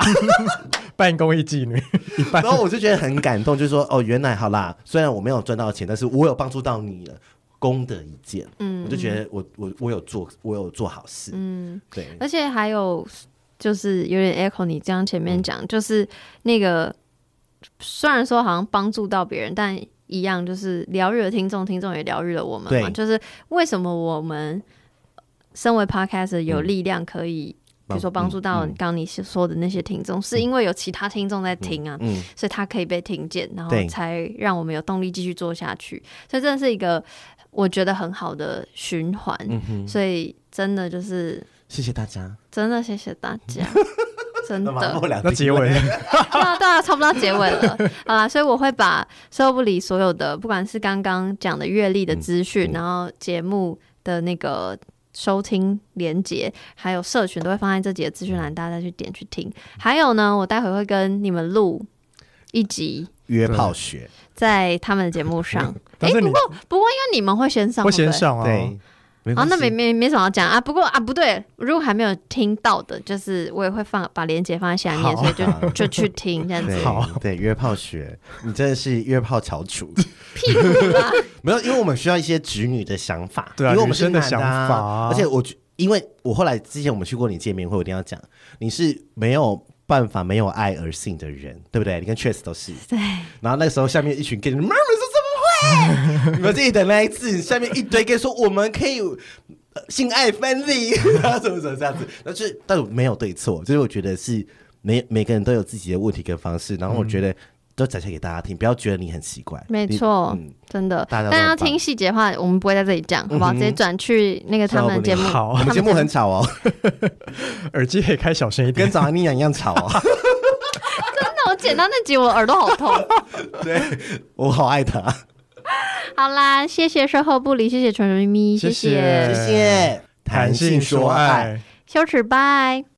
[SPEAKER 4] 半公益妓女，一半
[SPEAKER 2] 然后我就觉得很感动，就是说哦，原来好啦，虽然我没有赚到钱，但是我有帮助到你了，功德一件。嗯，我就觉得我我我有做，我有做好事。嗯，对，
[SPEAKER 1] 而且还有就是有点 echo 你这样前
[SPEAKER 2] 嗯
[SPEAKER 1] 面讲，就是那个虽然说好像帮助到别人，但一样就是疗愈了听众，听众也疗愈了我们嘛。
[SPEAKER 2] 对
[SPEAKER 1] 就是为什么我们身为 podcast 有力量可以、比如说帮助到
[SPEAKER 2] 嗯
[SPEAKER 1] 刚刚你说的那些听众，是因为有其他听众在听啊，
[SPEAKER 2] 嗯，
[SPEAKER 1] 所以他可以被听见，然后
[SPEAKER 2] 对
[SPEAKER 1] 才让我们有动力继续做下去。所以真的是一个我觉得很好的循环。
[SPEAKER 2] 嗯
[SPEAKER 1] 所以真的就是
[SPEAKER 2] 谢谢大家。
[SPEAKER 1] 真的谢谢大
[SPEAKER 4] *laughs*
[SPEAKER 1] 家，真
[SPEAKER 2] 那马
[SPEAKER 1] 的
[SPEAKER 2] 后。两
[SPEAKER 4] 那结尾，
[SPEAKER 1] 好啦，对啊，差不多结尾
[SPEAKER 4] *laughs*
[SPEAKER 1] 了。好啦，所以我会把收不里所有的，不管是刚刚讲的阅历的资讯，
[SPEAKER 2] 嗯嗯
[SPEAKER 1] 然后节目的那个。收听连接，还有社群都会放在这几个资讯栏，大家再去点去听。还有呢，我待会会跟你们录一集，
[SPEAKER 2] 约炮学，
[SPEAKER 1] 在他们的节目上。
[SPEAKER 4] *laughs* 但是你
[SPEAKER 1] 不过因为你们会先上，
[SPEAKER 4] 会先
[SPEAKER 1] 对不对。
[SPEAKER 4] 上啊，
[SPEAKER 2] 对，没
[SPEAKER 1] 好、
[SPEAKER 2] 关系
[SPEAKER 1] 哦那没没没什么要讲啊。不过啊，不对，如果还没有听到的，就是我也会放把链接放在下
[SPEAKER 4] 好
[SPEAKER 1] 面，所以
[SPEAKER 2] *laughs*
[SPEAKER 1] 就就去听这样子。
[SPEAKER 2] 对
[SPEAKER 4] 好
[SPEAKER 2] 对约炮学，你真的是约炮翘楚。
[SPEAKER 1] 屁股啦，
[SPEAKER 2] 没有，因为我们需要一些直女的想法，
[SPEAKER 4] 对啊
[SPEAKER 2] 因为我们是
[SPEAKER 4] 女生的
[SPEAKER 2] 男啊
[SPEAKER 4] 想法啊
[SPEAKER 2] 而且我觉，因为我后来之前我们去过你见面会，我一定要讲，你是没有办法没有爱而性的人，对不对？你跟 Chess 都是。
[SPEAKER 1] *laughs* 对，
[SPEAKER 2] 然后那个时候下面一群 gay，你们说怎么会？你们自己的那一次，下面一堆 gay 说我们可以。呃性爱分 *laughs* 离，然后怎么怎么这样子，然后就是，但我没有对错，就是我觉得是每每个人都有自己的问题跟方式，然后我觉得都展现给大家听，不要觉得你很奇怪，
[SPEAKER 1] 没
[SPEAKER 2] 你
[SPEAKER 1] 错，
[SPEAKER 2] 嗯
[SPEAKER 1] 真的。
[SPEAKER 2] 大家都
[SPEAKER 1] 但要
[SPEAKER 2] 很棒嗯
[SPEAKER 1] 听细节的话，我们不会在这里讲，好不好？直接转去那 *laughs* 个他们的
[SPEAKER 2] *laughs*
[SPEAKER 1] 节目。
[SPEAKER 4] 好
[SPEAKER 2] 我
[SPEAKER 1] 他
[SPEAKER 2] 们节目很吵哦， *laughs*
[SPEAKER 4] 耳机可以开小声一
[SPEAKER 2] 跟
[SPEAKER 4] 点。
[SPEAKER 2] 早安妮娘一样吵
[SPEAKER 1] *laughs*
[SPEAKER 2] 哦。
[SPEAKER 1] 那我剪到那集，我耳朵好痛。
[SPEAKER 2] 对，我好爱她，
[SPEAKER 1] 好啦，谢谢售后不理，谢谢纯纯咪咪，
[SPEAKER 4] 谢谢
[SPEAKER 1] 谢
[SPEAKER 2] 谢谢。
[SPEAKER 4] 谈性说爱。
[SPEAKER 1] 羞耻拜。